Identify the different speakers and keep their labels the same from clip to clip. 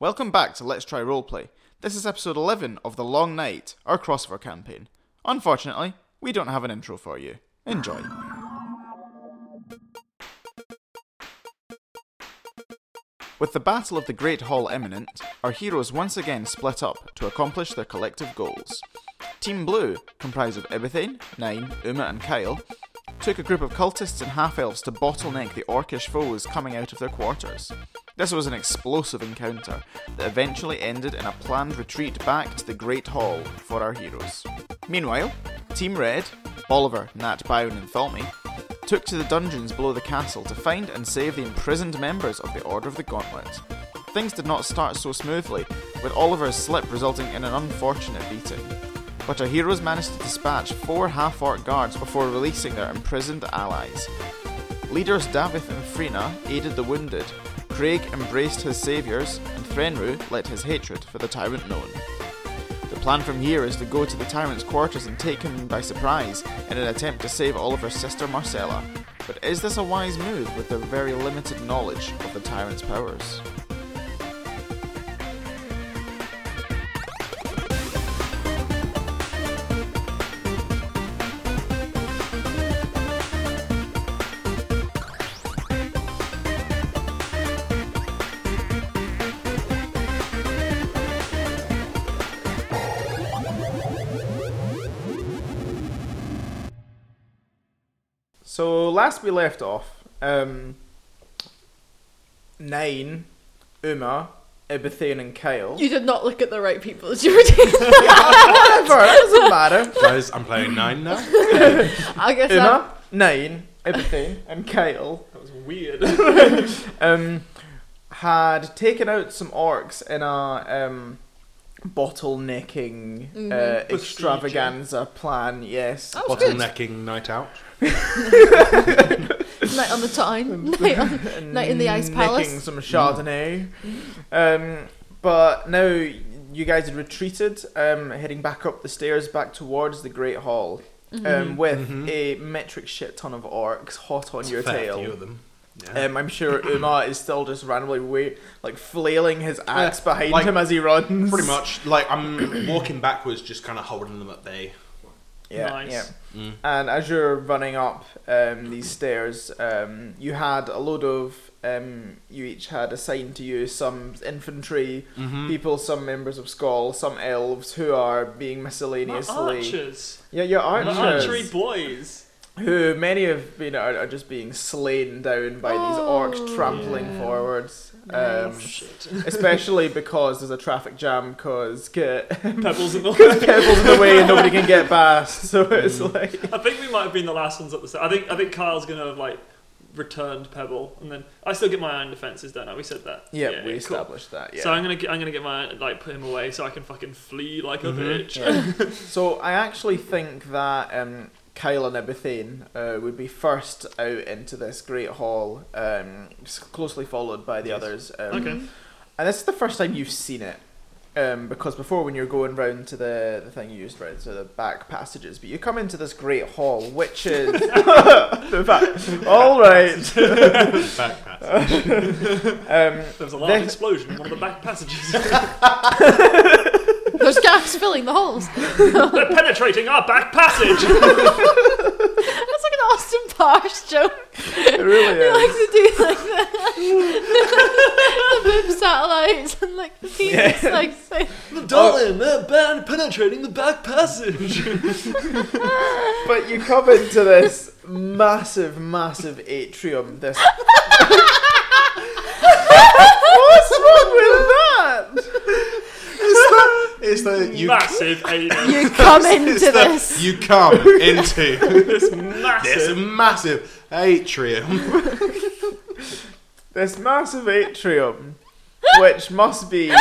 Speaker 1: Welcome back to Let's Try Roleplay. This is episode 11 of The Long Night, our crossover campaign. Unfortunately, we don't have an intro for you. Enjoy. With the Battle of the Great Hall imminent, our heroes once again split up to accomplish their collective goals. Team Blue, comprised of Ibethane, Nine, Uma, and Kyle, took a group of cultists and half elves to bottleneck the orcish foes coming out of their quarters. This was an explosive encounter that eventually ended in a planned retreat back to the Great Hall for our heroes. Meanwhile, Team Red, Oliver, Nat Bowne, and Thalmy took to the dungeons below the castle to find and save the imprisoned members of the Order of the Gauntlet. Things did not start so smoothly, with Oliver's slip resulting in an unfortunate beating. But our heroes managed to dispatch four half orc guards before releasing their imprisoned allies. Leaders Davith and Frina aided the wounded, Craig embraced his saviours, and Threnru let his hatred for the tyrant known. The plan from here is to go to the tyrant's quarters and take him by surprise in an attempt to save Oliver's sister Marcella. But is this a wise move with their very limited knowledge of the tyrant's powers? So last we left off, um, Nine, Uma, Ibethane, and Kyle.
Speaker 2: You did not look at the right people as you were doing that.
Speaker 1: Whatever, it doesn't matter.
Speaker 3: Guys, I'm playing nine now.
Speaker 2: I guess that,
Speaker 1: Uma, Nine, Ibethane, and Kyle
Speaker 3: That was weird.
Speaker 1: um, had taken out some orcs in a um, bottlenecking uh,
Speaker 3: Procedure.
Speaker 1: extravaganza plan. Yes,
Speaker 2: that was good.
Speaker 3: Bottlenecking night out.
Speaker 2: Night on the Tyne. Night, on, night in the Ice
Speaker 1: Nicking
Speaker 2: Palace.
Speaker 1: some Chardonnay. Um, but now you guys had retreated, um, heading back up the stairs back towards the Great Hall.
Speaker 2: Mm-hmm.
Speaker 1: Um, with
Speaker 3: Mm-hmm.
Speaker 1: a metric shit ton of orcs hot on your
Speaker 3: Fair
Speaker 1: tail.
Speaker 3: few of them. Yeah.
Speaker 1: Um, I'm sure Uma is still just randomly wait, like flailing his axe behind
Speaker 3: like,
Speaker 1: him as he runs.
Speaker 3: Pretty much, like I'm walking backwards, just kind of holding them at bay.
Speaker 1: Yeah,
Speaker 4: Nice.
Speaker 1: yeah. And as you're running up um, these stairs, um, you had a load of. Um, you each had assigned to you some infantry
Speaker 3: Mm-hmm.
Speaker 1: people, some members of Skoll, some elves who are being
Speaker 4: My
Speaker 1: miscellaneously.
Speaker 4: archers.
Speaker 1: Yeah, your
Speaker 4: My archery
Speaker 1: archers,
Speaker 4: boys.
Speaker 1: who many have been are, are just being slain down by these orcs
Speaker 2: Oh.
Speaker 1: trampling forwards. Um,
Speaker 4: Oh, shit.
Speaker 1: especially because there's a traffic jam because
Speaker 4: Pebbles in the
Speaker 1: pebbles in the way and nobody can get past. So it's like.
Speaker 4: I think we might have been the last ones up the stairs. I think I think Kyle's gonna have like returned Pebble, and then I still get my iron defenses, don't I? We said that.
Speaker 1: Yeah, we
Speaker 4: cool.
Speaker 1: established that. Yeah.
Speaker 4: So I'm gonna get, I'm gonna get my like put him away so I can fucking flee like a
Speaker 1: Mm-hmm.
Speaker 4: bitch.
Speaker 1: Yeah. so I actually think that um, Kyle and Ibethane uh, would be first out into this great hall, um, s- closely followed by the
Speaker 3: Yes.
Speaker 1: others. Um,
Speaker 4: Okay.
Speaker 1: And this is the first time you've seen it. Um, because before, when you're going round to the, the thing you used, right, so the back passages, but you come into this great hall, which is the back. All right.
Speaker 3: Backpack.
Speaker 1: Um,
Speaker 4: There was a large
Speaker 1: This-
Speaker 4: explosion in one of the back passages.
Speaker 2: There's gaps filling the holes. That's
Speaker 4: They're penetrating our back passage.
Speaker 2: like an Austin Powers joke.
Speaker 1: it really
Speaker 2: He
Speaker 1: is.
Speaker 2: likes to do like that. the boob satellites and like the penis like thing.
Speaker 1: Oh.
Speaker 4: Darling, they're banned penetrating the back passage.
Speaker 1: But you come into this massive, massive atrium. This. What's wrong with that?
Speaker 3: It's the you.
Speaker 4: Massive alien.
Speaker 2: You come into
Speaker 3: it's the-
Speaker 2: this.
Speaker 3: You come into
Speaker 4: This
Speaker 3: this
Speaker 4: massive.
Speaker 3: massive atrium.
Speaker 1: This massive atrium, which must be.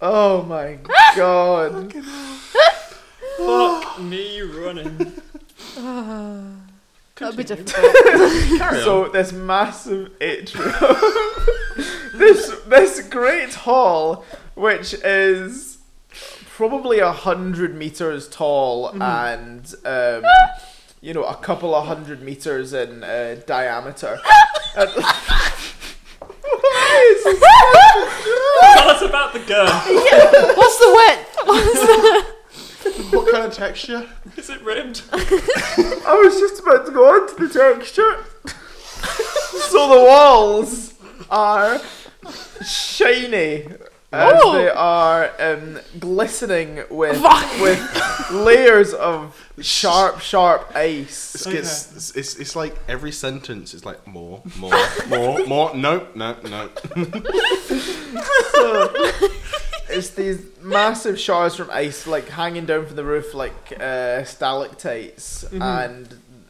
Speaker 1: Oh my god.
Speaker 4: Fuck me running.
Speaker 2: That'd be difficult.
Speaker 3: Carry on.
Speaker 1: So this massive atrium, this this great hall, which is probably a hundred meters tall
Speaker 3: Mm-hmm.
Speaker 1: and um, you know a couple of hundred meters in uh, diameter. And- Why is this-
Speaker 4: Tell us the gurn.
Speaker 2: What's the wet? What's the...
Speaker 3: what kind of texture?
Speaker 4: Is it ribbed?
Speaker 1: I was just about to go on to the texture. so the walls are shiny. As
Speaker 2: Oh.
Speaker 1: they are um, glistening with
Speaker 2: Fuck.
Speaker 1: with layers of sharp, sharp ice.
Speaker 3: It's, it's, it's, it's like every sentence is like more, more, more, more. No, no, no.
Speaker 1: It's these massive shards from ice, like hanging down from the roof, like uh, stalactites, and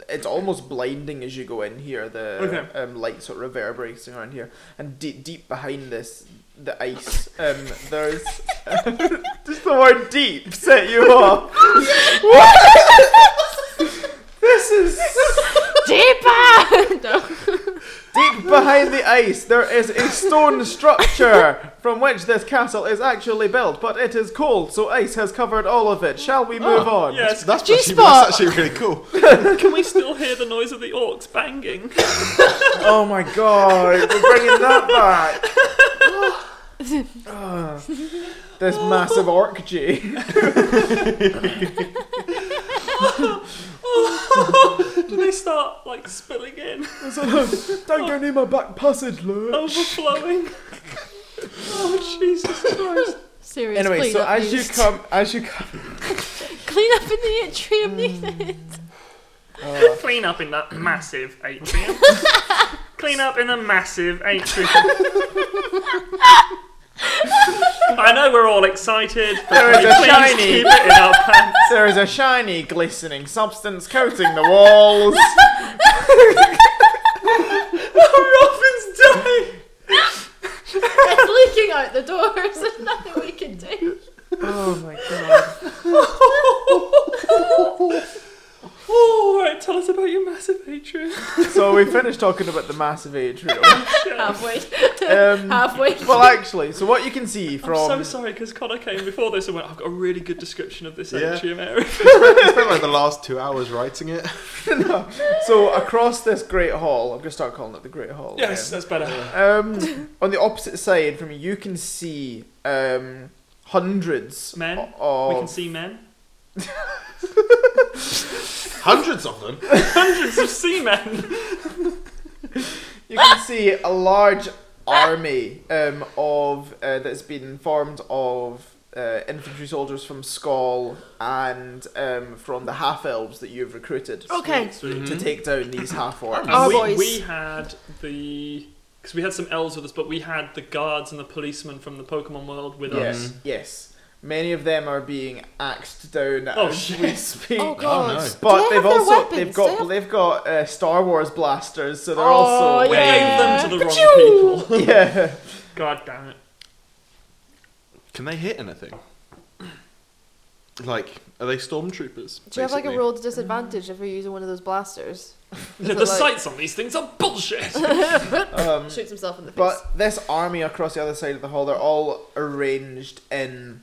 Speaker 1: it's almost blinding as you go in here. The
Speaker 4: Okay.
Speaker 1: um, lights sort of reverberating around here, and deep, deep behind this, the ice. Um, there's just the word "deep" set you off. what? this is
Speaker 2: Deeper! No.
Speaker 1: deep behind the ice. There is a stone structure from which this castle is actually built, but it is cold, so ice has covered all of it. Shall we move on?
Speaker 4: Yes.
Speaker 3: That's,
Speaker 2: G
Speaker 3: actually,
Speaker 2: spot.
Speaker 3: that's actually really cool.
Speaker 4: Can we still hear the noise of the orcs banging?
Speaker 1: Oh my god, we're bringing that back. Ah, this massive orc G.
Speaker 4: Do they start like spilling in,
Speaker 1: Don't go near my back passage, Luke.
Speaker 4: overflowing? Oh Jesus Christ!
Speaker 2: Serious
Speaker 1: Anyway,
Speaker 2: clean
Speaker 1: so
Speaker 2: up
Speaker 1: as you
Speaker 2: needs.
Speaker 1: come, as you come,
Speaker 2: Clean up in the atrium needed.
Speaker 4: Clean up in that massive atrium. Clean up in the massive atrium. I know we're all excited,
Speaker 1: There is
Speaker 4: but we
Speaker 1: a
Speaker 4: please
Speaker 1: shiny.
Speaker 4: keep it in our pants.
Speaker 1: there is a shiny, glistening substance coating the walls.
Speaker 4: Robin's dying.
Speaker 2: it's leaking out the doors. There's nothing we can do.
Speaker 1: Oh my god.
Speaker 4: Oh, right, tell us about your massive atrium.
Speaker 1: So we finished talking about the massive atrium.
Speaker 2: Halfway.
Speaker 1: Um,
Speaker 2: Halfway.
Speaker 1: Well, actually, so what you can see
Speaker 4: I'm
Speaker 1: from
Speaker 4: so sorry because Connor came before this and went, I've got a really good description of this
Speaker 3: Yeah.
Speaker 4: atrium area.
Speaker 3: I spent like the last two hours writing it.
Speaker 1: so across this great hall, I'm gonna start calling it the Great Hall.
Speaker 4: yes,
Speaker 1: again.
Speaker 4: that's better.
Speaker 1: Um, on the opposite side from you, you can see um hundreds
Speaker 4: Men?
Speaker 1: o- of
Speaker 4: We can see men.
Speaker 3: Hundreds of them.
Speaker 4: Hundreds of seamen.
Speaker 1: you can see a large army um of uh, that's been formed of. Uh, infantry soldiers from Skoll and um, from the half elves that you've recruited
Speaker 2: Okay.
Speaker 4: Mm-hmm.
Speaker 1: to take down these half orcs.
Speaker 2: Oh,
Speaker 4: we,
Speaker 2: boys.
Speaker 4: we had the. Because we had some elves with us, but we had the guards and the policemen from the Pokemon world with
Speaker 1: Yes,
Speaker 4: us.
Speaker 1: yes. Many of them are being axed down
Speaker 4: Oh,
Speaker 1: as
Speaker 4: shit.
Speaker 1: we speak.
Speaker 2: Oh god.
Speaker 3: no.
Speaker 1: But
Speaker 2: Do
Speaker 1: they've
Speaker 2: have their
Speaker 1: also
Speaker 2: weapons?
Speaker 1: they've
Speaker 2: Do they
Speaker 1: got
Speaker 2: have-
Speaker 1: they've got uh, Star Wars blasters, so they're
Speaker 2: Oh,
Speaker 1: also
Speaker 4: We
Speaker 2: Yeah.
Speaker 4: gave them to the wrong people.
Speaker 1: yeah.
Speaker 4: God damn it.
Speaker 3: Can they hit anything? Like, are they stormtroopers?
Speaker 2: Do you have like a
Speaker 3: basically?
Speaker 2: roll to disadvantage if you're using one of those blasters? Is
Speaker 4: Yeah,
Speaker 2: it
Speaker 4: the
Speaker 2: like-
Speaker 4: sights on these things are bullshit.
Speaker 1: Um,
Speaker 2: Shoots himself in the face.
Speaker 1: but this army across the other side of the hall, they're all arranged in,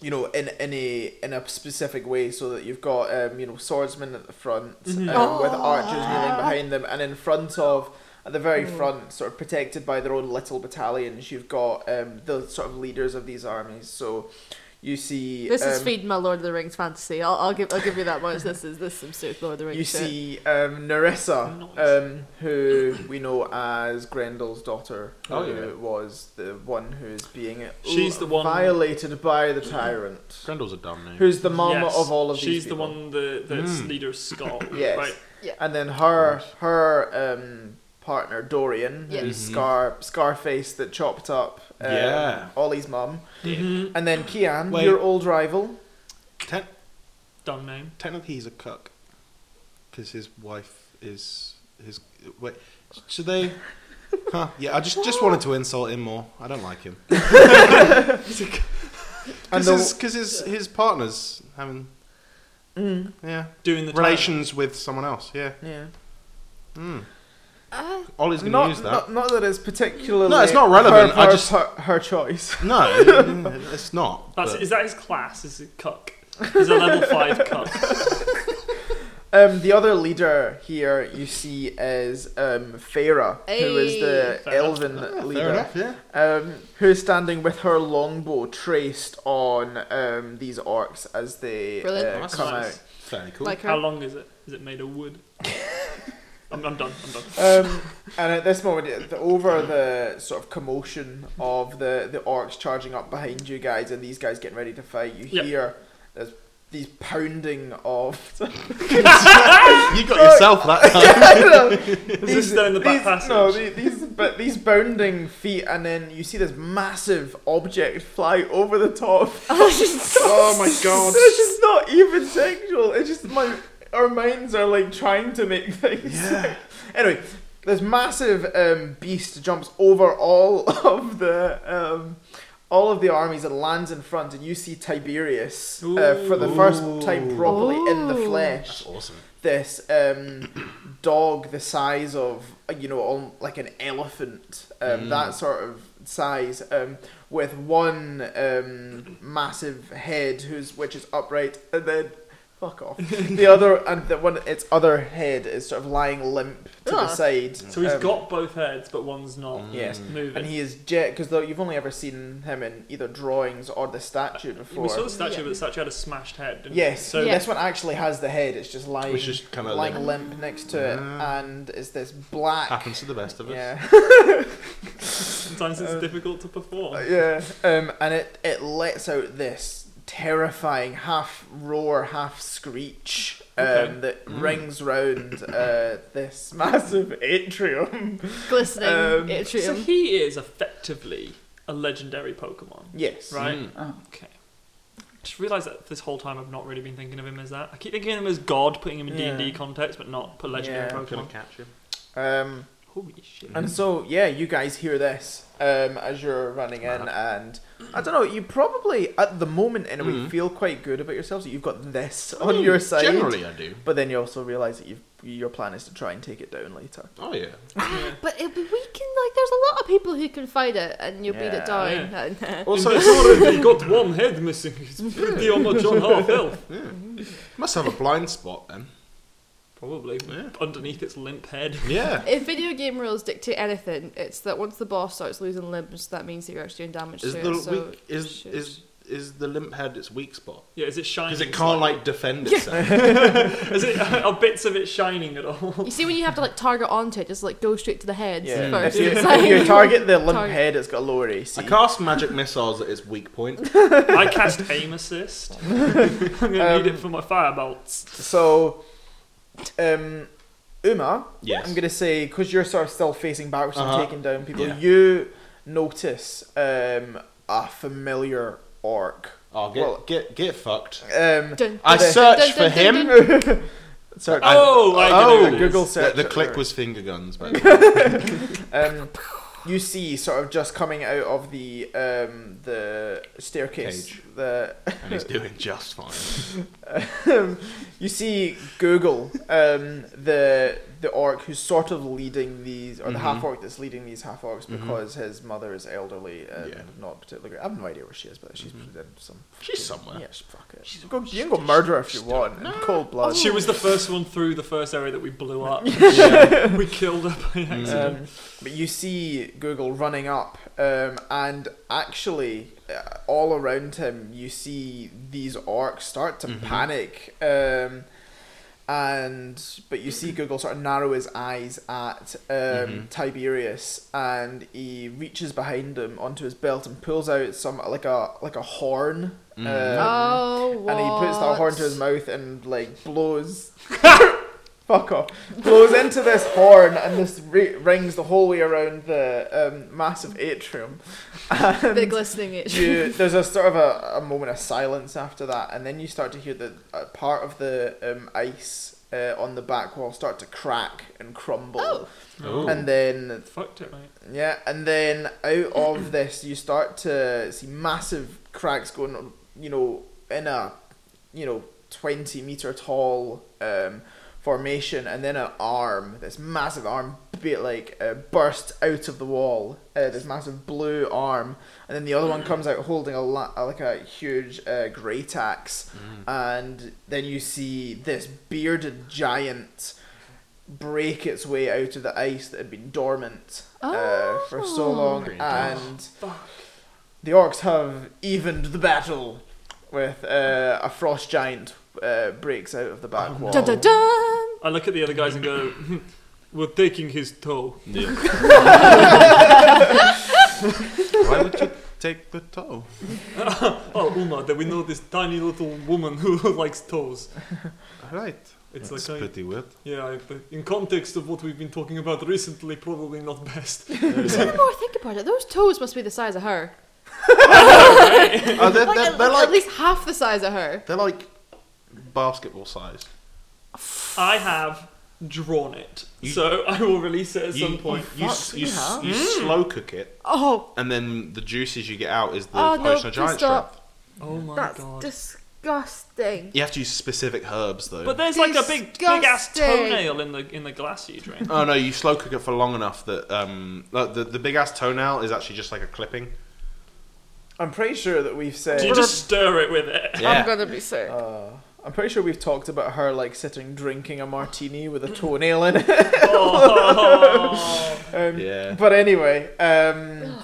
Speaker 1: you know, in in a in a specific way, so that you've got um, you know swordsmen at the front
Speaker 4: Mhm.
Speaker 1: um, with
Speaker 2: Oh.
Speaker 1: archers kneeling behind them, and in front of at the very
Speaker 2: Mm.
Speaker 1: front, sort of protected by their own little battalions, you've got um, the sort of leaders of these armies. So you see
Speaker 2: this is
Speaker 1: um,
Speaker 2: feeding my Lord of the Rings fantasy. I'll, I'll give I'll give you that much. This is this is some serious Lord of the Rings.
Speaker 1: You
Speaker 2: shit.
Speaker 1: see um, Narissa,
Speaker 4: Nice.
Speaker 1: um, who we know as Grendel's daughter, who
Speaker 3: Oh, yeah.
Speaker 1: was the one who is being uh,
Speaker 4: She's the one-
Speaker 1: violated by the tyrant,
Speaker 3: Grendel's a dumb name.
Speaker 1: who's the mama
Speaker 4: Yes,
Speaker 1: of all of these
Speaker 4: She's the
Speaker 1: people.
Speaker 4: one that, that's
Speaker 3: Mm.
Speaker 4: leader of Skull.
Speaker 1: Hmm. Yes.
Speaker 4: Right.
Speaker 1: And then her
Speaker 3: Right.
Speaker 1: her um, partner Dorian,
Speaker 2: Yeah.
Speaker 1: who's
Speaker 3: Mhm.
Speaker 1: Scar Scarface that chopped up um,
Speaker 3: Yeah.
Speaker 1: Ollie's mum,
Speaker 4: Mhm.
Speaker 1: and then Kian,
Speaker 3: Wait.
Speaker 1: your old rival.
Speaker 3: Ten-
Speaker 4: Dumb name.
Speaker 3: technically, he's a cuck. Because his wife is his. Wait, should they? Huh? Yeah, I just just wanted to insult him more. I don't like him.
Speaker 1: And
Speaker 3: Because
Speaker 1: the-
Speaker 3: his, 'cause his his partner's having
Speaker 1: Mm,
Speaker 3: yeah
Speaker 4: Doing the
Speaker 3: relations with someone else. Yeah.
Speaker 1: yeah.
Speaker 3: Mm.
Speaker 2: Uh,
Speaker 3: Ollie's gonna
Speaker 1: Not,
Speaker 3: use that.
Speaker 1: not not that it's particularly
Speaker 3: No, it's not relevant,
Speaker 1: her-
Speaker 3: I
Speaker 1: her-
Speaker 3: just-
Speaker 1: her, her choice.
Speaker 3: No, it's not.
Speaker 4: That's
Speaker 3: but-
Speaker 4: is that his class? Is it cuck? He's a level five cuck.
Speaker 1: Um, the other leader here you see is um, Feyre, who is the
Speaker 4: Hey. Fair
Speaker 1: elven
Speaker 3: Fair
Speaker 1: leader,
Speaker 3: enough, yeah.
Speaker 1: um, who's standing with her longbow traced on um, these orcs as they
Speaker 2: Brilliant.
Speaker 1: uh,
Speaker 3: Nice.
Speaker 1: come out.
Speaker 4: Nice.
Speaker 3: Fairly cool.
Speaker 2: Like
Speaker 4: How
Speaker 2: her.
Speaker 4: long is it? Is it made of wood? I'm, I'm done. I'm done.
Speaker 1: Um, and at this moment, it- the, over the sort of commotion of the, the orcs charging up behind you guys and these guys getting ready to fight, you
Speaker 4: Yep.
Speaker 1: hear there's these pounding of.
Speaker 3: you got yourself that time.
Speaker 4: Is this still in the back
Speaker 1: these,
Speaker 4: passage?
Speaker 1: No, the- these, but these bounding feet, and then you see this massive object fly over the top.
Speaker 3: oh my god.
Speaker 1: It's just not even sexual. It's just my our minds are like trying to make things.
Speaker 3: Yeah.
Speaker 1: anyway, this massive um, beast jumps over all of the um, all of the armies and lands in front, and you see Tiberius uh, for the first time
Speaker 3: Ooh.
Speaker 1: properly in the
Speaker 2: Ooh.
Speaker 1: flesh.
Speaker 3: That's awesome.
Speaker 1: This um, dog, the size of uh, you know, al- like an elephant, um,
Speaker 3: Mm.
Speaker 1: that sort of size, um, with one um, massive head, who's which is upright, and then fuck off. the other and the one, its other head is sort of lying limp to the
Speaker 2: Ah.
Speaker 1: side.
Speaker 4: So he's
Speaker 1: um,
Speaker 4: got both heads, but one's not
Speaker 1: Yes.
Speaker 3: Mm.
Speaker 4: moving.
Speaker 1: And he is jet because though you've only ever seen him in either drawings or the statue before.
Speaker 4: we saw the statue,
Speaker 2: Yeah.
Speaker 4: but the statue had a smashed head. Didn't
Speaker 1: Yes,
Speaker 4: It?
Speaker 1: so
Speaker 4: So
Speaker 2: Yeah.
Speaker 1: this one actually has the head. It's just lying,
Speaker 3: Which is kinda
Speaker 1: lying
Speaker 3: limp.
Speaker 1: limp. next to it,
Speaker 3: Ah.
Speaker 1: and it's this black.
Speaker 3: Happens to the best of us.
Speaker 1: Yeah,
Speaker 4: sometimes it's
Speaker 1: Uh,
Speaker 4: difficult to
Speaker 3: Oh.
Speaker 4: perform.
Speaker 1: yeah. Um, and it it lets out this terrifying half roar, half screech um,
Speaker 4: Okay.
Speaker 1: that
Speaker 3: Mm.
Speaker 1: rings round uh, this massive atrium.
Speaker 2: Glistening
Speaker 1: Um,
Speaker 4: So
Speaker 2: atrium.
Speaker 4: he is effectively a legendary Pokemon,
Speaker 1: Yes.
Speaker 4: right?
Speaker 3: Mm.
Speaker 1: Oh.
Speaker 4: Okay. Just realised that this whole time I've not really been thinking of him as that. I keep thinking of him as God, putting him in D and D
Speaker 1: Yeah.
Speaker 4: context, but not put legendary
Speaker 1: Yeah.
Speaker 3: I'm gonna
Speaker 4: Pokemon.
Speaker 3: catch him.
Speaker 1: Um,
Speaker 4: Holy shit!
Speaker 3: Mm-hmm.
Speaker 1: And so, yeah, you guys hear this um, as you're running in,
Speaker 3: Uh-huh.
Speaker 1: and I don't know, you probably at the moment anyway
Speaker 3: Mhm.
Speaker 1: feel quite good about yourselves. that You've got this on your side,
Speaker 3: Mm, Generally, I do.
Speaker 1: but then you also realize that you've, your plan is to try and take it down later.
Speaker 3: Oh yeah.
Speaker 4: Yeah.
Speaker 2: But it, we can like, there's a lot of people who can fight it, and you'll beat
Speaker 1: Yeah.
Speaker 2: it down.
Speaker 4: Yeah.
Speaker 2: And, uh,
Speaker 3: Also,
Speaker 4: He's
Speaker 3: it's
Speaker 4: already got one head missing. He's pretty much on half health.
Speaker 3: yeah.
Speaker 1: Mm-hmm.
Speaker 3: Must have a blind spot then.
Speaker 4: Probably
Speaker 3: Yeah.
Speaker 4: underneath its limp head.
Speaker 3: Yeah.
Speaker 2: if video game rules dictate anything, it's that once the boss starts losing limbs, that means that you're actually doing damage
Speaker 3: Is
Speaker 2: to
Speaker 3: the
Speaker 2: it. So
Speaker 3: weak is
Speaker 2: should-
Speaker 3: is is the limp head its weak spot?
Speaker 4: Yeah, is it shining?
Speaker 3: Because it can't
Speaker 4: slightly?
Speaker 3: like defend itself.
Speaker 4: Is it uh, are bits of it shining at all?
Speaker 2: you see, when you have to like target onto it, just like go straight to the head
Speaker 3: Mm.
Speaker 1: Yeah. If,
Speaker 2: first.
Speaker 1: you,
Speaker 2: It's
Speaker 1: if
Speaker 2: like-
Speaker 1: you target the limp
Speaker 2: Target.
Speaker 1: head, it's got a lower AC.
Speaker 3: I cast magic missiles at its weak point.
Speaker 4: I cast aim assist. I'm gonna need
Speaker 1: Um,
Speaker 4: it for my fire bolts.
Speaker 1: So, um, Uma,
Speaker 3: Yes.
Speaker 1: I'm going to say, because you're sort of still facing backwards
Speaker 3: Uh-huh.
Speaker 1: and taking down people,
Speaker 3: Yeah.
Speaker 1: you notice um, a familiar orc.
Speaker 3: Oh, get
Speaker 1: Well-
Speaker 3: get get fucked.
Speaker 1: Um,
Speaker 2: Dun,
Speaker 3: I
Speaker 2: dun,
Speaker 3: search
Speaker 2: dun,
Speaker 3: for
Speaker 2: dun,
Speaker 3: him.
Speaker 2: dun, dun.
Speaker 1: Sorry,
Speaker 3: I-
Speaker 4: oh, I
Speaker 3: oh,
Speaker 4: oh,
Speaker 1: a Google
Speaker 3: The,
Speaker 1: search.
Speaker 3: the click
Speaker 1: or-
Speaker 3: was finger guns, by the way.
Speaker 1: Um, you see, sort of just coming out of the um, the staircase.
Speaker 3: Cage.
Speaker 1: The
Speaker 3: and he's doing just fine.
Speaker 1: um, you see Google, um, the the orc who's sort of leading these, or the
Speaker 3: Mhm.
Speaker 1: half orc that's leading these half orcs
Speaker 3: Mhm.
Speaker 1: because his mother is elderly and
Speaker 3: Yeah.
Speaker 1: not particularly. Great. I have no idea where she is, but she's
Speaker 3: Mhm.
Speaker 1: in some.
Speaker 3: She's somewhere.
Speaker 1: Yes, fuck it.
Speaker 3: She's-
Speaker 1: go, you can go murder her if you want in cold
Speaker 3: Oh.
Speaker 1: blood.
Speaker 4: She was the first one through the first area that we blew up. we killed her by
Speaker 3: Mm.
Speaker 4: accident.
Speaker 1: Um, but you see Google running up, um, and actually, uh, all around him, you see these orcs start to
Speaker 3: Mhm.
Speaker 1: panic. Um, and but you see Google sort of narrow his eyes at um,
Speaker 3: Mhm.
Speaker 1: Tiberius, and he reaches behind him onto his belt and pulls out some like a like a horn.
Speaker 3: Mhm.
Speaker 1: Um,
Speaker 2: Oh, what?
Speaker 1: and he puts that horn to his mouth and like blows. Fuck off! Blows into this horn, and this ri rings the whole way around the um, massive atrium.
Speaker 2: The glistening atrium.
Speaker 1: You, there's a sort of a, a moment of silence after that, and then you start to hear the uh, part of the um, ice uh, on the back wall start to crack and crumble,
Speaker 2: Oh.
Speaker 3: Oh.
Speaker 1: and then
Speaker 4: Fucked it, mate.
Speaker 1: yeah, and then out of this, you start to see massive cracks going, on, you know, in a, you know, 20 meter tall um, formation, and then an arm, this massive arm, bit like uh, bursts out of the wall. Uh, this massive blue arm, and then the other one comes out holding a la- uh, like a huge uh, great axe, and then you see this bearded giant break its way out of the ice that had been dormant uh, for so
Speaker 2: Oh.
Speaker 1: long,
Speaker 3: Great axe.
Speaker 1: and
Speaker 4: Fuck.
Speaker 1: the orcs have evened the battle with uh, a frost giant uh, breaks out of the
Speaker 4: Oh,
Speaker 1: back wall.
Speaker 2: Dun dun dun!
Speaker 4: I look at the other guys and go, "Hmm, "We're taking his toe."
Speaker 3: Yeah. Why would you take the toe?
Speaker 4: oh, Uma, that we know this tiny little woman who likes toes.
Speaker 3: Right.
Speaker 4: It's
Speaker 3: That's
Speaker 4: like, I,
Speaker 3: pretty weird.
Speaker 4: yeah, I- but in context of what we've been talking about recently, probably not best.
Speaker 2: The more I think about it, those toes must be the size of her.
Speaker 3: Oh, they're,
Speaker 2: Like,
Speaker 3: they're,
Speaker 2: at,
Speaker 3: they're
Speaker 2: at
Speaker 3: like
Speaker 2: least half the size of her.
Speaker 3: they're like basketball sized.
Speaker 4: I have drawn it, so I will release it at some point.
Speaker 3: you, s-
Speaker 1: Fuck,
Speaker 3: you, s-
Speaker 1: yeah.
Speaker 3: you
Speaker 2: Mm.
Speaker 3: slow cook it,
Speaker 2: Oh,
Speaker 3: and then the juices you get out is the
Speaker 2: Oh, no,
Speaker 3: potion of
Speaker 2: please
Speaker 3: giant
Speaker 2: stop.
Speaker 3: strength.
Speaker 4: Oh my
Speaker 2: that's
Speaker 4: god!
Speaker 2: disgusting.
Speaker 3: You have to use specific herbs though.
Speaker 4: but there's like a big, big ass
Speaker 2: Disgusting.
Speaker 4: toenail in the in the glass you drink.
Speaker 3: oh no, you slow cook it for long enough that um like, the the big ass toenail is actually just like a clipping.
Speaker 1: I'm pretty sure that we've said.
Speaker 4: Do you just stir it with it?
Speaker 3: Yeah.
Speaker 2: I'm gonna be sick.
Speaker 1: uh, I'm pretty sure we've talked about her like sitting drinking a martini with a toenail in it.
Speaker 4: Oh.
Speaker 1: Um,
Speaker 3: Yeah.
Speaker 1: But anyway, um,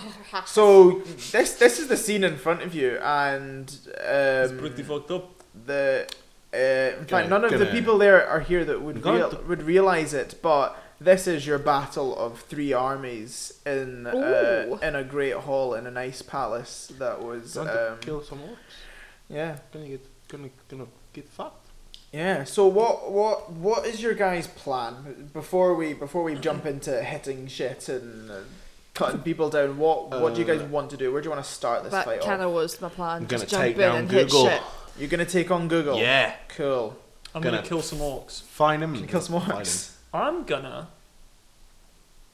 Speaker 1: so this this is the scene in front of you, and
Speaker 4: It's
Speaker 1: um,
Speaker 4: pretty fucked up.
Speaker 1: the uh, in
Speaker 3: Gonna-
Speaker 1: fact, none of the
Speaker 3: gonna-
Speaker 1: people there are here that would
Speaker 3: Going
Speaker 1: real,
Speaker 3: to-
Speaker 1: would realize it, but this is your battle of three armies in uh,
Speaker 2: Ooh.
Speaker 1: in a great hall in a nice palace that was um,
Speaker 3: some orcs?
Speaker 1: yeah
Speaker 3: Gonna get gonna gonna get fucked.
Speaker 1: yeah. So what what what is your guys' plan before we before we jump into hitting shit and uh, cutting people down? What what do you guys
Speaker 3: Uh,
Speaker 1: want to do? Where do you want to start this
Speaker 2: That
Speaker 1: fight?
Speaker 2: kind
Speaker 1: off?
Speaker 2: of was my plan.
Speaker 3: I'm gonna
Speaker 2: Just jump
Speaker 3: take
Speaker 2: in
Speaker 3: down
Speaker 2: and
Speaker 3: Google.
Speaker 2: hit shit.
Speaker 1: You're gonna take on Google.
Speaker 3: Yeah.
Speaker 1: cool.
Speaker 4: I'm gonna,
Speaker 3: Gonna-
Speaker 4: kill some orcs.
Speaker 3: Fine him.
Speaker 1: Can you kill some
Speaker 3: Fine
Speaker 1: orcs?
Speaker 4: I'm gonna.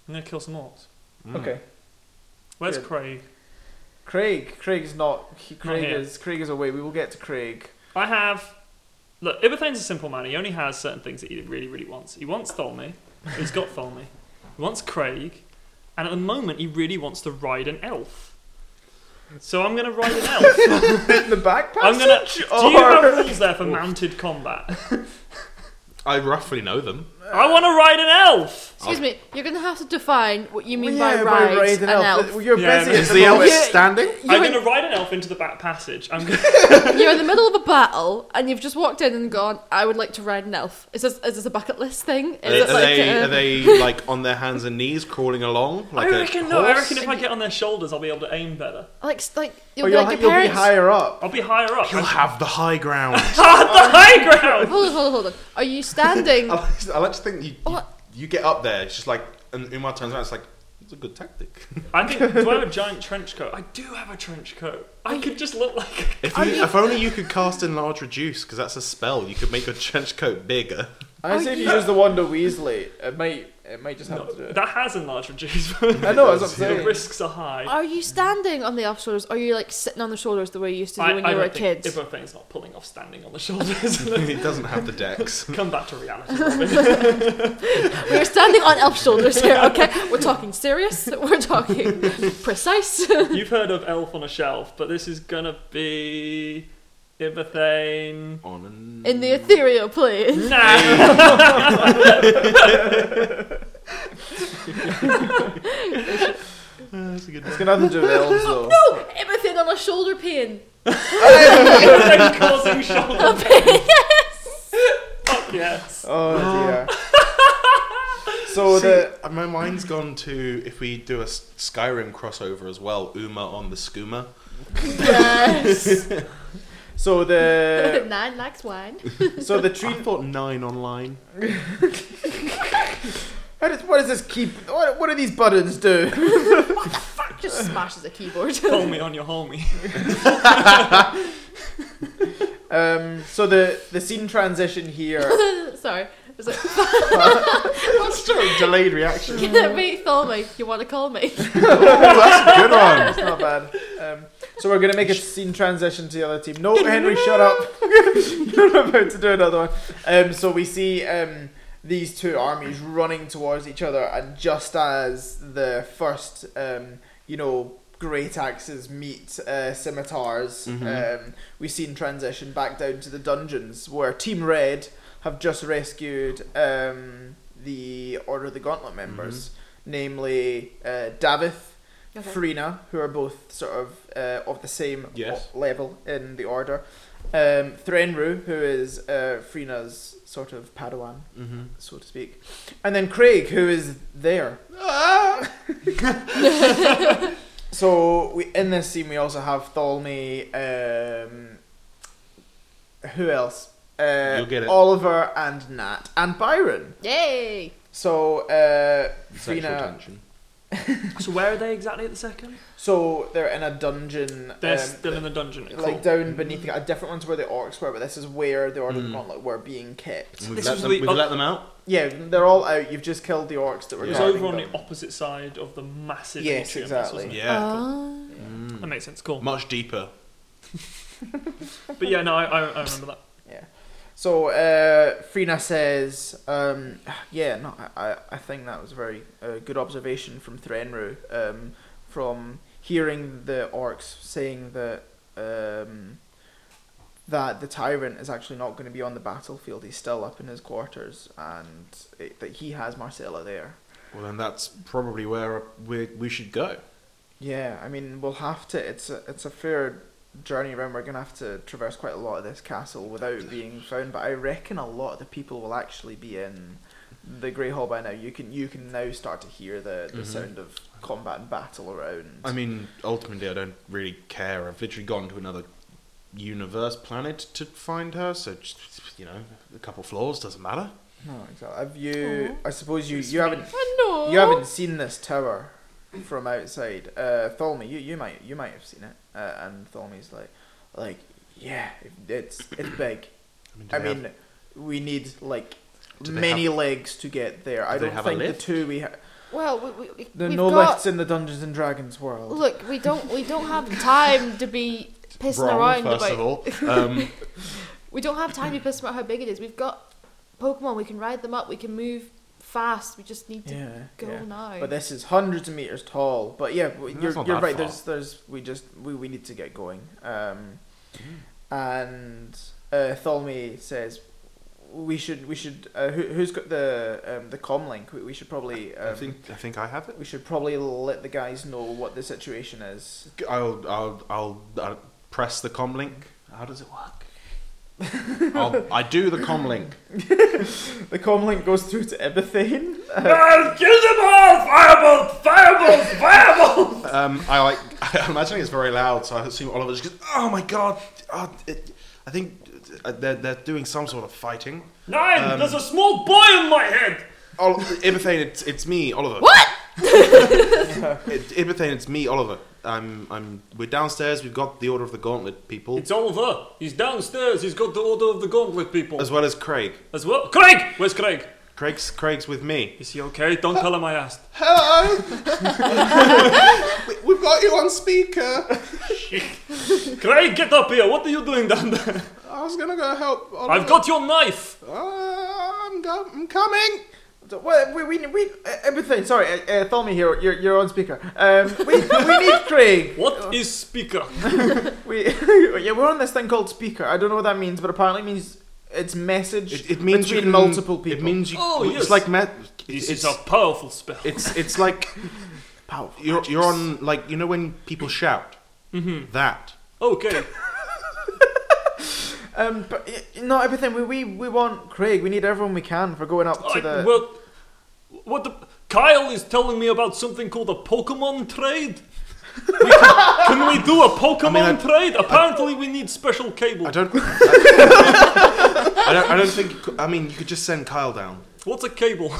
Speaker 4: I'm gonna kill some orcs.
Speaker 3: him. Mm.
Speaker 1: Okay.
Speaker 4: Where's
Speaker 1: Good.
Speaker 4: Craig?
Speaker 1: Craig. Craig's not. He, Craig
Speaker 4: here.
Speaker 1: is. Craig is away. We will get to Craig.
Speaker 4: I have. Look, Ibethane's a simple man. He only has certain things that he really, really wants. He wants Tholme. He's got Tholme. He wants Craig. And at the moment, he really wants to ride an elf. So I'm going to ride an elf.
Speaker 1: In the back
Speaker 4: I'm
Speaker 1: passage.
Speaker 4: going to. Do you
Speaker 1: or-
Speaker 4: have rules there for mounted combat?
Speaker 3: I roughly know them.
Speaker 4: I want to ride an elf!
Speaker 2: Excuse me, you're gonna have to define what you mean
Speaker 1: Yeah,
Speaker 2: by ride,
Speaker 1: raid
Speaker 2: an elf.
Speaker 1: Th- You're
Speaker 4: Yeah,
Speaker 1: busy.
Speaker 4: but-
Speaker 1: at
Speaker 3: Is the elf
Speaker 1: moment.
Speaker 2: Yeah.
Speaker 3: standing?
Speaker 4: I'm
Speaker 2: You're,
Speaker 4: going to ride an elf into the back passage. I'm gonna,
Speaker 2: you're in the middle of a battle and you've just walked in and gone, I would like to ride an elf. Is this, is this a bucket list thing? Is
Speaker 3: Are,
Speaker 2: it
Speaker 3: are
Speaker 2: like
Speaker 3: they
Speaker 2: uh,
Speaker 3: are they like on their hands and knees crawling along? Like
Speaker 4: I
Speaker 3: a
Speaker 4: reckon no. I
Speaker 3: horse?
Speaker 4: reckon if I get on their shoulders, I'll be able to aim better.
Speaker 2: like, s- like,
Speaker 1: Or
Speaker 2: you'll be
Speaker 1: you'll,
Speaker 2: like
Speaker 1: you'll
Speaker 2: your
Speaker 1: be
Speaker 2: parents.
Speaker 1: higher up.
Speaker 4: I'll be higher up.
Speaker 3: You'll
Speaker 4: I'm
Speaker 3: have the high ground.
Speaker 4: on the high ground!
Speaker 2: Hold on, hold on, hold on. Are you standing?
Speaker 3: I like- I like to think you, you,
Speaker 2: What?
Speaker 3: you get up there. It's just like, and Umar turns around. It's like it's a good tactic.
Speaker 4: I think. Do I have a giant trench coat? I do have a trench coat. I could just look like.
Speaker 3: If, you, if only you could cast enlarge reduce, because that's a spell. You could make your trench coat bigger.
Speaker 1: I say if you use the wand of Weasley, it might it might just have
Speaker 4: No,
Speaker 1: to do it.
Speaker 4: that has enlarged reduce.
Speaker 1: I know. That's what I'm
Speaker 3: Yeah.
Speaker 4: the
Speaker 1: saying.
Speaker 4: risks are high.
Speaker 2: Are you standing on the elf's shoulders? Or are you like sitting on the shoulders the way you used to do
Speaker 4: I,
Speaker 2: when
Speaker 4: I
Speaker 2: you were a
Speaker 4: don't think
Speaker 2: kid?
Speaker 4: Ibrahim's not pulling off standing on the shoulders.
Speaker 3: it doesn't have the dex.
Speaker 4: Come back to reality. Robin.
Speaker 2: We're standing on elf shoulders here, okay? We're talking serious. We're talking precise.
Speaker 4: You've heard of Elf on a Shelf, but this is gonna be Ibrahim.
Speaker 3: On an...
Speaker 2: In the ethereal plane.
Speaker 4: Nah.
Speaker 3: that's a good
Speaker 1: It's gonna have to do with elves though.
Speaker 2: Oh, No! Everything on a shoulder pane.
Speaker 4: Ibrahim causing shoulder. Fuck yes.
Speaker 1: Oh dear. so
Speaker 3: See,
Speaker 1: the
Speaker 3: uh, my mind's gone to if we do a S- Skyrim crossover as well. Uma on the skooma.
Speaker 2: Yes.
Speaker 1: so the
Speaker 2: Nine likes wine.
Speaker 1: so the
Speaker 3: Tree
Speaker 1: tree.
Speaker 3: thought nine online.
Speaker 1: How does, what does this keep? What, what do these buttons do?
Speaker 2: Just smashes a keyboard.
Speaker 1: Oh.
Speaker 4: Call me on your homie.
Speaker 1: Um. So the the scene transition here.
Speaker 2: Sorry. It's like,
Speaker 3: That's still a delayed reaction.
Speaker 2: can that be Thelma? You want to call me?
Speaker 3: that's a good one.
Speaker 1: It's not bad. Um, so we're gonna make a scene transition to the other team. No, Henry, shut up. You're about to do another one. Um, so we see um, these two armies running towards each other, and just as the first, um, you know, great axes meet uh, scimitars,
Speaker 3: Mhm.
Speaker 1: um, we seen transition back down to the dungeons where Team Red have just rescued um, the Order of the Gauntlet members, namely uh, Davith.
Speaker 2: Okay.
Speaker 1: Farina, who are both sort of uh, of the same
Speaker 3: Yes.
Speaker 1: o- level in the order. Um, Threnru, who is uh, Frina's sort of Padawan,
Speaker 3: Mm-hmm.
Speaker 1: so to speak. And then Craig, who is there. so we, in this scene, we also have Tholme. Um, who else? Uh,
Speaker 3: You'll get it.
Speaker 1: Oliver and Nat and Byron.
Speaker 2: Yay!
Speaker 1: So uh,
Speaker 3: Sexual
Speaker 1: Frina-
Speaker 3: tension.
Speaker 4: So where are they exactly at the second?
Speaker 1: So they're in a dungeon.
Speaker 4: They're
Speaker 1: um,
Speaker 4: still in the dungeon. Cool.
Speaker 1: like down beneath the, a different ones where the orcs were, but this is where the Order of the
Speaker 3: Mm.
Speaker 1: Gauntlet were being kept.
Speaker 3: We've,
Speaker 4: This
Speaker 3: let
Speaker 4: was
Speaker 3: them,
Speaker 4: we-
Speaker 3: we've
Speaker 4: oh.
Speaker 3: let them out.
Speaker 1: Yeah, they're all out. You've just killed the orcs that were.
Speaker 4: it was
Speaker 1: guarding
Speaker 4: over on
Speaker 1: them.
Speaker 4: the opposite side of the massive.
Speaker 1: Yes,
Speaker 4: atrium,
Speaker 1: exactly.
Speaker 4: wasn't it?
Speaker 3: Yeah.
Speaker 2: Ah.
Speaker 4: That
Speaker 3: Mm.
Speaker 4: makes sense. Cool.
Speaker 3: Much deeper.
Speaker 4: But yeah, no, I, I, I remember that.
Speaker 1: Yeah. So uh, Frina says, um, "Yeah, no, I, I- I think that was a very uh, good observation from Threnru. Um, from hearing the orcs saying that um, that the tyrant is actually not going to be on the battlefield. He's still up in his quarters, and it, that he has Marcella there.
Speaker 3: Well, then that's probably where we, we should go.
Speaker 1: Yeah, I mean, we'll have to. It's a, it's a fair journey around. We're gonna have to traverse quite a lot of this castle without being found. But I reckon a lot of the people will actually be in the Grey Hall by now. You can you can now start to hear the, the
Speaker 3: Mhm.
Speaker 1: sound of combat and battle around.
Speaker 3: I mean, ultimately, I don't really care. I've literally gone to another universe planet to find her, so just, you know, a couple floors doesn't matter.
Speaker 1: no, exactly. Oh, Have you? I suppose you
Speaker 4: It's
Speaker 1: you haven't
Speaker 2: Oh, no.
Speaker 1: you haven't seen this tower from outside. Uh, Tholme, you you might you might have seen it. Uh, and Tholme's like like yeah, it's it's big.
Speaker 3: I mean, do
Speaker 1: I
Speaker 3: they have-
Speaker 1: mean, we need like
Speaker 3: Do they
Speaker 1: many legs to get there. I
Speaker 3: do they
Speaker 1: don't
Speaker 3: have a
Speaker 1: think the
Speaker 3: lift?
Speaker 1: two we have.
Speaker 2: Well, we, we, we-
Speaker 1: There are
Speaker 2: we've
Speaker 1: no
Speaker 2: got.
Speaker 1: lifts in the Dungeons and Dragons world.
Speaker 2: Look, we don't. We don't have time to be pissing
Speaker 3: wrong,
Speaker 2: around
Speaker 3: first
Speaker 2: about.
Speaker 3: of all. Um,
Speaker 2: We don't have time to be pissing about how big it is. We've got Pokemon. We can ride them up. We can move fast. We just need to
Speaker 1: yeah,
Speaker 2: go
Speaker 1: yeah.
Speaker 2: now.
Speaker 1: But this is hundreds of meters tall. But yeah, w-
Speaker 3: That's
Speaker 1: you're,
Speaker 3: not
Speaker 1: you're
Speaker 3: that
Speaker 1: right.
Speaker 3: far.
Speaker 1: There's there's we just we, we need to get going. Um,
Speaker 3: Mm-hmm.
Speaker 1: and uh, Tholme says we should we should uh, who, who's got the um, the com link? We, we should probably um,
Speaker 3: I think I think I have it.
Speaker 1: we should probably let the guys know what the situation is.
Speaker 3: I'll I'll I'll, uh press the com link. How does it work? I'll, I do the com link.
Speaker 1: The com link goes through to Ebithane.
Speaker 4: kill them all! Fireballs! Fireballs! Fireballs!
Speaker 3: Um, I like. I'm imagining it's very loud, so I assume Oliver just goes, "Oh my god!" Oh, it, I think uh, they're they're doing some sort of fighting.
Speaker 4: Nine!
Speaker 3: Um,
Speaker 4: there's a small boy in my head!
Speaker 3: Ol- Ibethane, it's it's me, Oliver.
Speaker 2: What?
Speaker 3: It, Ibethane, it's me, Oliver. I'm I'm. We're downstairs. We've got the Order of the Gauntlet people,
Speaker 4: It's over. He's downstairs. He's got the order of the gauntlet people.
Speaker 3: as
Speaker 4: As,
Speaker 3: well as Craig.
Speaker 4: well. Craig! Where's Craig?
Speaker 3: Craig's Craig's with me.
Speaker 4: Is he okay? Don't tell him I asked.
Speaker 3: Hello. We've got you on speaker.
Speaker 4: Craig, get up here. What are you doing down there?
Speaker 3: I was gonna go help. Oliver. Uh,
Speaker 4: I've got your knife.
Speaker 3: I'm, go- I'm coming.
Speaker 1: So, well, we, we, we, uh, everything, sorry, uh, uh, Thelmy here, you're, you're on speaker. Um, we, we need Craig.
Speaker 4: What is speaker?
Speaker 1: We, yeah, we're on this thing called speaker. I don't know what that means, but apparently it means it's message
Speaker 3: It, it means
Speaker 1: between
Speaker 3: you can-
Speaker 1: multiple people.
Speaker 3: It means you.
Speaker 4: Oh,
Speaker 3: it's
Speaker 4: yes.
Speaker 3: like met.
Speaker 4: This
Speaker 3: it's
Speaker 4: is a powerful spell.
Speaker 3: it's it's like
Speaker 1: Powerful.
Speaker 3: you're you're on like you know when people shout. Mm-hmm. That.
Speaker 4: Okay.
Speaker 1: Um, but uh, not everything. We, we, we want Craig. We need everyone we can for going up to
Speaker 4: I,
Speaker 1: the.
Speaker 4: Oh, well, what the Kyle is telling me about something called a Pokemon trade. We can, can we do a Pokemon
Speaker 3: I-
Speaker 4: trade? Apparently, we need special cable.
Speaker 3: I don't. I, don't. I don't think. you could- I mean, you could just send Kyle down,
Speaker 4: What's a cable?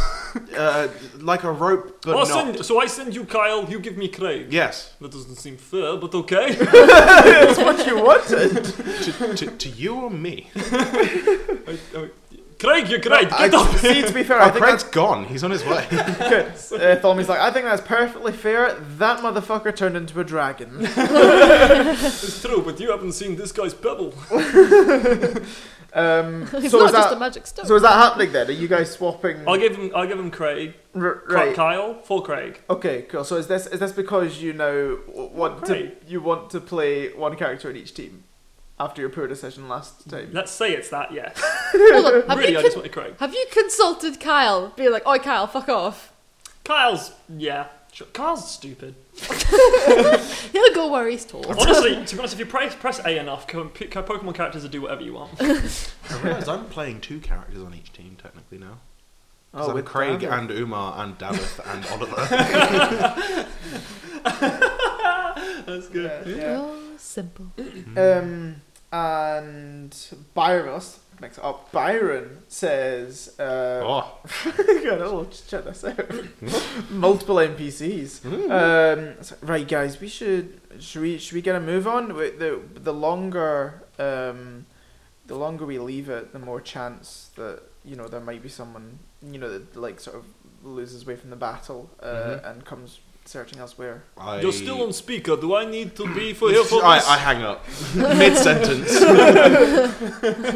Speaker 3: uh, like a rope, but
Speaker 4: I'll
Speaker 3: not.
Speaker 4: Oh, send- so I send you Kyle, you give me Craig.
Speaker 3: Yes,
Speaker 4: That doesn't seem fair, but okay.
Speaker 1: That's what you wanted.
Speaker 3: to, to, to you or me.
Speaker 4: I- I- Craig, you're Craig.
Speaker 1: I,
Speaker 4: Get up.
Speaker 1: see, to be fair, I
Speaker 3: Oh,
Speaker 1: think that's
Speaker 3: Craig's gone. He's on his way.
Speaker 1: good. Uh, Thelmy's like, I think that's perfectly fair. That motherfucker turned into a dragon.
Speaker 4: It's true, but you haven't seen this guy's pebble.
Speaker 1: Um,
Speaker 2: It's
Speaker 1: so
Speaker 2: not
Speaker 1: is
Speaker 2: just a
Speaker 1: that
Speaker 2: magic stone.
Speaker 1: so is that happening then? Are you guys swapping?
Speaker 4: I'll give him. I'll give him Craig.
Speaker 1: R-
Speaker 4: Cra-
Speaker 1: right.
Speaker 4: Kyle for Craig.
Speaker 1: Okay, cool. So is this is this because you now w- want to
Speaker 4: Great.
Speaker 1: you want to play one character in each team after your poor decision last time?
Speaker 4: Let's say it's that. Yes.
Speaker 2: Hold on, have,
Speaker 4: really,
Speaker 2: you
Speaker 4: I
Speaker 2: con-
Speaker 4: just wanted Craig.
Speaker 2: have you consulted Kyle? Be like, oi, Kyle, fuck off.
Speaker 4: Kyle's. Yeah. Sure. Kyle's stupid.
Speaker 2: He'll go where he's told.
Speaker 4: Honestly, to be honest, if you press, press A enough, co- p- co- Pokemon characters will do whatever you want.
Speaker 3: I realise I'm playing two characters on each team technically now.
Speaker 1: Oh,
Speaker 3: Oh, with
Speaker 1: with
Speaker 3: Craig
Speaker 1: Davith.
Speaker 3: and Umar and Davith and Oliver.
Speaker 4: That's good.
Speaker 1: Yeah, yeah.
Speaker 2: Oh, simple.
Speaker 3: Mm-hmm.
Speaker 1: Um, and Byron, let's mix it up. Byron says, uh,
Speaker 3: oh,
Speaker 1: God, I'll just check this out.
Speaker 3: Mm-hmm.
Speaker 1: Multiple NPCs. Um, so- right, guys, we should should we should we get a move on? Wi- The the longer um, the longer we leave it, the more chance that you know there might be someone you know that like sort of loses way from the battle uh,
Speaker 3: Mhm.
Speaker 1: and comes searching elsewhere.
Speaker 3: I,
Speaker 4: You're still on speaker. Do I need to be for here for
Speaker 3: I,
Speaker 4: this?
Speaker 3: I hang up mid sentence.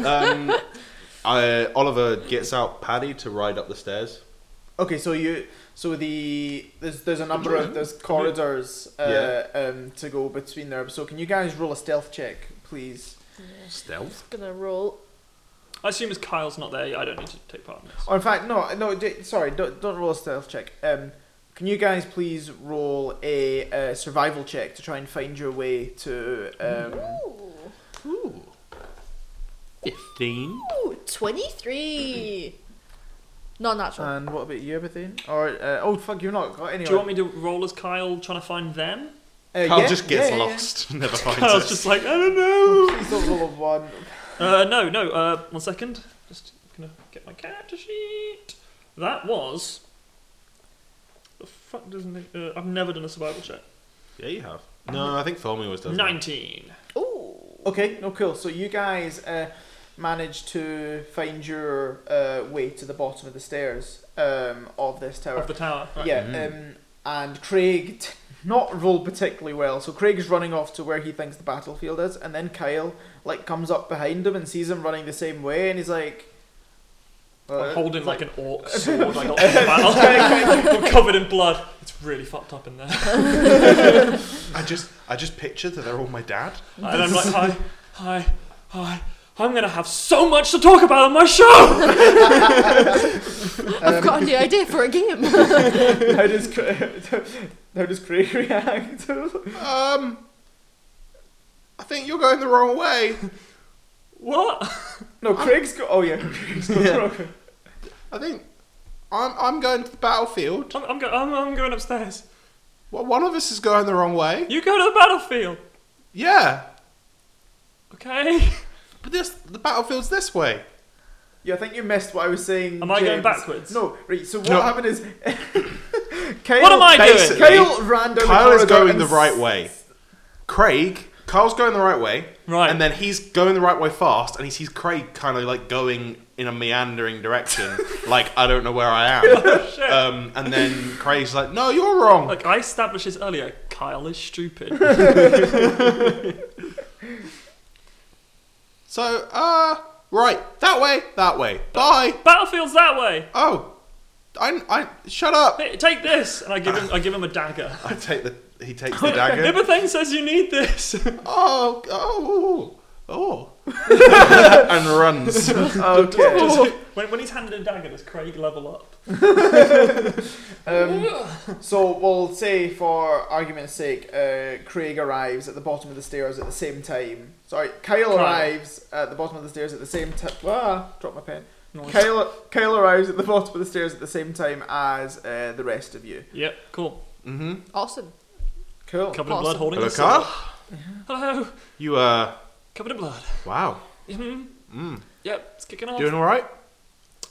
Speaker 3: um, I- Oliver gets out Paddy to ride up the stairs.
Speaker 1: Okay, so you so the there's there's a number of there's corridors uh, um, to go between there. So can you guys roll a stealth check, please?
Speaker 3: Stealth.
Speaker 2: Gonna roll.
Speaker 4: I assume as Kyle's not there, I don't need to take part in this.
Speaker 1: Or Oh, in fact, no, no. d- Sorry, don't don't roll a stealth check. Um, can you guys please roll a, uh survival check to try and find your way to? Um,
Speaker 3: Ooh. Fifteen.
Speaker 2: Ooh, 23! Not natural.
Speaker 1: and what about you, everything? Or uh, oh fuck, you're not got any.
Speaker 4: Do you want me to roll as Kyle trying to find them?
Speaker 1: Uh,
Speaker 3: Carl
Speaker 1: yeah,
Speaker 3: just gets
Speaker 1: yeah, yeah, yeah.
Speaker 3: lost. Never finds
Speaker 4: Kyle's
Speaker 3: it.
Speaker 4: just like, I don't know.
Speaker 1: Please don't roll a one.
Speaker 4: Uh, no, no, uh, one second. Just gonna get my character sheet. That was. The fuck doesn't it. Uh, I've never done a survival check.
Speaker 3: Yeah, you have. No, I think Thormy was does.
Speaker 4: 19.
Speaker 2: Ooh.
Speaker 1: Okay, no, cool. So you guys uh, managed to find your uh, way to the bottom of the stairs um, of this tower.
Speaker 4: Off the tower. Right.
Speaker 1: Yeah,
Speaker 3: Mhm.
Speaker 1: um, and Craig t- not rolled particularly well. So Craig's running off to where he thinks the battlefield is, and then Kyle like comes up behind him and sees him running the same way, and he's like,
Speaker 4: I'm
Speaker 1: uh,
Speaker 4: holding like an orc sword I got from the battle. I'm covered in blood. It's really fucked up in there.
Speaker 3: I just, I just picture that they're all my dad.
Speaker 4: And I'm like, hi, hi, hi. I'm gonna have so much to talk about on my show! um,
Speaker 2: I've got a new idea for a game.
Speaker 1: how does Cra- how does Craig react?
Speaker 3: Um, I think you're going the wrong way.
Speaker 4: what?
Speaker 1: no, Craig's go. Oh yeah, Craig's go
Speaker 3: I think I'm, I'm going to the battlefield.
Speaker 4: I'm, I'm, go- I'm, I'm going upstairs.
Speaker 3: Well, one of us is going the wrong way.
Speaker 4: You go to the battlefield,
Speaker 3: Yeah,
Speaker 4: okay?
Speaker 3: but this, the battlefield's this way.
Speaker 1: Yeah, I think you missed what I was saying.
Speaker 4: Am I
Speaker 1: James.
Speaker 4: going backwards?
Speaker 1: No, right. So what
Speaker 3: No.
Speaker 1: happened is, Kyle,
Speaker 4: What am I doing?
Speaker 3: Basically,
Speaker 1: Kyle ran down
Speaker 3: Kyle
Speaker 1: the
Speaker 3: is
Speaker 1: corridor
Speaker 3: going
Speaker 1: and
Speaker 3: the right way. Craig, Kyle's going the right way.
Speaker 4: Right.
Speaker 3: And then he's going the right way fast, and he sees Craig kind of like going in a meandering direction, like I don't know where I am.
Speaker 4: Oh, Shit.
Speaker 3: um, and then Craig's like, "No, you're wrong."
Speaker 4: Look, I established this earlier. Kyle is stupid.
Speaker 3: So, uh, right, that way, that way. Bye.
Speaker 4: Battlefield's that way.
Speaker 3: Oh, I, I, shut up.
Speaker 4: Hey, take this, and I give him. I give him a dagger.
Speaker 3: I take the, he takes the dagger.
Speaker 4: Everything says you need this.
Speaker 3: Oh, oh, oh. and runs.
Speaker 1: Okay.
Speaker 4: when, when he's handed a dagger, does Craig level up?
Speaker 1: Um, so we'll say, for argument's sake, uh, Craig arrives at the bottom of the stairs at the same time. Sorry, Kyle,
Speaker 4: Kyle.
Speaker 1: arrives at the bottom of the stairs at the same time. Ah, drop my pen.
Speaker 4: Nice.
Speaker 1: Kyle, Kyle arrives at the bottom of the stairs at the same time as uh, the rest of you.
Speaker 4: Yep, cool.
Speaker 3: Mm-hmm.
Speaker 2: Awesome.
Speaker 1: Cool.
Speaker 4: Covered in blood,
Speaker 2: Awesome.
Speaker 4: holding
Speaker 3: Hello,
Speaker 4: a sword.
Speaker 3: Carl.
Speaker 4: Hello.
Speaker 3: You, uh,
Speaker 4: Covered in blood.
Speaker 3: wow.
Speaker 4: Mhm.
Speaker 3: Mm.
Speaker 4: Yep, it's kicking off.
Speaker 3: Doing all right?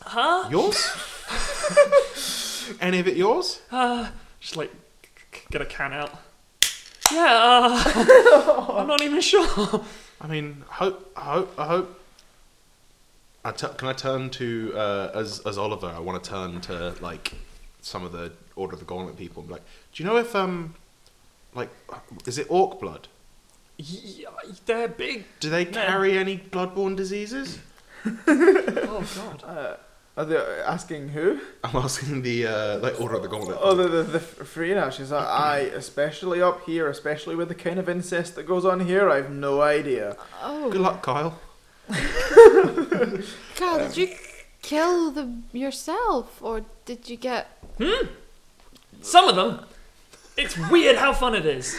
Speaker 4: huh?
Speaker 3: Yours? Any of it yours?
Speaker 4: Uh, just like c- c- get a can out. Yeah. Uh, I'm not even sure.
Speaker 3: I mean, hope, I hope, I hope. I tu- can I turn to uh, as as Oliver? I want to turn to like some of the Order of the Gauntlet people and be like, do you know if um, like, is it orc blood?
Speaker 4: Yeah, they're big.
Speaker 3: Do they
Speaker 4: No.
Speaker 3: carry any bloodborne diseases?
Speaker 4: oh god.
Speaker 1: Uh, are they asking who?
Speaker 3: I'm asking the uh, like order of the gauntlet.
Speaker 1: Oh, the the, the Freya. She's like, I especially up here, especially with the kind of incest that goes on here. I've no idea.
Speaker 2: Oh
Speaker 4: Um,
Speaker 3: Good luck, Kyle.
Speaker 2: God! Did you kill them yourself, or did you get?
Speaker 4: Some of them. It's weird how fun it is.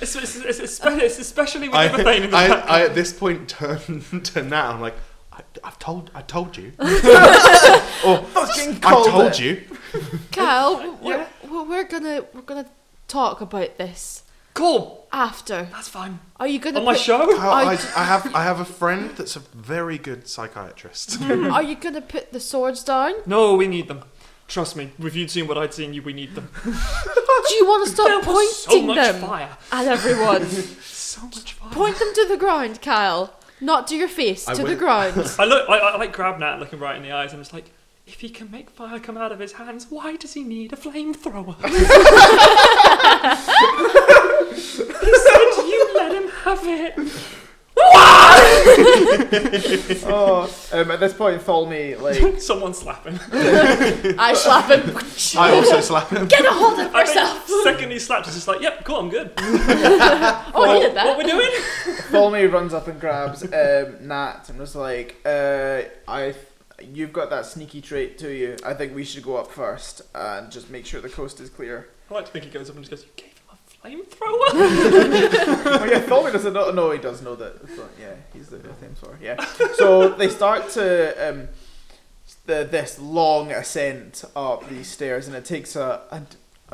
Speaker 4: it's, it's, it's, espe- it's especially with
Speaker 3: I,
Speaker 4: everything. in the
Speaker 3: I,
Speaker 4: back.
Speaker 3: I at this point turn to Nat. I'm like, I, I've told, I told you,
Speaker 1: Fucking
Speaker 3: I
Speaker 1: called
Speaker 3: told
Speaker 1: it.
Speaker 3: you.
Speaker 2: Kyle, we're, we're, we're gonna we're gonna talk about this
Speaker 4: Cool.
Speaker 2: after.
Speaker 4: That's fine.
Speaker 2: Are you gonna
Speaker 4: On my
Speaker 2: put,
Speaker 4: show.
Speaker 3: Kyle,
Speaker 2: I-
Speaker 3: I, I have, I have a friend that's a very good psychiatrist.
Speaker 2: Are you gonna put the swords down?
Speaker 4: No, we need them. Trust me. If you'd seen what I'd seen, you we need them.
Speaker 2: Do you want to
Speaker 4: there
Speaker 2: stop pointing
Speaker 4: was so much
Speaker 2: them
Speaker 4: fire.
Speaker 2: at everyone?
Speaker 4: So much fire.
Speaker 2: Point them to the ground, Kyle. Not to your face,
Speaker 3: I
Speaker 2: to the
Speaker 3: will-
Speaker 2: ground.
Speaker 4: I look. I, I like grab Nat, looking right in the eyes. I'm just like, if he can make fire come out of his hands, why does he need a flamethrower? he said you let him have it.
Speaker 1: Oh, um, at this point, Tholme like
Speaker 4: Someone slap him.
Speaker 2: I slap him.
Speaker 3: I also slap him.
Speaker 2: Get a hold of
Speaker 4: I think
Speaker 2: yourself.
Speaker 4: the second he slaps, it's just like, yep, cool, I'm good.
Speaker 2: Oh, I needed
Speaker 4: What
Speaker 2: that.
Speaker 4: we're doing?
Speaker 1: Tholme runs up and grabs um, Nat and was like, uh, I. You've got that sneaky trait to you. I think we should go up first and just make sure the coast is clear.
Speaker 4: I like to think he goes up and just goes, you gave him a flamethrower.
Speaker 1: well, Oh, yeah, Tholme doesn't know. No, he does know that. So, yeah, he's the Thames War. Yeah. So they start to um, the this long ascent up these stairs, and it takes a a,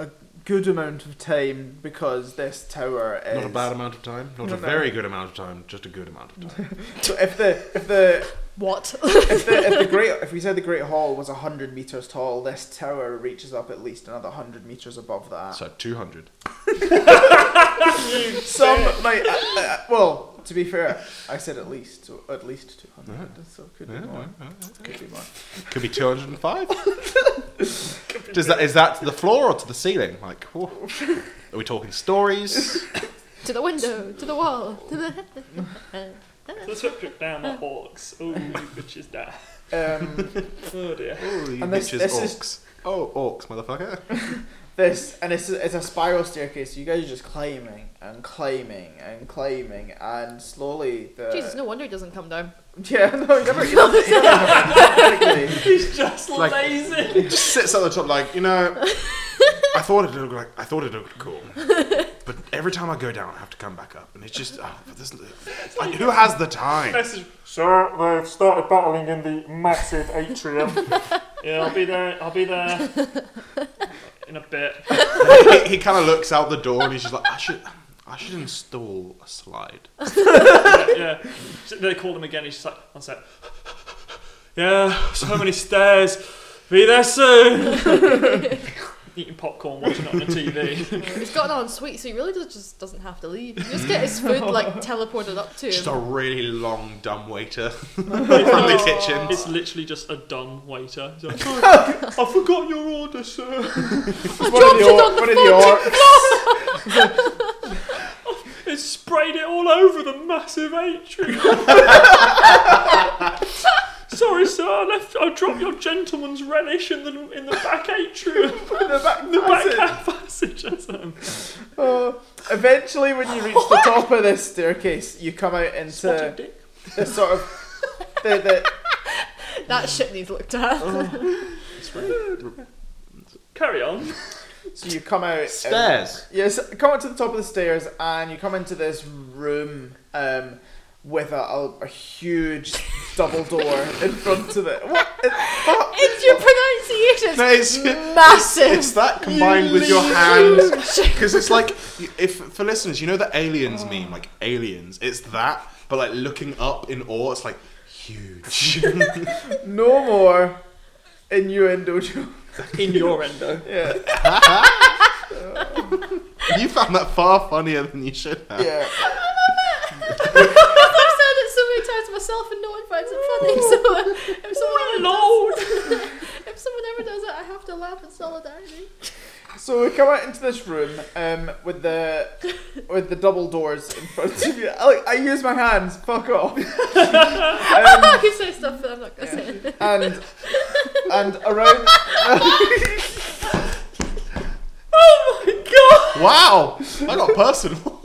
Speaker 1: a good amount of time because this tower is
Speaker 3: Not a bad amount of time. Not
Speaker 1: No, no.
Speaker 3: a very good amount of time. Just a good amount of time.
Speaker 1: So if the if the
Speaker 2: What?
Speaker 1: if the, if the great if we said the Great Hall was hundred meters tall, this tower reaches up at least another hundred meters above that.
Speaker 3: So 200.
Speaker 1: Some might. Uh, uh, well, to be fair, I said at least so at least two hundred. So it could be
Speaker 3: Yeah,
Speaker 1: more.
Speaker 3: yeah, yeah.
Speaker 1: Could be more.
Speaker 3: Could be 205. Does that is that to the floor or to the ceiling? Like, whoa. are we talking stories?
Speaker 2: to the window, to the wall, to the.
Speaker 4: Let's whip down the hawks. Oh, you bitches die.
Speaker 1: Um,
Speaker 4: Oh dear.
Speaker 3: Oh, you
Speaker 1: And this-
Speaker 3: bitches,
Speaker 1: this
Speaker 3: orcs.
Speaker 1: is-
Speaker 3: Oh, orcs, motherfucker.
Speaker 1: this and it's it's a spiral staircase. You guys are just climbing and climbing and climbing and slowly the
Speaker 2: Jesus, no wonder he doesn't come down.
Speaker 1: yeah no you never you never- you never- quickly.
Speaker 4: He's just
Speaker 3: Like-
Speaker 4: lazy.
Speaker 3: Just sits at the top, like you know. I thought it looked like I thought it looked cool, but every time I go down, I have to come back up, and it's just oh, but this, and who has the time?
Speaker 4: Message.
Speaker 5: So they've started battling in the massive atrium.
Speaker 4: Yeah, I'll be there. I'll be there in a bit.
Speaker 3: He, he kind of looks out the door, and he's just like, I should, I should install a slide.
Speaker 4: yeah. So they called him again. He's just like, one sec. Yeah, so many stairs. Be there soon. Eating popcorn, watching it on the TV.
Speaker 2: He's got an en suite, so he really does, just doesn't have to leave. You just get his food like teleported up to
Speaker 3: Just a
Speaker 2: him.
Speaker 3: really long dumb waiter from the kitchen.
Speaker 4: It's literally just a dumb waiter. He's like, "Sorry, I forgot your order, sir.
Speaker 1: It's one of the,
Speaker 2: dropped it
Speaker 1: or-
Speaker 2: on the
Speaker 1: one of the orcs.
Speaker 4: It sprayed it all over the massive atrium. Sorry, sir. I left. I dropped your gentleman's relish in the in the back atrium,
Speaker 1: The back-
Speaker 4: the back
Speaker 1: that's it.
Speaker 4: half passage. That's, um,
Speaker 1: Oh, eventually, when you reach the top of this staircase, you come out
Speaker 4: spotted
Speaker 1: into
Speaker 4: dick.
Speaker 1: this sort of the, the
Speaker 2: That shit needs looked at.
Speaker 4: Carry on.
Speaker 1: so you come out um,
Speaker 3: Stairs.
Speaker 1: Yes, come up to the top of the stairs and you come into this room um, with a, a, a huge double door in front of it. What? It, what?
Speaker 2: It's your pronunciation.
Speaker 3: No, it's, it's
Speaker 2: massive.
Speaker 3: that combined with your hands. Because it's like, if for listeners, you know the aliens meme, like aliens. It's that, but like looking up in awe, it's like huge.
Speaker 1: No more innuendo jokes.
Speaker 4: In your endo.
Speaker 1: Yeah,
Speaker 3: you found that far funnier than you should have.
Speaker 1: yeah.
Speaker 2: I've said it so many times myself, and no one finds it funny. So
Speaker 1: Oh
Speaker 2: if someone, ever does,
Speaker 4: Lord.
Speaker 2: if someone ever does it, I have to laugh in solidarity.
Speaker 1: So we come out into this room um, with the with the double doors in front of you. I, like, I use my hands. Fuck off. um,
Speaker 2: I can say stuff that I'm not gonna say.
Speaker 1: and and around
Speaker 2: Oh my
Speaker 3: Wow, I got personal.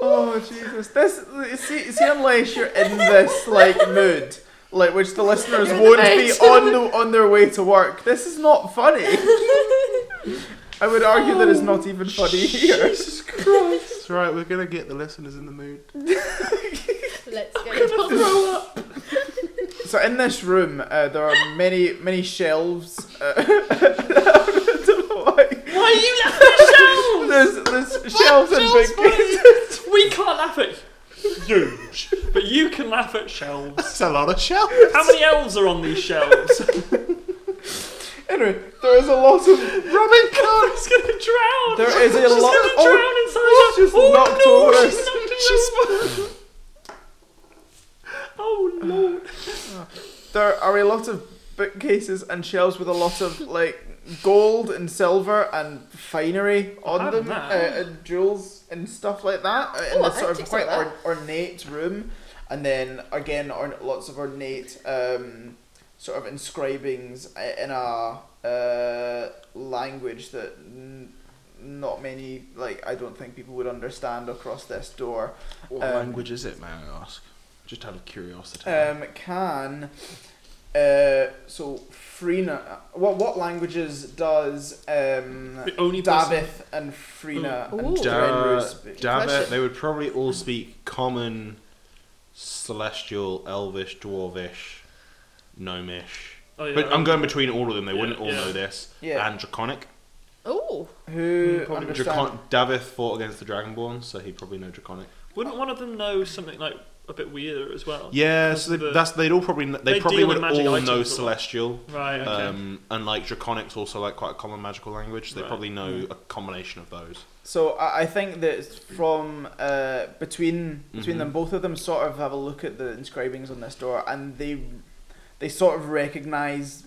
Speaker 1: oh Jesus, this see see unless you're in this like mood. Like which the listeners won't be on the, on their way to work. This is not funny. I would argue that it's
Speaker 2: Oh.
Speaker 1: not even funny here.
Speaker 3: it's right. We're gonna get the listeners in the mood.
Speaker 2: god! Let's get it.
Speaker 1: So in this room, uh, there are many many shelves. Uh, I don't know why.
Speaker 4: Why are you laughing at
Speaker 1: There's, there's shelves and
Speaker 4: shelves
Speaker 1: big
Speaker 4: shelves? We can't laugh at you, but you can laugh at shelves.
Speaker 3: That's a lot of shell.
Speaker 4: How many elves are on these shelves?
Speaker 1: Anyway, there is a lot of
Speaker 4: Robin Cook is gonna drown.
Speaker 1: There is a
Speaker 4: she's
Speaker 1: lot-
Speaker 4: Gonna
Speaker 1: oh,
Speaker 4: drown inside
Speaker 1: oh, she's
Speaker 4: her- oh,
Speaker 1: knocked
Speaker 4: no,
Speaker 1: over
Speaker 4: She's
Speaker 1: us.
Speaker 4: knocked over. oh lord.
Speaker 1: There are a lot of bookcases and shelves with a lot of like gold and silver and finery on
Speaker 4: I've
Speaker 1: them, uh,
Speaker 4: not.
Speaker 1: and jewels and stuff like that. uh, In
Speaker 2: Ooh,
Speaker 1: this sort of
Speaker 2: antiques like
Speaker 1: quite or- ornate room, and then again, orn- lots of ornate um, sort of inscribings i- in a uh, language that. N- not many, like I don't think people would understand across this door.
Speaker 3: What
Speaker 1: Um,
Speaker 3: language is it, may I ask? Just out of curiosity.
Speaker 1: um, can uh, so Frina. What what languages does um,
Speaker 4: The only person-
Speaker 1: Davith and Frina
Speaker 2: Ooh.
Speaker 1: and
Speaker 2: Ooh.
Speaker 1: Dorenru
Speaker 3: da-
Speaker 1: speak?
Speaker 3: Davit,
Speaker 2: Question.
Speaker 3: they would probably all speak common, celestial, elvish, dwarvish, gnomish.
Speaker 4: Oh, yeah.
Speaker 3: But I'm going between all of them. They
Speaker 4: Yeah,
Speaker 3: wouldn't all
Speaker 4: yeah.
Speaker 3: know this.
Speaker 1: Yeah.
Speaker 3: And draconic.
Speaker 2: Oh,
Speaker 1: Who
Speaker 4: Mm, probably
Speaker 1: understand?
Speaker 3: Dracon- Davith fought against the dragonborn, so he probably know draconic.
Speaker 4: Wouldn't one of them know something like a bit weirder as well?
Speaker 3: Yeah,
Speaker 4: Because
Speaker 3: so they,
Speaker 4: the-
Speaker 3: that's they'd all probably kn- they,
Speaker 4: They
Speaker 3: probably
Speaker 4: deal in
Speaker 3: would
Speaker 4: magic
Speaker 3: all
Speaker 4: items a
Speaker 3: know
Speaker 4: lot.
Speaker 3: celestial.
Speaker 4: Right. Okay.
Speaker 3: Um, and like draconic's also like quite a common magical language. They
Speaker 4: Right. Mm.
Speaker 3: probably know a combination of those.
Speaker 1: So I, I think that it's from uh, between
Speaker 4: Mm-hmm.
Speaker 1: between them, both of them sort of have a look at the inscribings on this door, and they they sort of recognize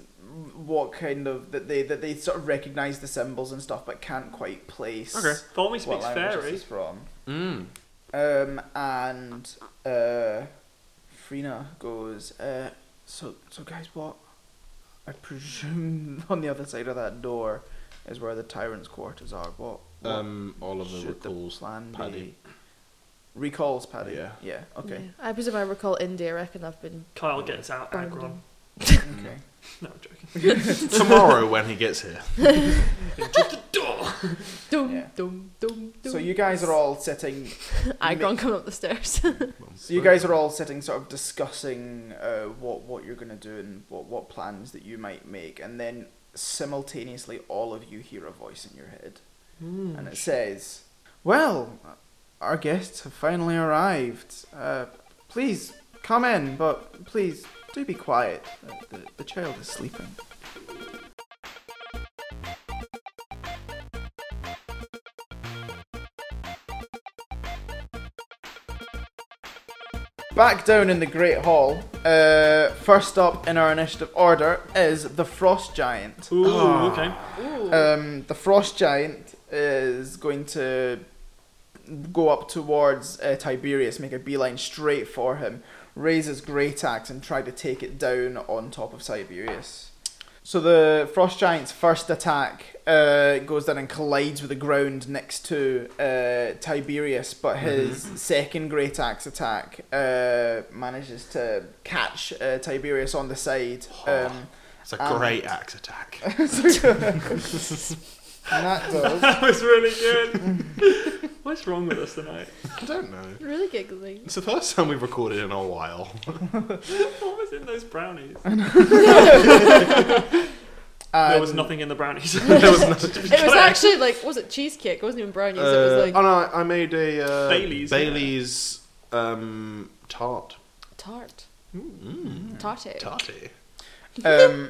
Speaker 1: what kind of that they that they sort of recognize the symbols and stuff, but can't quite place.
Speaker 3: Okay.
Speaker 4: Thormy
Speaker 1: What
Speaker 4: speaks
Speaker 1: language this
Speaker 4: fairy.
Speaker 1: is from?
Speaker 3: Mm.
Speaker 1: Um, and uh, Frina goes, uh, so so guys, what? I presume on the other side of that door is where the tyrants' quarters are. What? what
Speaker 3: Um, Oliver
Speaker 1: should the
Speaker 3: recalls
Speaker 1: plan
Speaker 3: Paddy.
Speaker 1: be? Recalls Paddy.
Speaker 3: Yeah.
Speaker 1: Yeah. Okay.
Speaker 2: Yeah. I presume I recall India. I reckon I've been.
Speaker 4: Kyle gets out
Speaker 2: Burned
Speaker 4: aggro.
Speaker 2: him.
Speaker 1: Okay.
Speaker 4: No, I'm joking.
Speaker 3: tomorrow when he gets here.
Speaker 2: Dum
Speaker 1: Yeah.
Speaker 2: dum dum dum.
Speaker 1: So you guys are all sitting.
Speaker 2: Agron coming up the stairs.
Speaker 1: So you guys are all sitting, sort of discussing uh, what what you're gonna do and what what plans that you might make, and then simultaneously, all of you hear a voice in your head. and it says, "Well, our guests have finally arrived. Uh, please come in, but please do be quiet. Uh, The, the child is sleeping." Back down in the Great Hall, uh, first up in our initiative order is the Frost Giant.
Speaker 4: Ooh,
Speaker 1: Ah.
Speaker 4: okay.
Speaker 2: Ooh.
Speaker 1: Um, the frost giant is going to go up towards uh, Tiberius, make a beeline straight for him, raise his great axe, and try to take it down on top of Tiberius. So the frost giant's first attack uh, goes down and collides with the ground next to uh, Tiberius, but his second great axe attack uh, manages to catch uh, Tiberius on the side. Um,
Speaker 3: It's a
Speaker 1: Um,
Speaker 3: great axe attack.
Speaker 1: and that does.
Speaker 4: That was really good. What's wrong with us tonight?
Speaker 3: I don't know.
Speaker 2: really giggling.
Speaker 3: It's the first time we've recorded in a while.
Speaker 4: What was in those brownies?
Speaker 1: Um,
Speaker 4: there
Speaker 1: And-
Speaker 4: was nothing in the brownies.
Speaker 3: there was nothing.
Speaker 2: It was actually like, was it cheesecake? It wasn't even brownies.
Speaker 1: Uh,
Speaker 2: it was like
Speaker 3: oh no, I made a uh,
Speaker 4: Bailey's, yeah.
Speaker 3: Bailey's um, tart.
Speaker 2: tart,
Speaker 3: Mm,
Speaker 2: tarte.
Speaker 3: tarty.
Speaker 1: Um,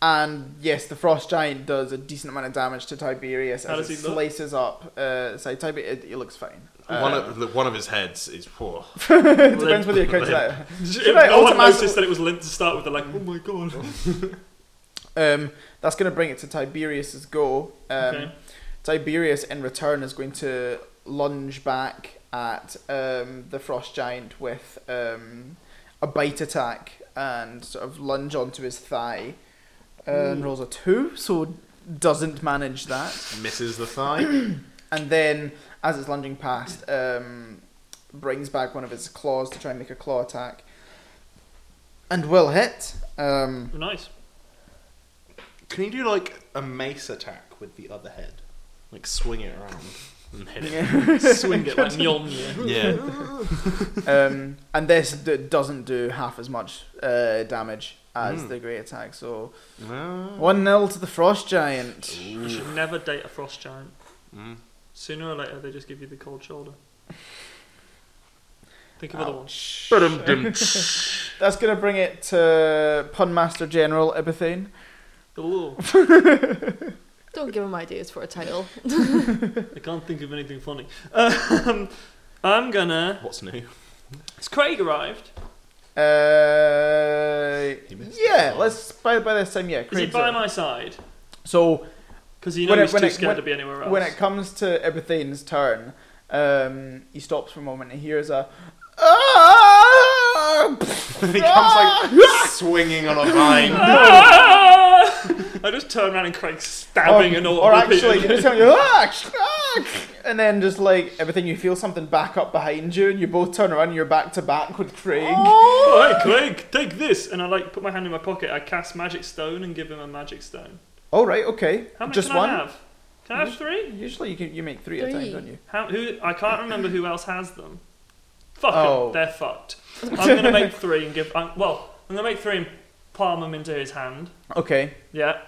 Speaker 1: and yes, the frost giant does a decent amount of damage to Tiberius
Speaker 4: How
Speaker 1: as it
Speaker 4: does he look?
Speaker 1: slices up. Uh, so Tiberius, it, it looks fine. Uh,
Speaker 3: one of the, one of his heads is poor.
Speaker 1: it depends whether you count that.
Speaker 4: If
Speaker 1: Should I
Speaker 4: no one
Speaker 1: automatic-
Speaker 4: noticed that it was limp to start with. They're like, oh my god.
Speaker 1: Um, that's going to bring it to Tiberius's go. Um,
Speaker 4: Okay.
Speaker 1: Tiberius, in return, is going to lunge back at um, the frost giant with um, a bite attack and sort of lunge onto his thigh. Uh, and rolls a two, so doesn't manage that.
Speaker 3: Misses the thigh.
Speaker 1: And then, as it's lunging past, um, brings back one of its claws to try and make a claw attack. And will hit. Um,
Speaker 4: Nice.
Speaker 3: Can you do like a mace attack with the other head? Like swing it around and hit it.
Speaker 4: Swing it like Mjolnir.
Speaker 3: Mm. Yeah.
Speaker 1: um, and this d- doesn't do half as much uh, damage as
Speaker 3: Mm.
Speaker 1: the great attack. So
Speaker 3: Ah.
Speaker 1: one 0 to the frost giant.
Speaker 4: You
Speaker 3: Ooh.
Speaker 4: should never date a frost giant.
Speaker 3: Mm.
Speaker 4: Sooner or later, they just give you the cold shoulder. Think of other ones.
Speaker 1: Ouch.
Speaker 3: Ba-dum-dum.
Speaker 1: That's gonna bring it to pun master general Ibethane.
Speaker 4: Ooh,
Speaker 2: Don't give him ideas for a title.
Speaker 4: I can't think of anything funny. Um, I'm gonna.
Speaker 3: What's new?
Speaker 4: Has Craig arrived?
Speaker 1: Uh,
Speaker 3: He missed
Speaker 1: yeah,
Speaker 3: it.
Speaker 1: let's by by this time, yeah.
Speaker 4: Is he
Speaker 1: Craig's
Speaker 4: by
Speaker 1: up.
Speaker 4: my side?
Speaker 1: so
Speaker 4: Because you know
Speaker 1: When it-
Speaker 4: he's
Speaker 1: when
Speaker 4: too
Speaker 1: it-
Speaker 4: scared
Speaker 1: when-
Speaker 4: to be anywhere else.
Speaker 1: When it comes to Ibethane's turn, um, he stops for a moment and hears a. "Ah!"
Speaker 3: he comes like swinging on a vine.
Speaker 4: Ah! I just turn around and Craig's stabbing an
Speaker 1: or,
Speaker 4: orc.
Speaker 1: Um, or actually, you
Speaker 4: repeatedly.
Speaker 1: just tell you, "Ah, ah," and then just like everything, you feel something back up behind you, and you both turn around, and you're back to back with Craig.
Speaker 4: Oh. All right, Craig, take this, and I like put my hand in my pocket. I cast magic stone and give him a magic stone.
Speaker 1: All Oh, right, okay,
Speaker 4: How many
Speaker 1: just
Speaker 4: can
Speaker 1: one. Mm-hmm.
Speaker 4: I have? Can I have three?
Speaker 1: Usually, you can, you make three, at a time,
Speaker 2: Three.
Speaker 1: don't you?
Speaker 4: How, who? I can't remember who else has them. Fuck 'em,
Speaker 1: Oh.
Speaker 4: they're fucked. I'm gonna make three and give. I'm, well, I'm gonna make three and palm them into his hand.
Speaker 1: Okay,
Speaker 4: Yeah,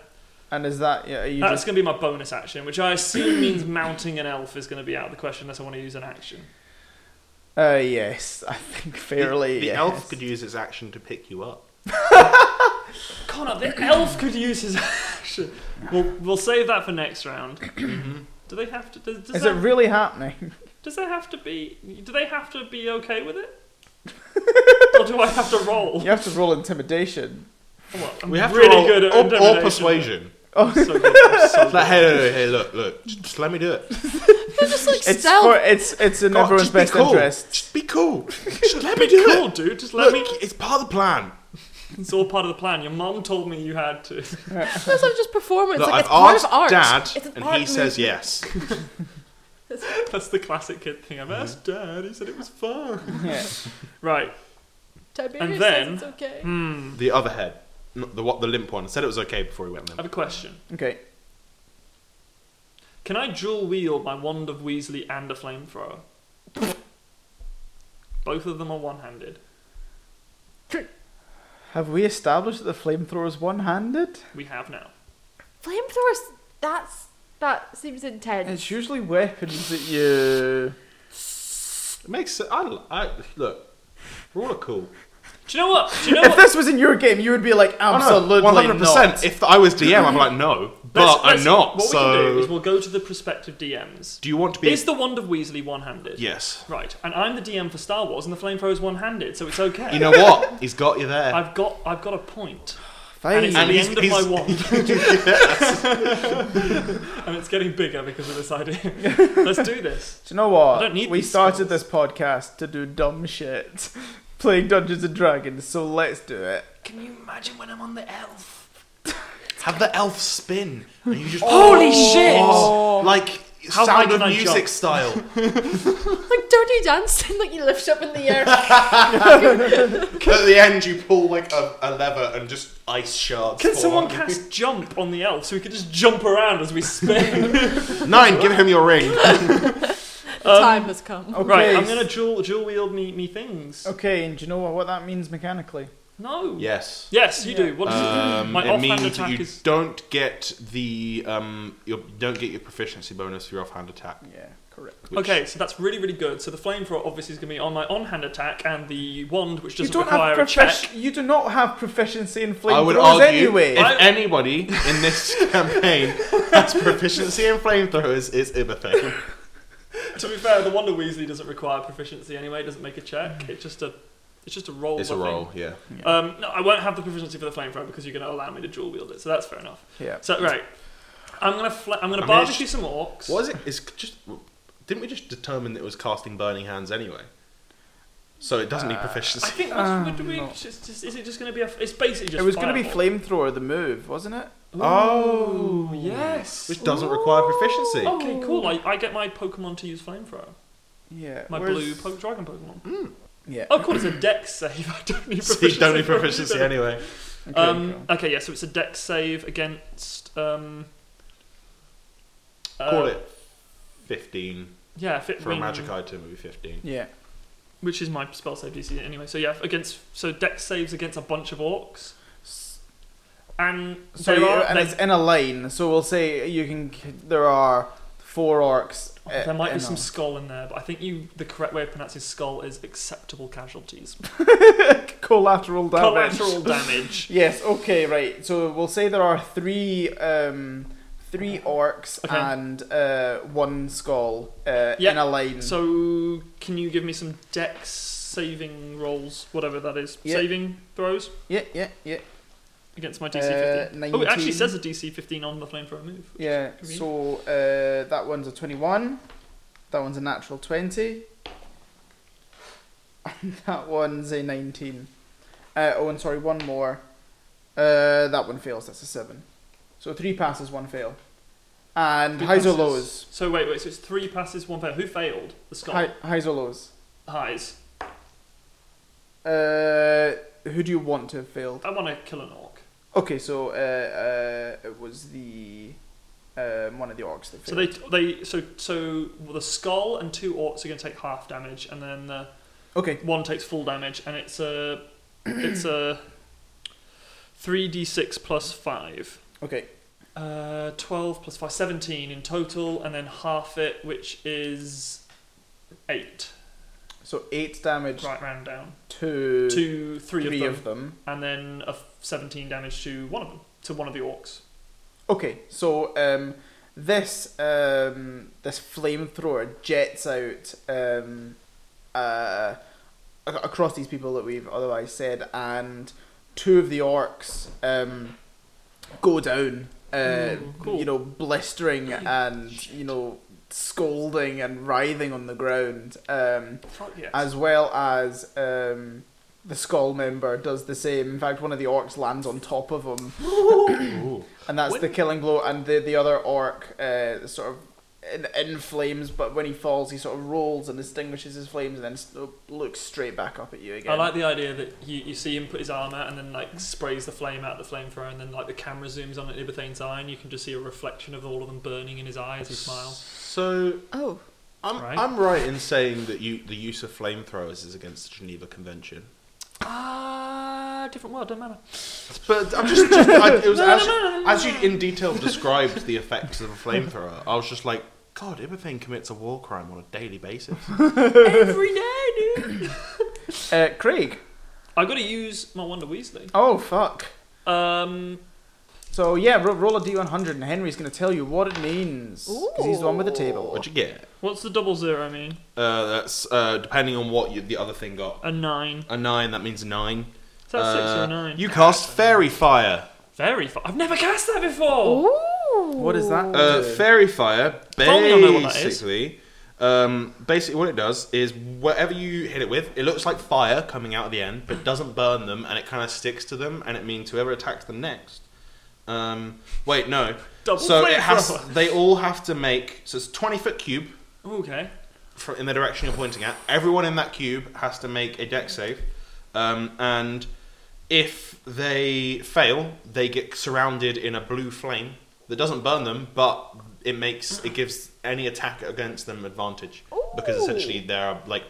Speaker 1: and is that yeah? Are you
Speaker 4: that's
Speaker 1: just
Speaker 4: gonna be my bonus action, which I assume means mounting an elf is gonna be out of the question unless I want to use an action.
Speaker 1: uh yes, I think fairly.
Speaker 3: The, the
Speaker 1: yes.
Speaker 3: elf could use its action to pick you up.
Speaker 4: Connor, the elf could use his action. We'll we'll save that for next round. Do they have to? Does, does
Speaker 1: Mm-hmm. Is it
Speaker 4: that,
Speaker 1: really happening?
Speaker 4: does that have to be? Do they have to be okay with it? or do I have to roll?
Speaker 1: You have to roll intimidation.
Speaker 4: Well, I'm
Speaker 3: We have
Speaker 4: really
Speaker 3: to roll
Speaker 4: good at
Speaker 3: or- or,
Speaker 4: intimidation.
Speaker 3: persuasion.
Speaker 4: So good, I'm so
Speaker 3: It's like, hey, hey, hey, hey, look, look, just, just let me do it.
Speaker 2: It's just like
Speaker 1: It's
Speaker 2: stealth.
Speaker 1: for it's it's in
Speaker 3: God,
Speaker 1: everyone's
Speaker 3: just be
Speaker 1: best
Speaker 3: cool.
Speaker 1: interest.
Speaker 3: Just be cool. Just let me
Speaker 4: Be
Speaker 3: do
Speaker 4: cool,
Speaker 3: it.
Speaker 4: dude. Just let
Speaker 3: Look,
Speaker 4: me.
Speaker 3: it's part of the plan.
Speaker 4: It's all part of the plan. Your mum told me you had to.
Speaker 2: That's like just performance.
Speaker 3: Look,
Speaker 2: like,
Speaker 3: I've
Speaker 2: it's part
Speaker 3: asked
Speaker 2: of art.
Speaker 3: Dad,
Speaker 2: It's an
Speaker 3: and
Speaker 2: art
Speaker 3: he says
Speaker 2: movement.
Speaker 3: yes.
Speaker 4: That's the classic kid thing. I've asked dad. He said it was fun.
Speaker 1: Yeah.
Speaker 4: Right.
Speaker 2: Tiberius
Speaker 4: And
Speaker 2: says
Speaker 4: then-
Speaker 2: it's okay.
Speaker 4: Hmm.
Speaker 3: The other head, not the what, the limp one, said it was okay before he went
Speaker 4: I
Speaker 3: limp.
Speaker 4: have a question.
Speaker 1: Okay.
Speaker 4: Can I dual wield my wand of Weasley and a flamethrower? Both of them are one-handed.
Speaker 1: Have we established that the flamethrower is one-handed?
Speaker 4: We have now.
Speaker 2: Flamethrowers. That's that seems intense.
Speaker 1: It's usually weapons that you.
Speaker 3: It makes it. I, I look. We're all cool.
Speaker 4: Do you know what? Do you know
Speaker 1: If
Speaker 4: what?
Speaker 1: this was in your game, you would be like,
Speaker 4: Oh,
Speaker 1: absolutely
Speaker 3: One hundred
Speaker 1: not.
Speaker 3: percent. If I was DM, I'm like no, but
Speaker 4: Let's-
Speaker 3: I'm
Speaker 4: let's-
Speaker 3: not.
Speaker 4: What we
Speaker 3: so,
Speaker 4: can do is we'll go to the prospective DMs.
Speaker 3: do you want to be?
Speaker 4: Is the wand of Weasley one-handed?
Speaker 3: yes.
Speaker 4: Right. And I'm the DM for Star Wars, and the flamethrower is one-handed, so it's okay.
Speaker 3: You know what? He's got you there.
Speaker 4: I've got. I've got a point.
Speaker 1: Fine.
Speaker 4: And it's
Speaker 3: And
Speaker 4: the
Speaker 3: he's-
Speaker 4: end of
Speaker 3: he's-
Speaker 4: my wand. and it's getting bigger because of this idea. Let's do this.
Speaker 1: Do you know
Speaker 4: I
Speaker 1: what?
Speaker 4: don't need
Speaker 1: We
Speaker 4: these
Speaker 1: started
Speaker 4: skills.
Speaker 1: this podcast to do dumb shit, playing Dungeons and Dragons. So let's do it.
Speaker 4: Can you imagine when I'm on the elf?
Speaker 3: Have the elf spin, and you just
Speaker 4: Holy shit!
Speaker 3: Oh. Like
Speaker 4: Oh, How high
Speaker 3: sound of
Speaker 4: can I
Speaker 3: music
Speaker 4: jump?
Speaker 3: style.
Speaker 2: like dirty dancing. Like you lift up in the air.
Speaker 1: Um,
Speaker 3: At the end, you pull like a, a lever and just ice shards.
Speaker 4: Can
Speaker 3: fall
Speaker 4: someone
Speaker 3: on you.
Speaker 4: cast jump on the elf so we can just jump around as we spin?
Speaker 3: Nine, give him your ring.
Speaker 2: the time has come.
Speaker 1: Okay.
Speaker 4: right, I'm gonna dual dual wield me me things.
Speaker 1: Okay, and do you know what, what that means mechanically?
Speaker 4: No.
Speaker 3: yes.
Speaker 4: Yes, you do. What does it do?
Speaker 3: Um,
Speaker 4: My
Speaker 3: it
Speaker 4: offhand
Speaker 3: means that
Speaker 4: attack
Speaker 3: you
Speaker 4: is.
Speaker 3: don't get the um, your, you don't get your proficiency bonus for your offhand attack.
Speaker 1: Yeah, correct.
Speaker 3: which-
Speaker 4: Okay, so that's really, really good. So the flamethrower obviously is going to be on my on-hand attack, and the wand, which
Speaker 1: You
Speaker 4: doesn't
Speaker 1: don't have
Speaker 4: require a check.
Speaker 1: profici- You do not have proficiency in
Speaker 3: I would
Speaker 1: flamethrowers
Speaker 3: argue
Speaker 1: anyway.
Speaker 3: if
Speaker 4: I-
Speaker 3: anybody in this campaign has proficiency in flamethrowers, it's Ibethane.
Speaker 1: Mm.
Speaker 4: To be fair, the Wonder Weasley doesn't require proficiency anyway. It doesn't make a check. It's just a It's just a roll.
Speaker 3: It's a
Speaker 4: I think.
Speaker 3: roll, yeah.
Speaker 4: Um, no, I won't have the proficiency for the flamethrower because you're going to allow me to dual wield it, so that's fair enough.
Speaker 1: Yeah.
Speaker 4: So right, I'm gonna fla- I'm gonna
Speaker 3: I mean, it's-
Speaker 4: barbecue some orcs.
Speaker 3: What is it? It's just. Didn't we just determine that it was casting burning hands anyway? So it doesn't need
Speaker 4: Uh, I
Speaker 3: proficiency.
Speaker 4: think that's, what do we, just, just, is it just going to be a? It's basically just.
Speaker 1: Uh, it was going to be
Speaker 4: fireball.
Speaker 1: flamethrower, the move, wasn't it?
Speaker 3: Oh,
Speaker 4: yes.
Speaker 3: Which doesn't require proficiency.
Speaker 4: Okay, cool. I, I get my Pokemon to use flamethrower.
Speaker 1: Yeah.
Speaker 4: My
Speaker 1: where's-
Speaker 4: blue po- dragon Pokemon.
Speaker 1: Yeah.
Speaker 4: Oh, cool. It's a Dex save. I don't need
Speaker 3: So
Speaker 4: proficiency.
Speaker 3: you don't need
Speaker 4: for it
Speaker 3: proficiency
Speaker 4: either.
Speaker 3: anyway.
Speaker 1: Okay,
Speaker 4: Um,
Speaker 1: cool.
Speaker 4: okay, yeah. So it's a Dex save against. Um, uh,
Speaker 3: Call it 15.
Speaker 4: Yeah, fit
Speaker 3: For a
Speaker 4: wing,
Speaker 3: magic item, it would be 15.
Speaker 1: Yeah.
Speaker 4: which is my spell save DC anyway. So yeah, against so Dex saves against a bunch of orcs,
Speaker 1: S-
Speaker 4: and
Speaker 1: So
Speaker 4: there
Speaker 1: you-
Speaker 4: are
Speaker 1: and
Speaker 4: there,
Speaker 1: it's in a line. So we'll say you can. c- There are four orcs. uh,
Speaker 4: Oh, there might
Speaker 1: in
Speaker 4: be some
Speaker 1: a-
Speaker 4: skull in there, but I think you the correct way of pronouncing skull is acceptable casualties,
Speaker 1: collateral damage.
Speaker 4: collateral damage.
Speaker 1: Yes. Okay. Right. So we'll say there are three, um, three orcs
Speaker 4: Okay.
Speaker 1: and uh, one skull uh,
Speaker 4: Yeah,
Speaker 1: in a line.
Speaker 4: So can you give me some Dex saving rolls, whatever that is,
Speaker 1: Yeah.
Speaker 4: saving throws
Speaker 1: yeah. Yeah. Yeah.
Speaker 4: against my DC
Speaker 1: Uh,
Speaker 4: 15? Oh, it actually
Speaker 1: 19.
Speaker 4: says a DC 15 on the flamethrower move.
Speaker 1: Yeah.
Speaker 4: Green.
Speaker 1: So uh, that one's a twenty-one. That one's a natural twenty. And that one's a nineteen. Uh, oh, and sorry, one more. Uh, that one fails. That's a seven. So three passes, one fail. And
Speaker 4: Three
Speaker 1: highs or
Speaker 4: passes.
Speaker 1: lows?
Speaker 4: So wait, wait. So it's three passes, one fail. Who failed? The skull.
Speaker 1: Hi- highs or lows?
Speaker 4: Highs.
Speaker 1: Uh, who do you want to have failed?
Speaker 4: I want to kill an orc.
Speaker 1: Okay, so uh, uh, it was the um, one of the orcs that failed.
Speaker 4: So they they so so the skull and two orcs are going to take half damage, and then the
Speaker 1: okay,
Speaker 4: one takes full damage, and it's a it's a three d six plus five.
Speaker 1: okay,
Speaker 4: Uh, 12 plus 5, 17 in total, and then half it, which is 8.
Speaker 1: so eight damage
Speaker 4: Right round down.
Speaker 1: to
Speaker 4: To three,
Speaker 1: three
Speaker 4: of them,
Speaker 1: of them.
Speaker 4: and then a f- 17 damage to one of them, to one of the orcs.
Speaker 1: Okay, so um, this um, this flamethrower jets out um, uh, ac- across these people that we've otherwise said, and two of the orcs um, go down. Uh,
Speaker 4: Ooh, cool.
Speaker 1: You know, blistering and you know scolding and writhing on the ground, um,
Speaker 4: Fuck yes.
Speaker 1: as well as. Um, the skull member does the same. In fact, one of the orcs lands on top of him,
Speaker 3: Ooh.
Speaker 1: and that's the
Speaker 4: When-
Speaker 1: killing blow. And the the other orc uh, sort of in, in flames, but when he falls, he sort of rolls and extinguishes his flames, and then s- uh, looks straight back up at you again.
Speaker 4: I like the idea that you, you see him put his arm out and then like sprays the flame out of the flamethrower and then like the camera zooms on at Ibethane's eye and you can just see a reflection of all of them burning in his eye as he smiles.
Speaker 3: So
Speaker 2: Oh,
Speaker 3: I'm,
Speaker 4: Right.
Speaker 3: I'm right in saying that you, the use of flamethrowers is against the Geneva Convention.
Speaker 4: Ah, different world, doesn't matter.
Speaker 3: But I'm just, just I, it was
Speaker 4: No, no,
Speaker 3: as,
Speaker 4: no, no, no,
Speaker 3: as you in detail described the effects of a flamethrower, I was just like, God, Ibethane commits a war crime on a daily basis.
Speaker 4: Every day, dude.
Speaker 1: uh, Craig.
Speaker 4: I've got to use my Wonder Weasley.
Speaker 1: Oh fuck.
Speaker 4: Um,
Speaker 1: So yeah, ro- roll a d100, and Henry's gonna tell you what it means because he's the one with the table.
Speaker 3: What'd you get?
Speaker 4: what's the double zero mean?
Speaker 3: Uh, that's uh, depending on what you, the other thing got.
Speaker 4: A nine.
Speaker 3: A nine. That means nine.
Speaker 4: Is that six or
Speaker 3: Uh,
Speaker 4: a nine?
Speaker 3: You cast fairy fire.
Speaker 4: Very far. I've never cast that before.
Speaker 1: What is that?
Speaker 3: Uh,
Speaker 1: do?
Speaker 3: fairy fire
Speaker 4: Tell me I know what that is.
Speaker 3: basically, um, basically what it does is whatever you hit it with, it looks like fire coming out of the end, but doesn't burn them, and it kind of sticks to them, and it means whoever attacks them next. Um, wait, no.
Speaker 4: Double
Speaker 3: so it has.
Speaker 4: flamethrower.
Speaker 3: They all have to make. So it's twenty foot cube
Speaker 4: Okay.
Speaker 3: fro- in the direction you're pointing at. Everyone in that cube has to make a deck save, um, and if they fail, they get surrounded in a blue flame that doesn't burn them, but it makes it gives any attack against them advantage because essentially they are like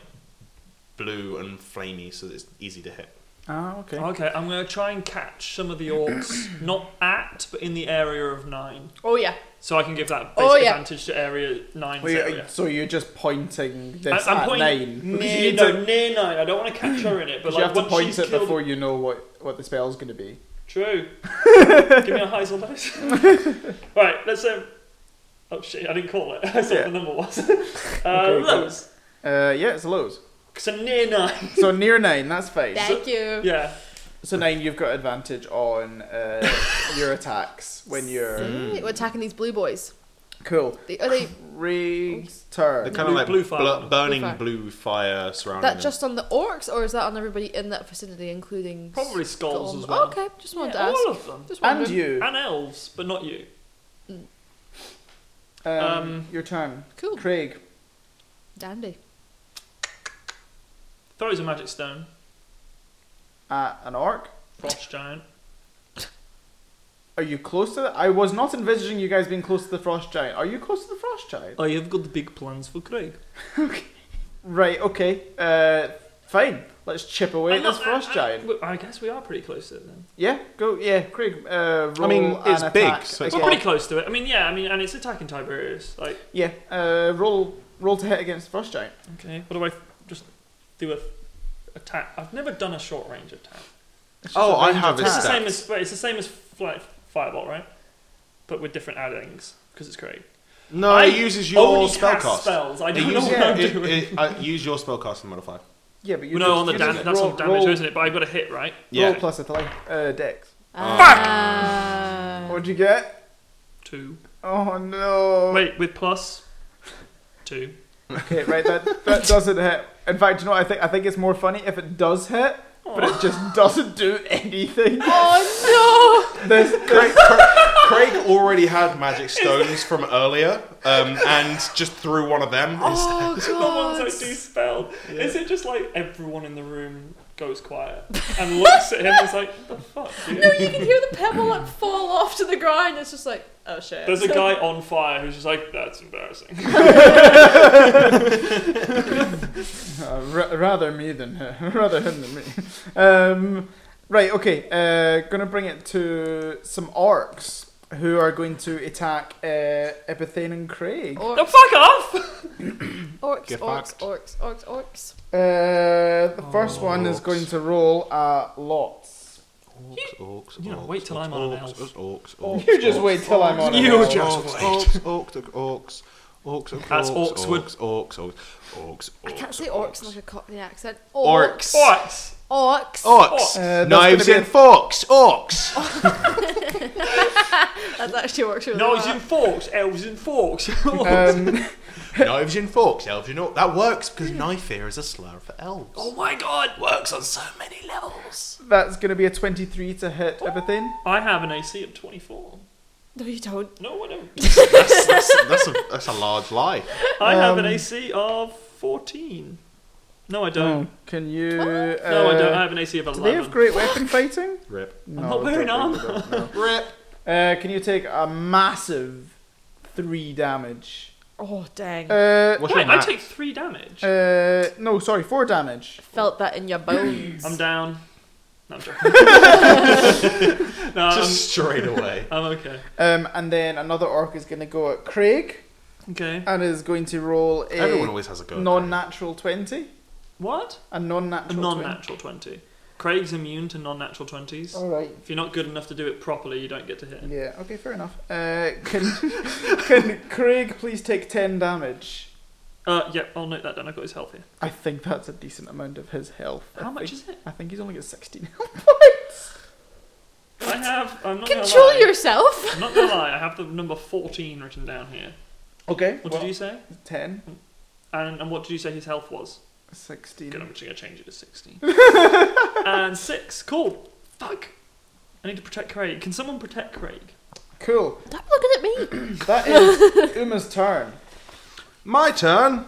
Speaker 3: blue and flamey, so it's easy to hit.
Speaker 1: Ah, okay.
Speaker 4: Okay, I'm going to try and catch some of the orcs, not at, but in the area of nine.
Speaker 2: oh yeah.
Speaker 4: So I can give that basic
Speaker 2: Oh, yeah.
Speaker 4: advantage to area nine.
Speaker 1: Wait,
Speaker 4: area.
Speaker 1: uh, so you're just pointing
Speaker 4: I-
Speaker 1: this
Speaker 4: I'm
Speaker 1: at
Speaker 4: pointing
Speaker 1: nine. because
Speaker 4: near,
Speaker 1: you need
Speaker 4: no,
Speaker 1: to,
Speaker 4: near nine. I don't want to catch her in it, but
Speaker 1: you
Speaker 4: like
Speaker 1: have to
Speaker 4: once
Speaker 1: point
Speaker 4: she's
Speaker 1: it
Speaker 4: killed...
Speaker 1: before you know what, what the spell's gonna be.
Speaker 4: True. Give me a highs or lows. right, let's um. Oh shit! I didn't call it. I said
Speaker 1: Yeah.
Speaker 4: the number was. Uh,
Speaker 1: Okay,
Speaker 4: lows.
Speaker 1: Uh, yeah, it's lows.
Speaker 4: So near nine.
Speaker 1: So near nine, that's fine.
Speaker 2: Thank you.
Speaker 4: Yeah.
Speaker 1: So nine, you've got advantage on uh, your attacks when you're
Speaker 3: Mm.
Speaker 2: Hey, We're attacking these blue boys.
Speaker 1: cool.
Speaker 2: They, are they
Speaker 1: Craig's turn.
Speaker 3: They're kind
Speaker 4: Blue-
Speaker 3: of like
Speaker 4: blue fire.
Speaker 3: bl- burning
Speaker 2: Blue fire.
Speaker 3: blue fire surrounding
Speaker 2: that
Speaker 3: them.
Speaker 2: just on the orcs, or is that on everybody in that vicinity, including
Speaker 4: Probably skulls
Speaker 2: Skulls?
Speaker 4: as well.
Speaker 2: Okay, just wanted
Speaker 4: Yeah,
Speaker 2: to ask.
Speaker 4: all of them.
Speaker 2: Just
Speaker 1: And
Speaker 2: wondering.
Speaker 1: you.
Speaker 4: And elves, but not you.
Speaker 1: Um,
Speaker 4: um,
Speaker 1: your turn.
Speaker 2: Cool,
Speaker 1: Craig.
Speaker 2: dandy.
Speaker 4: Throws a magic stone.
Speaker 1: At an orc.
Speaker 4: Frost giant.
Speaker 1: Are you close to that? I was not envisaging you guys being close to the frost giant. Are you close to the frost giant?
Speaker 4: I have Oh, got big plans for Craig.
Speaker 1: Right, okay. Uh, fine. Let's chip away at
Speaker 4: I'm not-
Speaker 1: this frost
Speaker 4: I- I-
Speaker 1: giant.
Speaker 4: I, guess we are pretty close to it then.
Speaker 1: Yeah, go. Yeah, Craig. Uh, roll
Speaker 3: I mean, it's
Speaker 1: an
Speaker 3: big,
Speaker 1: attack
Speaker 3: so it's
Speaker 4: We're
Speaker 1: again.
Speaker 4: pretty close to it. I mean, yeah. I mean, and it's attacking Tiberius. Like,
Speaker 1: Yeah. Uh, roll. Roll to hit against the frost giant.
Speaker 4: okay, what do I just do a attack? I've never done a short range attack.
Speaker 1: It's just
Speaker 3: Oh,
Speaker 1: a
Speaker 3: I
Speaker 1: ranged
Speaker 3: have it.
Speaker 4: It's the
Speaker 1: attack.
Speaker 4: same as wait, it's the same as fly, Firebolt, right? But with different addings because it's Craig.
Speaker 3: no,
Speaker 4: I
Speaker 3: it uses your
Speaker 4: Only
Speaker 3: spell
Speaker 4: cast
Speaker 3: cast.
Speaker 4: spells. I
Speaker 3: It
Speaker 4: don't know
Speaker 3: uses-
Speaker 4: what
Speaker 1: yeah,
Speaker 4: I'm
Speaker 3: it-
Speaker 4: doing.
Speaker 3: it- I- use your spell casting modifier.
Speaker 1: Yeah, but you
Speaker 4: Well, no,
Speaker 1: just-
Speaker 4: on the
Speaker 1: you
Speaker 4: dam-
Speaker 1: just
Speaker 4: that's
Speaker 1: roll,
Speaker 4: on damage,
Speaker 1: roll,
Speaker 4: isn't it? But I got a hit, right?
Speaker 1: Roll
Speaker 3: Yeah.
Speaker 1: plus a three. Uh, dex.
Speaker 2: Ah.
Speaker 1: What'd you get?
Speaker 4: Two.
Speaker 1: Oh no.
Speaker 4: Wait, with plus two.
Speaker 1: Okay, right. That that doesn't hit. In fact, you know, what I think I think it's more funny if it does hit, but it just doesn't do anything.
Speaker 2: Oh no!
Speaker 1: This
Speaker 3: Craig, Craig, Craig already had magic stones from earlier, um, and just threw one of them.
Speaker 2: Oh
Speaker 4: The ones
Speaker 2: god!
Speaker 4: I do spell. Is it just like everyone in the room goes quiet and looks at him and is like, what the fuck? Dude?
Speaker 2: No, you can hear the pebble like fall off to the ground. It's just like, oh shit.
Speaker 4: There's a guy on fire who's just like, that's embarrassing.
Speaker 1: Uh, ra- rather me than her. rather him than me. Um, right, okay. Uh, gonna bring it to some orcs who are going to attack uh, Epithane and Craig.
Speaker 4: no,
Speaker 2: Orcs,
Speaker 4: fuck off!
Speaker 2: orcs,
Speaker 3: Get
Speaker 2: orcs,
Speaker 3: fucked.
Speaker 2: orcs, orcs, orcs.
Speaker 1: Uh, the first one is going to roll uh, lots.
Speaker 3: Orcs, orcs,
Speaker 4: You know,
Speaker 3: orcs,
Speaker 4: wait till
Speaker 3: orcs,
Speaker 4: I'm on an
Speaker 3: orcs,
Speaker 4: elf.
Speaker 3: Orcs, orcs,
Speaker 1: You just
Speaker 3: orcs,
Speaker 1: wait till I'm on it.
Speaker 4: You
Speaker 1: Well,
Speaker 4: just-
Speaker 3: orcs, orcs, orcs, orcs, orcs, orcs,
Speaker 4: That's
Speaker 3: orcs,
Speaker 4: Orcswood.
Speaker 3: orcs, orcs, orcs, orcs,
Speaker 2: I can't say orcs in like a Cockney accent. Orcs.
Speaker 3: Orcs.
Speaker 4: What?
Speaker 2: Orcs.
Speaker 3: Orcs,
Speaker 1: Uh, that's gonna
Speaker 3: knives
Speaker 1: be
Speaker 3: and
Speaker 1: a-
Speaker 3: forks, orcs.
Speaker 2: That actually works really
Speaker 4: Knives
Speaker 2: well.
Speaker 4: and forks, elves and forks.
Speaker 1: Um,
Speaker 3: knives and forks, elves and orcs. That works because knife here is a slur for elves.
Speaker 4: oh my god!
Speaker 3: works on so many levels.
Speaker 1: that's going to be a 23 to hit Epithane.
Speaker 4: I have an AC of 24.
Speaker 2: No, you don't.
Speaker 4: No, I don't.
Speaker 3: that's, that's, that's, a, that's a large lie.
Speaker 4: I have an
Speaker 1: Um,
Speaker 4: AC of 14. No, I don't.
Speaker 1: Can you.
Speaker 4: No, I don't.
Speaker 1: uh,
Speaker 4: I have an AC of
Speaker 1: Do
Speaker 4: 11.
Speaker 1: they have great weapon fighting?
Speaker 3: Rip.
Speaker 1: No,
Speaker 4: not wearing
Speaker 1: don't think they don't, no.
Speaker 3: Rip.
Speaker 1: Uh, can you take a massive three damage?
Speaker 2: Oh dang!
Speaker 1: Uh,
Speaker 3: What's
Speaker 4: Wait,
Speaker 3: your
Speaker 4: I
Speaker 3: max?
Speaker 4: take 3 damage.
Speaker 1: uh, no, sorry, four damage.
Speaker 2: Felt that in your bones.
Speaker 4: I'm down. No, I'm joking. no, I'm,
Speaker 3: Just straight away.
Speaker 4: I'm okay.
Speaker 1: Um, and then another orc is going to go at Craig
Speaker 4: Okay.
Speaker 1: and is going to roll
Speaker 3: Everyone
Speaker 1: a
Speaker 3: always has a go. at
Speaker 1: non-natural twenty.
Speaker 4: What?
Speaker 1: A
Speaker 4: A
Speaker 1: non-natural.
Speaker 4: non natural 20. Craig's immune to non natural 20s.
Speaker 1: All right.
Speaker 4: If you're not good enough to do it properly, you don't get to hit him.
Speaker 1: Oh. Yeah. Okay. Fair enough. Uh, can can Craig please take ten damage?
Speaker 4: Uh, yeah, I'll note that down. I've got his health here.
Speaker 1: I think that's a decent amount of his health. I
Speaker 4: How much
Speaker 1: think-
Speaker 4: is it?
Speaker 1: I think he's only got sixteen health points.
Speaker 4: I have. I'm not
Speaker 2: Control
Speaker 4: gonna lie.
Speaker 2: yourself.
Speaker 4: I'm not gonna lie. I have the number 14 written down here.
Speaker 1: Okay.
Speaker 4: What did you say?
Speaker 1: Ten.
Speaker 4: And, and what did you say his health was?
Speaker 1: Sixteen.
Speaker 4: Good, I'm just gonna change it to 16. and 6. Cool. Fuck. I need to protect Craig. Can someone protect Craig?
Speaker 1: Cool.
Speaker 2: Stop looking at me.
Speaker 1: That is Uma's turn.
Speaker 3: My turn.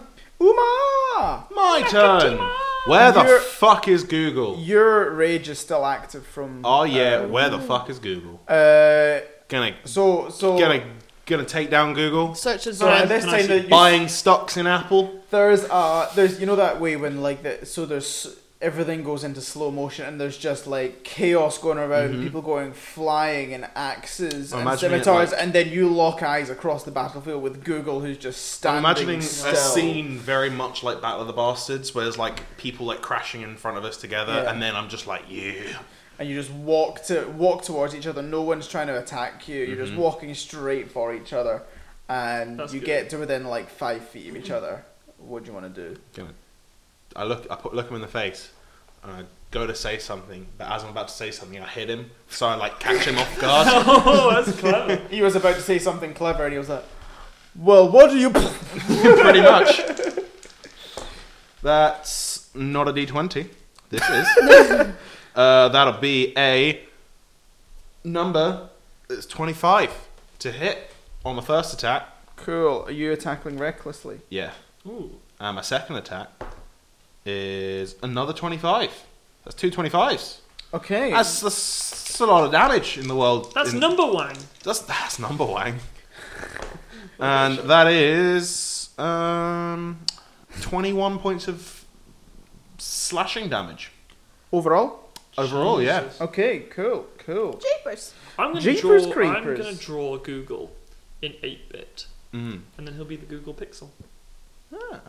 Speaker 1: Uma!
Speaker 3: My turn. Where the
Speaker 1: You're-
Speaker 3: fuck is Google?
Speaker 1: Your rage is still active from.
Speaker 3: Oh yeah,
Speaker 1: uh,
Speaker 3: where the fuck is Google?
Speaker 1: Uh,
Speaker 3: Gonna
Speaker 1: so so.
Speaker 3: gonna gonna take down Google.
Speaker 2: Search as
Speaker 1: so at
Speaker 2: well.
Speaker 1: this
Speaker 4: Can I
Speaker 1: time
Speaker 4: see-
Speaker 1: that you,
Speaker 3: Buying stocks in Apple.
Speaker 1: there's uh there's you know that way when like the so there's everything goes into slow motion and there's just like chaos going around people going flying and axes
Speaker 3: I'm
Speaker 1: and
Speaker 3: imagining it
Speaker 1: scimitars
Speaker 3: like-
Speaker 1: and then you lock eyes across the battlefield with Google who's just
Speaker 3: I'm
Speaker 1: standing.
Speaker 3: imagining
Speaker 1: still.
Speaker 3: a scene very much like Battle of the Bastards, where there's like people like crashing in front of us together,
Speaker 1: Yeah.
Speaker 3: and then I'm just like, yeah.
Speaker 1: and you just walk to walk towards each other. No one's trying to attack you. You're just walking straight for each other, and
Speaker 4: That's
Speaker 1: you
Speaker 4: good.
Speaker 1: get to within like five feet of each other. What do you want to do?
Speaker 3: Gonna I look, I put, look him in the face, and I go to say something. But as I'm about to say something, I hit him, so I like catch him off guard.
Speaker 4: Oh, that's clever.
Speaker 1: He was about to say something clever, and he was like, "Well, what do you?"
Speaker 3: pretty much. That's not a d20. This is. uh, that'll be a number that's 25 to hit on the first attack.
Speaker 1: Cool. Are you tackling recklessly?
Speaker 3: Yeah.
Speaker 4: Ooh,
Speaker 3: And my second attack is another 25. That's two 25s.
Speaker 1: Okay.
Speaker 3: That's, that's, that's a lot of damage in the world.
Speaker 4: that's
Speaker 3: in-
Speaker 4: number one.
Speaker 3: That's that's number wang. and that is um, twenty-one points of slashing damage
Speaker 1: Overall.
Speaker 3: overall. Yeah.
Speaker 1: Okay. Cool. Cool.
Speaker 2: Jeepers.
Speaker 4: I'm gonna
Speaker 1: Jeepers
Speaker 4: draw. I'm
Speaker 1: creepers.
Speaker 4: gonna draw Google in eight bit,
Speaker 3: Mm.
Speaker 4: and then he'll be the Google Pixel.
Speaker 1: Oh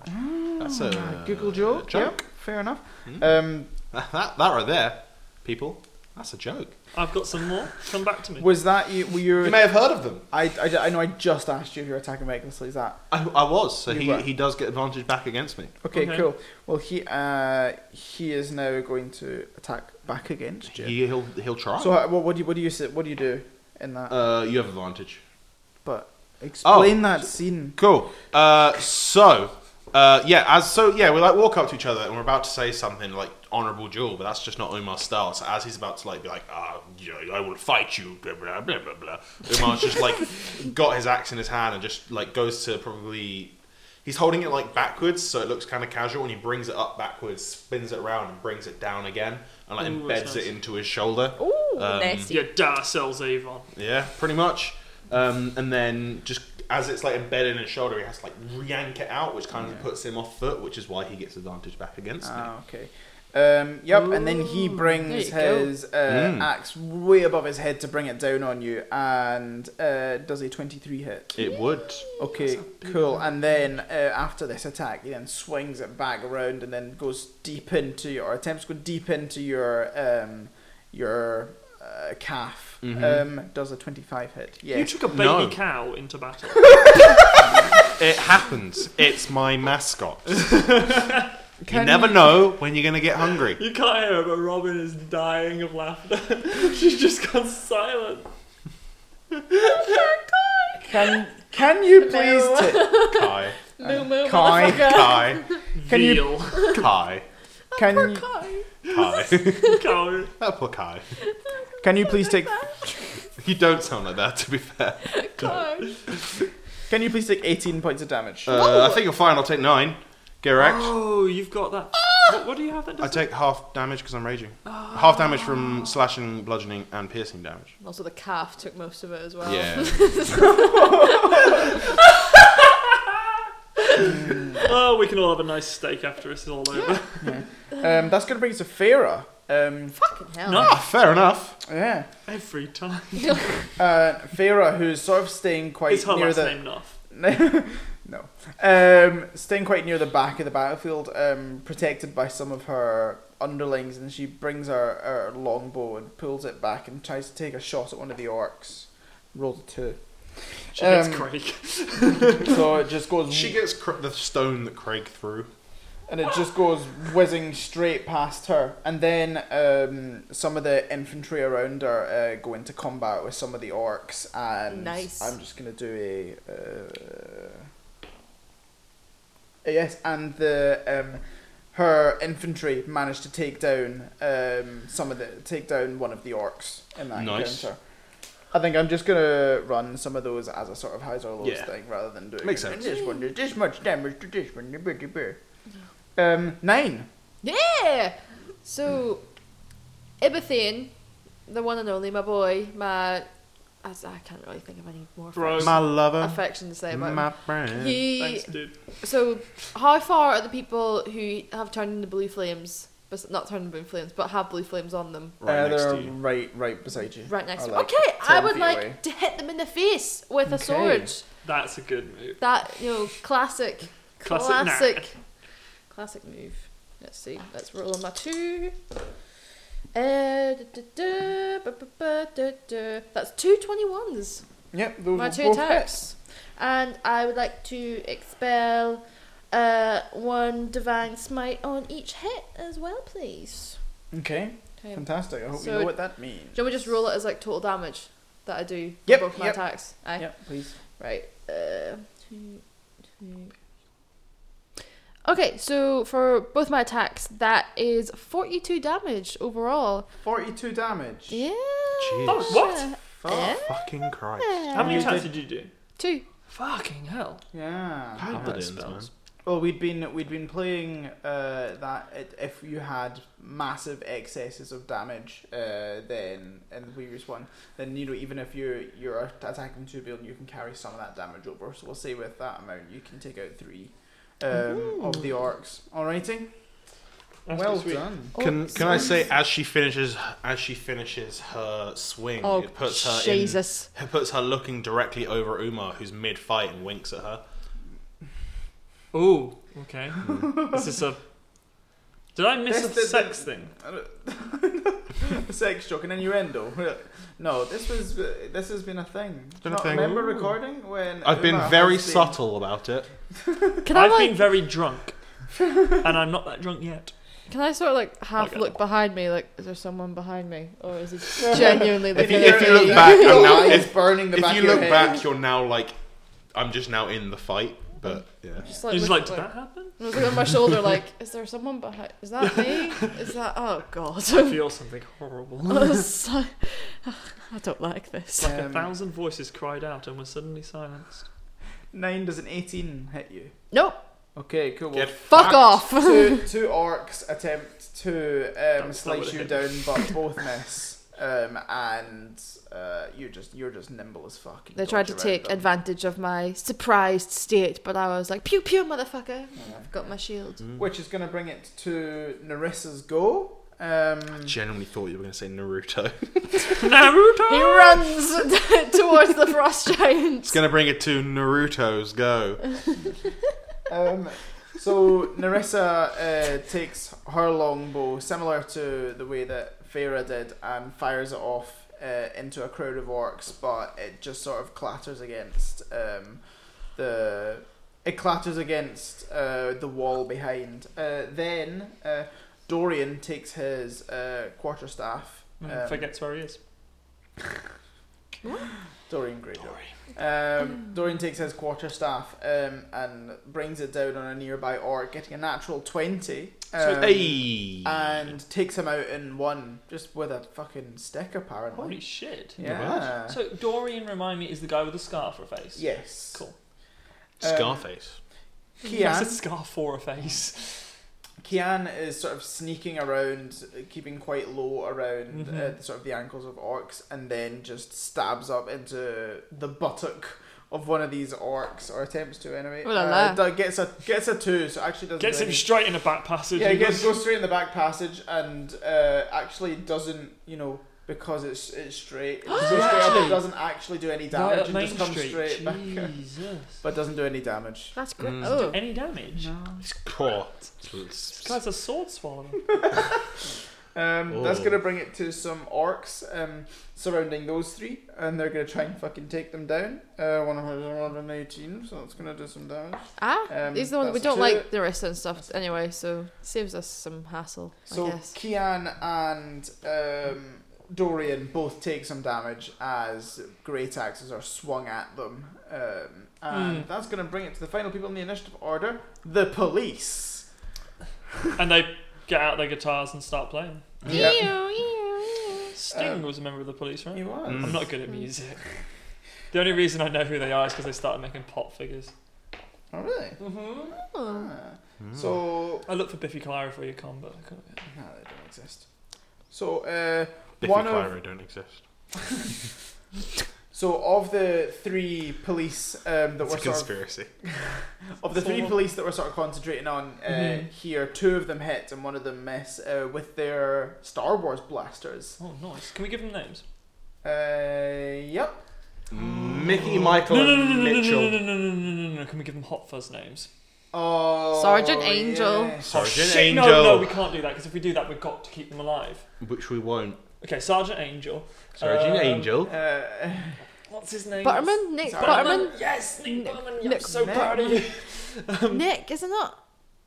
Speaker 3: That's a
Speaker 1: Google joke.
Speaker 3: joke.
Speaker 1: Yeah, fair enough.
Speaker 3: Mm.
Speaker 1: Um,
Speaker 3: That, that right there, people. That's a joke.
Speaker 4: I've got some more. Come back to me.
Speaker 1: was that you? Were you?
Speaker 3: You may have heard of them.
Speaker 1: I, I, I know. I just asked you if you're attacking recklessly. Is that
Speaker 3: I, I was. So
Speaker 1: You
Speaker 3: he,
Speaker 1: were.
Speaker 3: he does get advantage back against me.
Speaker 1: okay?
Speaker 4: Okay.
Speaker 1: Cool. Well, he uh, he is now going to attack back against you.
Speaker 3: He, he'll he'll try.
Speaker 1: So uh, what, what do you what do you say, what do you do in that?
Speaker 3: uh, oh. you have advantage.
Speaker 1: but explain that scene.
Speaker 3: Cool. Uh, so, uh, yeah, as so, yeah, we like walk up to each other and we're about to say something like honourable duel, but that's just not Umar's style. So as he's about to like be like, ah, you know, I will fight you, blah blah blah blah blah. Umar's just like got his axe in his hand and just like goes to probably. He's holding it like backwards, so it looks kind of casual, and he brings it up backwards, spins it around, and brings it down again, and like
Speaker 4: Ooh,
Speaker 3: embeds
Speaker 4: that's
Speaker 3: it
Speaker 4: nice.
Speaker 3: into his shoulder.
Speaker 2: Ooh,
Speaker 3: Um,
Speaker 2: nasty.
Speaker 4: Your da sells Avon.
Speaker 3: Yeah, pretty much. Um, and then just as it's like embedded in his shoulder, he has to like yank it out, which kind of puts him off foot, which is why he gets advantage back against me.
Speaker 1: Ah, okay. Um, yep, and then he brings
Speaker 2: there you go.
Speaker 1: his uh,
Speaker 3: Mm.
Speaker 1: axe way above his head to bring it down on you, and uh, does a twenty-three hit.
Speaker 3: It would.
Speaker 1: Okay, cool. And then uh, after this attack, he then swings it back around and then goes deep into your, or attempts to go deep into your um, your uh, calf.
Speaker 3: Mhm.
Speaker 1: Um, does a twenty-five hit?
Speaker 4: You
Speaker 1: Yeah.
Speaker 4: took a baby
Speaker 3: No.
Speaker 4: cow into battle.
Speaker 3: It happens. It's my mascot. you
Speaker 1: Can
Speaker 3: never know when you're gonna get hungry.
Speaker 4: you can't hear, it, but Robin is dying of laughter. She's just gone silent.
Speaker 1: Can Can you please? T-
Speaker 3: Kai,
Speaker 2: Moo moo,
Speaker 1: Kai.
Speaker 2: motherfucker.
Speaker 3: Kai,
Speaker 1: Can you-
Speaker 4: Veal.
Speaker 3: Kai,
Speaker 1: can you,
Speaker 2: Kai.
Speaker 3: Kai.
Speaker 4: cow.
Speaker 3: That poor Kai.
Speaker 1: Can you please take?
Speaker 3: You don't sound like that, to be fair.
Speaker 2: Kai.
Speaker 1: Can you please take eighteen points of damage?
Speaker 3: Uh, I think you're fine. I'll take nine. Geract,
Speaker 4: Oh, you've got that.
Speaker 1: Ah!
Speaker 4: What, what do you have that
Speaker 3: I
Speaker 4: does?
Speaker 3: take half damage because I'm raging. Half damage
Speaker 1: Ah.
Speaker 3: from slashing, bludgeoning, and piercing damage.
Speaker 2: Also, the calf took most of it as well.
Speaker 3: Yeah.
Speaker 4: Oh, we can all have a nice steak after this is all over.
Speaker 1: Um, that's gonna bring us to Farah. Um,
Speaker 2: Fucking hell.
Speaker 4: No.
Speaker 3: Ah, fair enough.
Speaker 1: yeah,
Speaker 4: Every time.
Speaker 1: uh, Farah, who's sort of staying quite
Speaker 4: Is her
Speaker 1: near
Speaker 4: last
Speaker 1: the
Speaker 4: name Nuff?
Speaker 1: no, um, staying quite near the back of the battlefield, um, protected by some of her underlings, and she brings her, her longbow and pulls it back and tries to take a shot at one of the orcs. Roll a two,
Speaker 4: She hates
Speaker 1: Um,
Speaker 4: Craig.
Speaker 1: so it just goes
Speaker 3: She gets cr- the stone that Craig threw.
Speaker 1: and it just goes whizzing straight past her. And then um, some of the infantry around her uh, go into combat with some of the orcs. And
Speaker 2: Nice.
Speaker 1: I'm just gonna do a. Uh, yes, and the um, her infantry managed to take down um, some of the take down one of the orcs in that
Speaker 3: Nice.
Speaker 1: encounter. I think I'm just gonna run some of those as a sort of highs or lows
Speaker 3: Yeah.
Speaker 1: thing rather than doing
Speaker 3: Makes
Speaker 1: it in
Speaker 3: sense.
Speaker 1: This one did this much damage to this one. blah, blah, blah. Um, nine.
Speaker 2: Yeah. So, Ibethane, the one and only, my boy, my. I, I can't really think of any more
Speaker 4: Bro.
Speaker 2: affection,
Speaker 3: My lover,
Speaker 2: affection to say about
Speaker 3: my
Speaker 2: him.
Speaker 3: friend.
Speaker 2: He.
Speaker 4: Thanks, dude.
Speaker 2: So, how far are the people who have turned into blue flames, but not turned into blue flames, but have blue flames on them?
Speaker 3: right
Speaker 1: Uh,
Speaker 3: next
Speaker 1: they're
Speaker 3: to you.
Speaker 1: Right, right beside you.
Speaker 2: Right next
Speaker 1: Are,
Speaker 2: to
Speaker 1: like,
Speaker 2: Okay, I
Speaker 1: 10
Speaker 2: would
Speaker 1: feet
Speaker 2: like
Speaker 1: away.
Speaker 2: to hit them in the face with a
Speaker 1: Okay.
Speaker 2: sword.
Speaker 4: That's a good move.
Speaker 2: That, you know, classic.
Speaker 4: Classic
Speaker 2: Classic.
Speaker 4: knack.
Speaker 2: Classic, move. Let's see. Let's roll on my two. Uh, da, da, da, ba, ba, ba, da, da. That's two 21s.
Speaker 1: Yep, those
Speaker 2: My
Speaker 1: were
Speaker 2: two
Speaker 1: both
Speaker 2: attacks. And I would like to expel Uh, one divine smite on each hit as well, please.
Speaker 1: Okay,
Speaker 2: Okay.
Speaker 1: fantastic. I hope
Speaker 2: So-
Speaker 1: you know what that means.
Speaker 2: Shall we just roll it as like total damage that I do for
Speaker 1: Yep,
Speaker 2: both my
Speaker 1: yep.
Speaker 2: attacks? Aye.
Speaker 1: Yep, please.
Speaker 2: Right. Uh, two, two. Okay, so for both my attacks, that is 42 damage overall.
Speaker 1: 42 damage.
Speaker 2: Yeah.
Speaker 3: Jeez.
Speaker 4: Oh, what?
Speaker 1: Fuck.
Speaker 2: Yeah.
Speaker 3: Fucking Christ.
Speaker 4: How many
Speaker 1: You
Speaker 4: attacks did you do?
Speaker 2: Two.
Speaker 4: Fucking hell.
Speaker 1: Yeah.
Speaker 3: Paladins,
Speaker 4: Alright,
Speaker 3: man.
Speaker 4: spells.
Speaker 1: Well, we'd been we'd been playing uh, that it, if you had massive excesses of damage, uh, then in the previous one, then you know even if you're you're attacking two billion, you can carry some of that damage over. So we'll say with that amount, you can take out three um, of the orcs. Alrighty,
Speaker 4: That's
Speaker 1: well
Speaker 4: pretty sweet.
Speaker 1: done.
Speaker 3: Can
Speaker 2: Oops.
Speaker 3: can I say as she finishes as she finishes her swing,
Speaker 2: Oh,
Speaker 3: it puts her in,
Speaker 2: Jesus.
Speaker 3: it puts her looking directly over Uma, who's mid fight and winks at her.
Speaker 4: Ooh,
Speaker 1: Hmm.
Speaker 4: okay. this is a. Did I miss
Speaker 1: This-
Speaker 4: a
Speaker 1: this-
Speaker 4: sex thing?
Speaker 1: Sex joke and innuendo. no, this was this has been a thing. Do you
Speaker 3: Been a
Speaker 1: not
Speaker 3: thing.
Speaker 1: remember
Speaker 4: Ooh.
Speaker 1: recording when
Speaker 3: I've been
Speaker 1: Uma
Speaker 3: very
Speaker 1: has been-
Speaker 3: subtle about it.
Speaker 2: Can I
Speaker 4: I've
Speaker 2: like?
Speaker 4: been very drunk, and I'm not that drunk yet.
Speaker 2: Can I sort of like half
Speaker 4: Okay.
Speaker 2: look behind me? Like, is there someone behind me, or is it genuinely
Speaker 1: If
Speaker 2: looking
Speaker 1: you,
Speaker 2: at
Speaker 3: if
Speaker 2: me?
Speaker 3: you look back, I'm
Speaker 1: your
Speaker 3: now-
Speaker 1: eyes
Speaker 3: if-
Speaker 1: burning the
Speaker 3: If
Speaker 1: back
Speaker 3: you
Speaker 1: of your
Speaker 3: look
Speaker 1: head.
Speaker 3: back, you're now like, I'm just now in the fight, but yeah.
Speaker 2: Just
Speaker 4: You're just like, did
Speaker 2: look-
Speaker 4: that happen?
Speaker 2: I was looking at my shoulder, like, is there someone behind? Is that me? Is that? Oh God!
Speaker 4: I feel something horrible.
Speaker 2: I was like, Oh, I don't like this.
Speaker 4: Like a
Speaker 1: Um,
Speaker 4: thousand voices cried out and were suddenly silenced.
Speaker 1: Nine does an 18 hit you.
Speaker 2: Nope.
Speaker 1: Okay, cool.
Speaker 3: Get
Speaker 2: Fuck
Speaker 3: fucked.
Speaker 2: off.
Speaker 1: two, two orcs attempt to um,
Speaker 4: That's
Speaker 1: slice
Speaker 4: not
Speaker 1: you
Speaker 4: what it
Speaker 1: down, but both miss. Um, and uh, you're just you're just nimble as fuck. You
Speaker 2: They tried to
Speaker 1: dodge
Speaker 2: take
Speaker 1: around them.
Speaker 2: advantage of my surprised state, but I was like, pew pew, motherfucker! I've got my shield.
Speaker 3: Mm.
Speaker 1: which is going to bring it to Narissa's go. Um,
Speaker 3: Genuinely thought you were going to say Naruto.
Speaker 4: Naruto.
Speaker 2: He runs towards the frost giant.
Speaker 3: It's going to bring it to Naruto's go.
Speaker 1: um, so Narissa uh, takes her longbow, similar to the way that Farah did, and fires it off uh, into a crowd of orcs, but it just sort of clatters against um, the. It clatters against uh, the wall behind. Uh, then uh, Dorian takes his uh, quarterstaff.
Speaker 4: Mm,
Speaker 1: um,
Speaker 4: Forgets where he is.
Speaker 1: Dorian Greyjoy. Um, Dorian takes his quarterstaff um, and brings it down on a nearby orc, getting a natural 20. um,
Speaker 3: hey!
Speaker 1: And takes him out in one, just with a fucking stick, apparently.
Speaker 4: Holy shit.
Speaker 1: Um, yeah.
Speaker 4: So Dorian, remind me, is the guy with the scar for a face?
Speaker 1: yes.
Speaker 4: Cool.
Speaker 1: um,
Speaker 3: Scarface.
Speaker 4: It's a
Speaker 1: Kian,
Speaker 4: scar for a face.
Speaker 1: Kian is sort of sneaking around, uh, keeping quite low around
Speaker 4: Mhm.
Speaker 1: uh, sort of the ankles of orcs, and then just stabs up into the buttock of one of these orcs, or attempts to anyway.
Speaker 2: Ooh la
Speaker 1: Uh,
Speaker 2: la.
Speaker 1: that gets a gets a two, so actually doesn't
Speaker 4: Gets
Speaker 1: do
Speaker 4: him
Speaker 1: any-
Speaker 4: straight in a back passage.
Speaker 1: Yeah,
Speaker 4: and
Speaker 1: he goes,
Speaker 4: goes-
Speaker 1: goes straight in the back passage and uh, actually doesn't, you know, because it's it's straight. It just goes straight up, it doesn't actually do any
Speaker 4: Right
Speaker 1: damage.
Speaker 4: up Main
Speaker 1: it just comes
Speaker 4: Street.
Speaker 1: straight back,
Speaker 4: Jesus.
Speaker 1: but doesn't do any damage.
Speaker 2: That's great.
Speaker 3: Mm.
Speaker 2: Oh.
Speaker 4: Any damage?
Speaker 3: It's poor.
Speaker 4: This guy's a sword swallower.
Speaker 1: Um, That's
Speaker 3: Oh.
Speaker 1: gonna bring it to some orcs um, surrounding those three, and they're gonna try and fucking take them down. Uh, one of them is 118, so that's gonna do some damage.
Speaker 2: Ah,
Speaker 1: Um,
Speaker 2: these are the ones we
Speaker 1: that's
Speaker 2: don't
Speaker 1: two.
Speaker 2: like the rest and stuff anyway, so saves us some hassle,
Speaker 1: So
Speaker 2: I guess.
Speaker 1: Kian and um, Dorian both take some damage as great axes are swung at them, um, and
Speaker 4: Hmm.
Speaker 1: that's going to bring it to the final people in the initiative order: the police.
Speaker 4: and they get out their guitars and start playing.
Speaker 1: Yeah.
Speaker 2: Ew, ew, ew.
Speaker 4: Sting
Speaker 1: Um,
Speaker 4: was a member of the police, right?
Speaker 1: He was.
Speaker 3: Mm.
Speaker 4: I'm not good at music. The only reason I know who they are is because they started making pot figures.
Speaker 1: Oh really?
Speaker 4: Mm-hmm.
Speaker 2: Oh.
Speaker 1: Ah. So
Speaker 4: I look for Biffy Clyro for your combo. I couldn't-
Speaker 1: no, they don't exist. So uh,
Speaker 3: Biffy
Speaker 1: one of
Speaker 3: Clyro don't exist.
Speaker 1: so of the three police um, that
Speaker 3: It's
Speaker 1: were
Speaker 3: a
Speaker 1: sort of
Speaker 3: conspiracy.
Speaker 1: Of the three
Speaker 4: Four.
Speaker 1: police that we're sort of concentrating on uh,
Speaker 4: Mhm.
Speaker 1: here, two of them hit and one of them miss uh, with their Star Wars blasters.
Speaker 4: Oh, nice. Can we give them names?
Speaker 1: Uh, yep.
Speaker 3: Mickey, Michael,
Speaker 4: No, no, no,
Speaker 3: and
Speaker 4: no, no, no,
Speaker 3: Mitchell.
Speaker 4: no, no, no, no, no, no, no. Can we give them Hot Fuzz names?
Speaker 1: Oh,
Speaker 2: Sergeant Angel.
Speaker 1: yes.
Speaker 3: Sergeant
Speaker 4: Shit,
Speaker 3: Angel.
Speaker 4: No, no, we can't do that because if we do that, we've got to keep them alive.
Speaker 3: Which we won't.
Speaker 4: Okay, Sergeant Angel.
Speaker 3: Sergeant
Speaker 4: Um,
Speaker 3: Angel.
Speaker 1: Uh,
Speaker 4: What's his name?
Speaker 2: Butterman? Nick
Speaker 1: Sorry.
Speaker 2: Butterman?
Speaker 4: Yes, Nick,
Speaker 2: Nick-
Speaker 4: Butterman. Yeah,
Speaker 2: Nick
Speaker 4: I'm so
Speaker 1: Nick.
Speaker 4: proud of you.
Speaker 2: Nick, isn't it?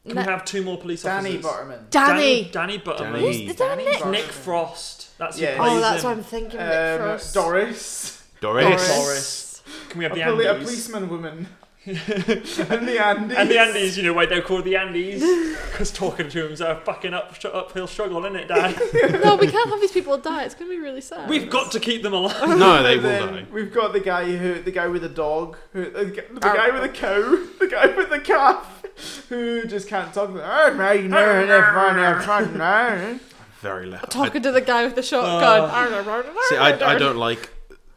Speaker 4: Can
Speaker 2: Na-
Speaker 4: we have two more police
Speaker 6: Danny
Speaker 4: officers?
Speaker 6: Butterman.
Speaker 2: Danny.
Speaker 4: Danny Butterman.
Speaker 3: Danny.
Speaker 2: Is there a
Speaker 6: Danny
Speaker 2: Nick?
Speaker 6: Butterman.
Speaker 4: Nick Frost. That's
Speaker 6: Yeah.
Speaker 4: who plays
Speaker 2: Oh, that's
Speaker 4: him.
Speaker 2: what I'm thinking. Nick
Speaker 6: Um,
Speaker 2: Frost.
Speaker 6: Doris.
Speaker 3: Doris.
Speaker 6: Doris.
Speaker 4: Can we
Speaker 6: A,
Speaker 4: have the
Speaker 6: poli- a
Speaker 4: Andes?
Speaker 6: policeman woman. and the Andes.
Speaker 4: And the Andes, you know why they're called the Andes? Because talking to them's a fucking up, uphill struggle, isn't it, Dad?
Speaker 2: no, we can't have these people die. It's gonna be really sad.
Speaker 4: We've got to keep them alive.
Speaker 3: No, they
Speaker 6: And
Speaker 3: will
Speaker 6: then
Speaker 3: die.
Speaker 6: We've got the guy who, the guy with the dog, who, uh, the g- the
Speaker 2: Arr.
Speaker 6: guy with the cow, the guy with the calf, who just can't talk. Oh, my, no, no, no, no, no.
Speaker 3: Very loud.
Speaker 2: talking to the guy with the shotgun.
Speaker 4: Uh,
Speaker 3: I, see, I, I don't like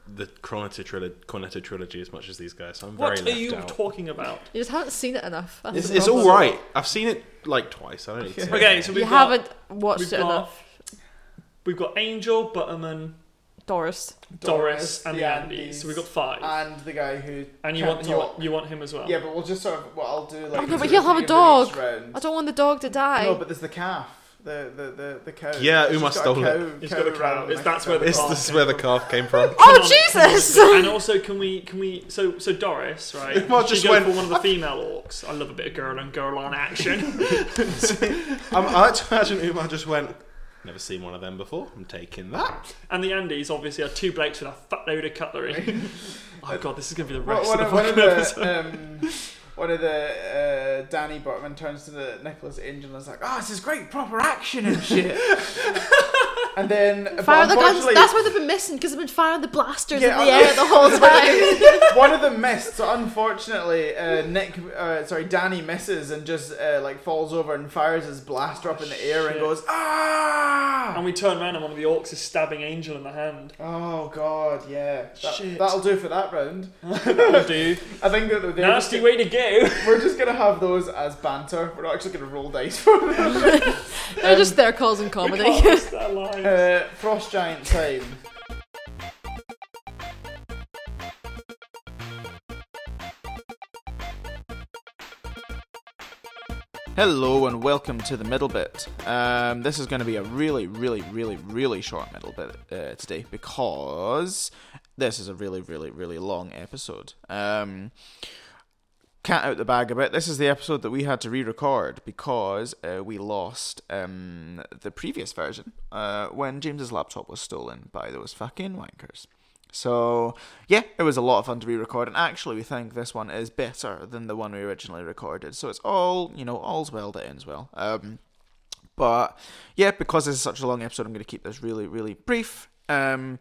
Speaker 3: the Cornetto trilogy, Cornetto trilogy as much as these guys. So I'm very
Speaker 4: What are
Speaker 3: left
Speaker 4: you
Speaker 3: out.
Speaker 4: talking about?
Speaker 2: You just haven't seen it enough. That's
Speaker 3: It's,
Speaker 2: the
Speaker 3: it's all
Speaker 2: problem.
Speaker 3: right. I've seen it like twice. I don't need to. see it
Speaker 4: Okay,
Speaker 3: again.
Speaker 4: so
Speaker 2: You
Speaker 4: we've got
Speaker 2: haven't watched
Speaker 4: we've
Speaker 2: it
Speaker 4: got-
Speaker 2: enough.
Speaker 4: we've got Angel, Butterman,
Speaker 2: Doris.
Speaker 4: Doris, and
Speaker 6: the
Speaker 4: the Andes. So we've got five.
Speaker 6: And the guy who.
Speaker 4: and you
Speaker 6: can't
Speaker 4: want you want
Speaker 6: talk.
Speaker 4: you want him as well.
Speaker 6: Yeah, but we'll just sort of. What I'll do, like.
Speaker 2: Oh, no,
Speaker 6: two
Speaker 2: but
Speaker 6: or
Speaker 2: he'll have
Speaker 6: three
Speaker 2: a
Speaker 6: of them each
Speaker 2: dog.
Speaker 6: round.
Speaker 2: I don't want the dog to die.
Speaker 6: No, but there's the calf. The the the, the cow.
Speaker 3: Yeah,
Speaker 6: She's
Speaker 3: Uma
Speaker 6: got a
Speaker 3: stole it.
Speaker 6: cow-
Speaker 4: He's got the
Speaker 6: cow
Speaker 4: cow.
Speaker 6: around
Speaker 4: It's-
Speaker 6: the
Speaker 4: that's where the
Speaker 6: neck.
Speaker 4: cow-
Speaker 3: It's- this is where the calf came from.
Speaker 2: oh
Speaker 4: Come on.
Speaker 2: Jesus!
Speaker 4: and also, can we can we so so Doris right?
Speaker 3: Well,
Speaker 4: she
Speaker 3: just
Speaker 4: goes
Speaker 3: went-
Speaker 4: for one of the female orcs. I love a bit of girl and girl on action.
Speaker 3: I'm, I like to imagine Umar just went. Never seen one of them before. I'm taking that.
Speaker 4: and the Andes obviously are two blokes with a fat load of cutlery. oh god, this is gonna be the
Speaker 6: Well,
Speaker 4: rest
Speaker 6: One
Speaker 4: of
Speaker 6: of
Speaker 4: the
Speaker 6: one
Speaker 4: fucking
Speaker 6: of
Speaker 4: episode.
Speaker 6: the. um, One of the uh, Danny Butterman turns to the Nicholas Angel and is like, "Oh, this is great proper action and shit." and then, but
Speaker 2: Fire the guns.
Speaker 6: unfortunately-
Speaker 2: That's what they've been missing because they've been firing the blasters
Speaker 6: Yeah,
Speaker 2: in the
Speaker 6: I-
Speaker 2: air the whole time.
Speaker 6: One of them missed, so unfortunately, uh, Nick, uh, sorry, Danny misses and just uh, like falls over and fires his blaster up in the air and
Speaker 4: Shit.
Speaker 6: goes ah.
Speaker 4: And we turn around and one of the orcs is stabbing Angel in the hand.
Speaker 6: Oh god, yeah.
Speaker 4: Shit.
Speaker 6: That, that'll do for that round.
Speaker 4: That'll do.
Speaker 6: I think that they're just,
Speaker 4: Nasty way to go.
Speaker 6: we're just gonna have those as banter. We're not actually gonna roll dice for them.
Speaker 2: They're just there causing
Speaker 4: We
Speaker 2: comedy.
Speaker 4: can't risk their lives.
Speaker 6: Uh, Frost giant time.
Speaker 1: Hello and welcome to the middle bit. Um, this is going to be a really, really, really, really short middle bit uh, today because this is a really, really, really long episode. Um, cat out the bag a bit. This is the episode that we had to re-record because uh, we lost um, the previous version uh, when James's laptop was stolen by those fucking wankers. So yeah, it was a lot of fun to re-record, and actually we think this one is better than the one we originally recorded. So it's all you know, all's well that ends well. Um, but yeah, because this is such a long episode, I'm going to keep this really, really brief. Um,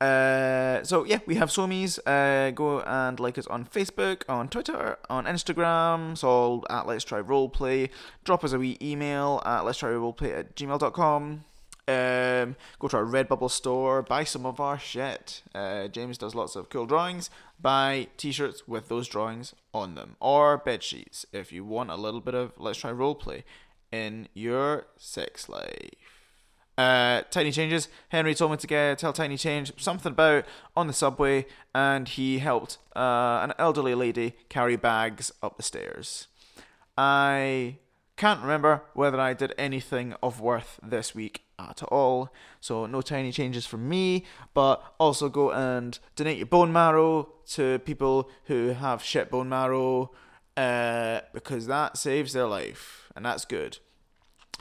Speaker 1: uh, so yeah, we have Somies. Uh, go and like us on Facebook, on Twitter, on Instagram. It's all at Let's Try Roleplay. Drop us a wee email at Let's Try Roleplay at gmail.com. Um, go to our Redbubble store, buy some of our shit. Uh, James does lots of cool drawings. Buy t-shirts with those drawings on them, or bed sheets if you want a little bit of Let's Try Roleplay in your sex life. Uh, tiny changes. Henry told me to get tell Tiny Change something about on the subway, and he helped uh, an elderly lady carry bags up the stairs. I can't remember whether I did anything of worth this week at all, so no tiny changes from me. But also go and donate your bone marrow to people who have shit bone marrow, uh, because that saves their life, and that's good.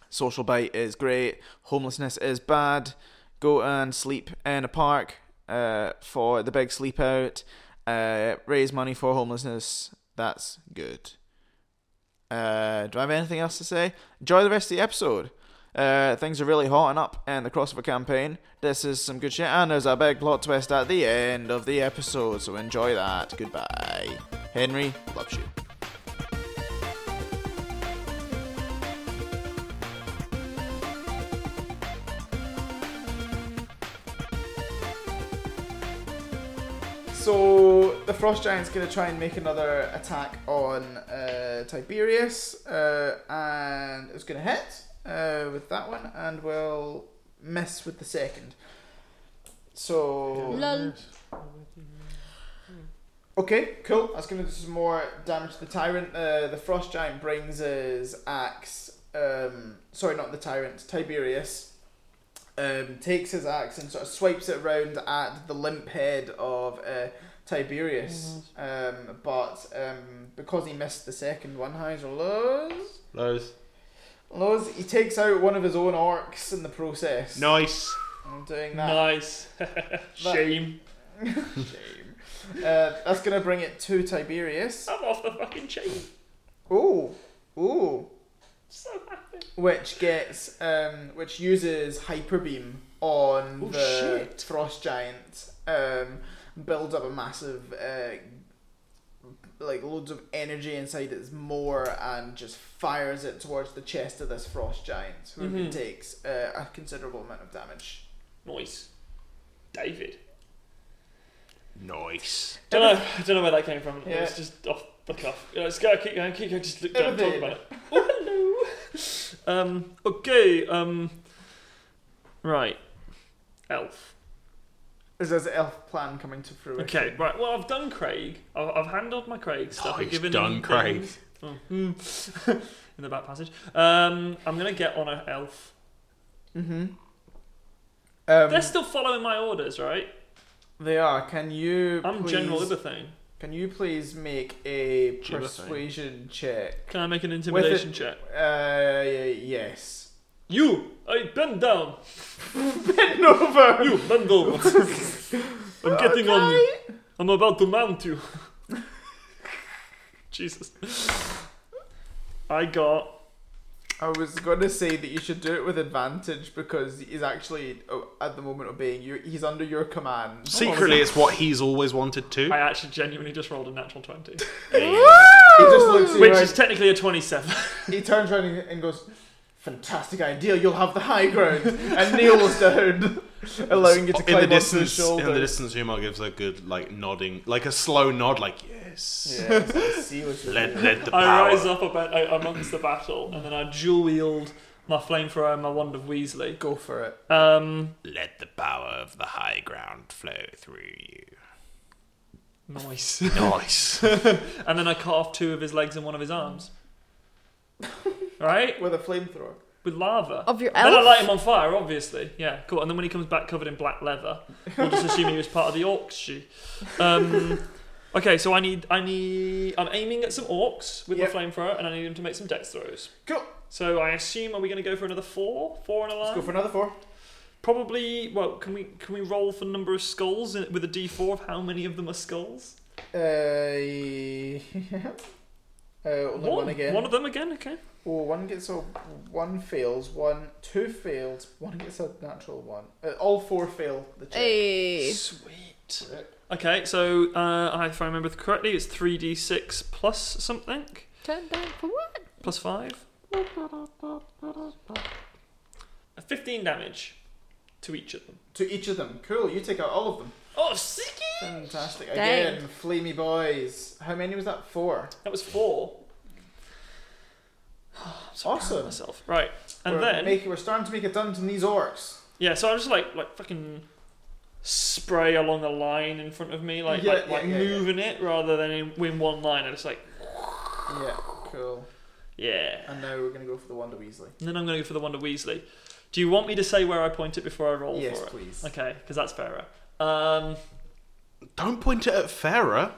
Speaker 1: Social bite is great. Homelessness is bad. Go and sleep in a park uh, for the big sleep out. Uh, raise money for homelessness. That's good. Uh, do I have anything else to say? Enjoy the rest of the episode. Uh, things are really hotting up in the crossover campaign. This is some good shit, and there's a big plot twist at the end of the episode, so enjoy that. Goodbye. Henry, loves you.
Speaker 6: So the frost giant's gonna try and make another attack on uh, Tiberius, uh, and it's gonna hit uh, with that one, and will miss with the second. So
Speaker 2: Lol.
Speaker 6: Okay, cool. That's going to do some more damage to the tyrant. Uh, the frost giant brings his axe. Um, sorry, not the tyrant. Tiberius um, takes his axe and sort of swipes it round at the limp head of uh,
Speaker 1: Tiberius, um, but um, because he missed the second one, highs or lows,
Speaker 3: Lows.
Speaker 1: lows, he takes out one of his own orcs in the process.
Speaker 3: Nice.
Speaker 1: I'm doing that.
Speaker 4: Nice. Shame.
Speaker 1: Shame. Uh, that's gonna bring it to Tiberius.
Speaker 4: I'm off the fucking chain.
Speaker 1: Ooh, ooh,
Speaker 4: So happy.
Speaker 1: which gets um, which uses hyper beam on
Speaker 4: Oh,
Speaker 1: the
Speaker 4: shit.
Speaker 1: frost giant, um, builds up a massive uh, like loads of energy inside its maw and just fires it towards the chest of this frost giant, who
Speaker 4: Mhm.
Speaker 1: takes uh, a considerable amount of damage.
Speaker 4: Nice. David.
Speaker 3: Nice.
Speaker 4: Don't know. I don't know where that came from.
Speaker 1: Yeah.
Speaker 4: It's just off the cuff. Yeah, Let's go. Keep going. Keep going. Just look, don't talk
Speaker 1: Everything.
Speaker 4: about it. Oh, hello. Um. Okay. Um. Right. Elf.
Speaker 1: Is this elf plan coming to fruition?
Speaker 4: Okay. Right. Well, I've done Craig. I've, I've handled my Craig stuff. I've
Speaker 3: Nice
Speaker 4: given
Speaker 3: Oh, done,
Speaker 4: him
Speaker 3: Craig.
Speaker 4: things. Oh, mm. In the back passage. Um. I'm gonna get on a elf.
Speaker 1: Mm-hmm. Um,
Speaker 4: They're still following my orders, right?
Speaker 1: They are. Can you?
Speaker 4: I'm
Speaker 1: please,
Speaker 4: General Iberthane.
Speaker 1: Can you please make a
Speaker 3: Gibberthane.
Speaker 1: persuasion check?
Speaker 4: Can I make an intimidation check?
Speaker 1: Uh, yes.
Speaker 4: You. I bend down.
Speaker 1: Bend over.
Speaker 4: You bend over. I'm getting on you.
Speaker 1: Okay.
Speaker 4: I'm about to mount you. Jesus. I got.
Speaker 1: I was gonna say that you should do it with advantage because he's actually oh, at the moment obeying you. He's under your command.
Speaker 3: Secretly, it's what he's always wanted to.
Speaker 4: I actually genuinely just rolled a natural 20.
Speaker 1: He just looks at you.
Speaker 4: Which
Speaker 1: right-
Speaker 4: is technically a 27.
Speaker 1: he turns around and and goes, "Fantastic idea. You'll have the high ground." And kneels down, allowing you to climb
Speaker 3: in
Speaker 1: onto
Speaker 3: the
Speaker 1: his
Speaker 3: distance,
Speaker 1: shoulder.
Speaker 3: in the distance, Umar gives a good like nodding, like a slow nod, like yes.
Speaker 1: Yes, I see what you're
Speaker 3: Let
Speaker 1: doing.
Speaker 3: let the power.
Speaker 4: I rise up about, uh, amongst the battle and then I dual wield my flamethrower and my wand of Weasley.
Speaker 1: Go for it.
Speaker 4: Um,
Speaker 3: Let the power of the high ground flow through you.
Speaker 4: nice.
Speaker 3: Nice.
Speaker 4: and then I cut off two of his legs and one of his arms. Right?
Speaker 1: With a flamethrower.
Speaker 4: With lava.
Speaker 2: Of your
Speaker 4: Then I
Speaker 2: elf?
Speaker 4: light him on fire, obviously. Yeah, cool. And then when he comes back covered in black leather, we'll just assume he was part of the orcs shoe. Um, okay, so I need, I need, I'm aiming at some orcs with
Speaker 1: Yep.
Speaker 4: my flamethrower, and I need them to make some dex throws.
Speaker 1: Cool.
Speaker 4: So I assume, are we going to go for another four, four and a
Speaker 1: Let's
Speaker 4: line?
Speaker 1: go for another four.
Speaker 4: Probably. Well, can we can we roll for number of skulls in- with a d4 of how many of them are skulls?
Speaker 1: Uh, yeah. uh, only one, again.
Speaker 4: One of them again. Okay.
Speaker 1: Oh, one gets a one fails, one two fails, one gets a natural one. Uh, all four fail the check.
Speaker 2: Hey.
Speaker 4: Sweet.
Speaker 1: Right.
Speaker 4: Okay, so uh, if I remember correctly, it's three d6 plus something,
Speaker 2: Turn down for what?
Speaker 4: plus five. Fifteen damage to each of them.
Speaker 1: To each of them. Cool. You take out all of them.
Speaker 4: Oh, sicky!
Speaker 1: Fantastic.
Speaker 2: Dang.
Speaker 1: Again, flamey boys. How many was that? Four.
Speaker 4: That was four. I'm so proud of
Speaker 1: Awesome.
Speaker 4: Myself. Right, and
Speaker 1: we're
Speaker 4: then
Speaker 1: making, we're starting to make a dent in these orcs.
Speaker 4: yeah, so I'm just like like fucking spray along the line in front of me, like
Speaker 1: Yeah,
Speaker 4: like,
Speaker 1: yeah,
Speaker 4: like
Speaker 1: yeah, yeah.
Speaker 4: moving it rather than in, in one line. I just like
Speaker 1: Yeah. Cool.
Speaker 4: yeah,
Speaker 1: And now we're gonna go for the Wanda Weasley.
Speaker 4: and then I'm gonna go for the Wonder Weasley. Do you want me to say where I point it before I roll
Speaker 1: yes,
Speaker 4: for it?
Speaker 1: please.
Speaker 4: Okay, because that's fairer. Um,
Speaker 3: Don't point it at Farah.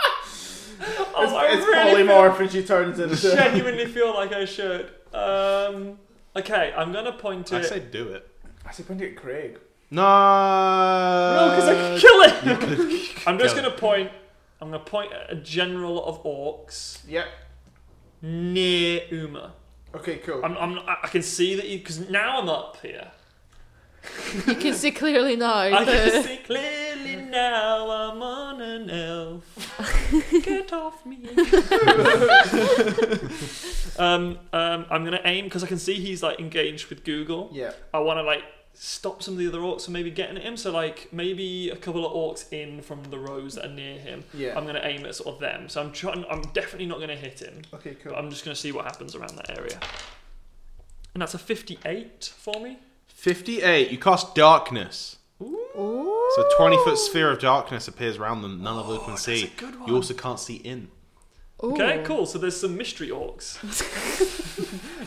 Speaker 4: oh,
Speaker 1: It's,
Speaker 4: I
Speaker 1: it's
Speaker 4: really
Speaker 1: polymorph, and she turns
Speaker 4: feel-
Speaker 1: into.
Speaker 4: genuinely feel like I should. Um, okay, I'm gonna point
Speaker 3: I
Speaker 4: it.
Speaker 3: say do it.
Speaker 1: I said, point it at Craig.
Speaker 3: No.
Speaker 4: no, because I
Speaker 3: No,
Speaker 4: can kill it. I'm just
Speaker 3: kill
Speaker 4: gonna point. I'm gonna point at a general of orcs
Speaker 1: Yep.
Speaker 4: near Uma.
Speaker 1: Okay. Cool.
Speaker 4: I'm, I'm, I can see that you because now I'm up here.
Speaker 2: You can see clearly now.
Speaker 4: I can
Speaker 2: The,
Speaker 4: see clearly now I'm on an elf. Get off me. um, um, I'm gonna aim because I can see he's like engaged with Google.
Speaker 1: yeah.
Speaker 4: I want to like stop some of the other orcs from maybe getting at him. So like maybe a couple of orcs in from the rows that are near him.
Speaker 1: Yeah.
Speaker 4: I'm gonna aim at sort of them. So I'm trying. I'm definitely not gonna hit him.
Speaker 1: okay. Cool.
Speaker 4: But I'm just gonna see what happens around that area. And that's a 58 for me.
Speaker 3: 58. You cast darkness.
Speaker 1: Ooh.
Speaker 3: So a 20 foot sphere of darkness appears around them. None of them can see.
Speaker 4: good
Speaker 3: You also can't see in.
Speaker 4: Okay,
Speaker 2: Ooh.
Speaker 4: cool. So there's some mystery orcs.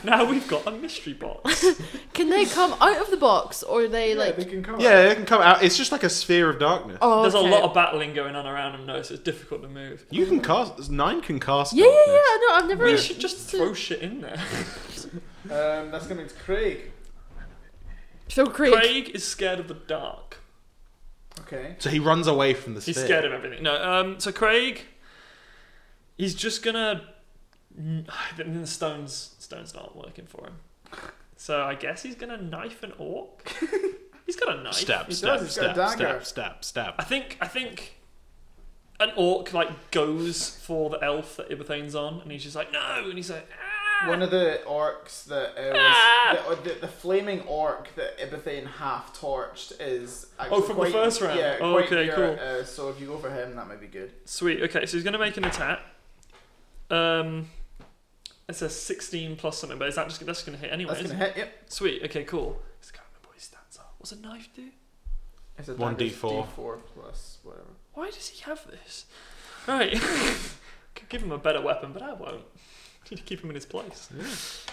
Speaker 4: now we've got a mystery box.
Speaker 2: Can they come out of the box or are they like?
Speaker 1: they can come.
Speaker 3: Yeah, it can come out. It's just like a sphere of darkness.
Speaker 2: Oh,
Speaker 4: There's a
Speaker 2: okay.
Speaker 4: lot of battling going on around them, though, so it's difficult to move.
Speaker 3: You can cast. Nine can cast.
Speaker 2: Yeah, yeah, yeah.
Speaker 3: darkness.
Speaker 2: No, I've never.
Speaker 4: We should just throw shit in there.
Speaker 1: Um, that's coming to Craig.
Speaker 2: So Craig.
Speaker 4: Craig is scared of the dark.
Speaker 1: Okay.
Speaker 3: So he runs away from the sphere.
Speaker 4: He's scared of everything. No, um, so Craig, he's just gonna. n- Then the stones, stones not working for him. So I guess he's gonna knife an orc. he's got a knife.
Speaker 3: Stab,
Speaker 1: He
Speaker 3: stab,
Speaker 1: does, he's got a
Speaker 3: stab, stab,
Speaker 1: dagger.
Speaker 3: stab, stab.
Speaker 4: I think. I think. An orc like goes for the elf that Ibethane's on, and he's just like no, and he's like ah.
Speaker 1: One of the orcs that uh, was the, the, the flaming orc that Ibethane half torched is actually
Speaker 4: from the
Speaker 1: quite-
Speaker 4: first round?
Speaker 1: Yeah,
Speaker 4: Oh,
Speaker 1: quite
Speaker 4: okay,
Speaker 1: near,
Speaker 4: cool.
Speaker 1: Uh, so if you go for him, that might be good.
Speaker 4: Sweet. Okay, so he's going to make an attack. Um, it's a 16 plus something, but is that just that's going to hit anyway?
Speaker 1: That's
Speaker 4: isn't
Speaker 1: gonna
Speaker 4: it?
Speaker 1: hit. Yep.
Speaker 4: Sweet. Okay, cool. I just can't remember what his stats are. What's a knife do?
Speaker 1: It's a
Speaker 3: One
Speaker 1: dagger's
Speaker 3: D4.
Speaker 1: D4 plus whatever.
Speaker 4: Why does he have this? Right. Could give him a better weapon, but I won't. Need to keep him in his place.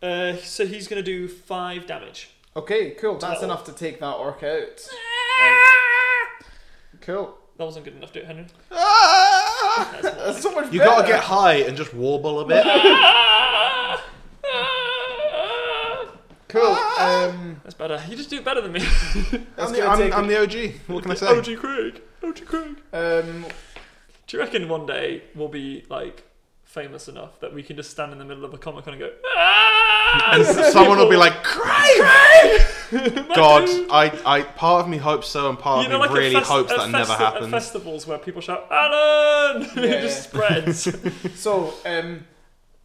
Speaker 4: Uh, so he's going to do five damage.
Speaker 1: Okay, cool. That's
Speaker 4: Twelve.
Speaker 1: enough to take that orc out. Cool.
Speaker 4: That wasn't good enough, did it, Henry?
Speaker 1: That's so much
Speaker 3: Ah! You
Speaker 1: better.
Speaker 3: gotta get high and just warble a bit.
Speaker 1: cool. Um,
Speaker 4: That's better. You just do it better than me.
Speaker 1: that's
Speaker 3: I'm, the,
Speaker 1: gonna
Speaker 3: I'm,
Speaker 1: take
Speaker 3: I'm the OG. What can I say?
Speaker 4: OG Craig. OG Craig.
Speaker 1: Um,
Speaker 4: Do you reckon one day we'll be like famous enough that we can just stand in the middle of a comic con and go? "Ah!"
Speaker 3: And
Speaker 4: some
Speaker 3: someone will be
Speaker 4: people-
Speaker 3: like, Crave! God, I, I, part of me hopes so, and part
Speaker 4: you know,
Speaker 3: of me
Speaker 4: like
Speaker 3: really
Speaker 4: at fest-
Speaker 3: hopes
Speaker 4: at
Speaker 3: that never
Speaker 4: festi- At
Speaker 3: happens.
Speaker 4: festivals where people shout Alan, and
Speaker 1: Yeah.
Speaker 4: it just spreads.
Speaker 1: so, um,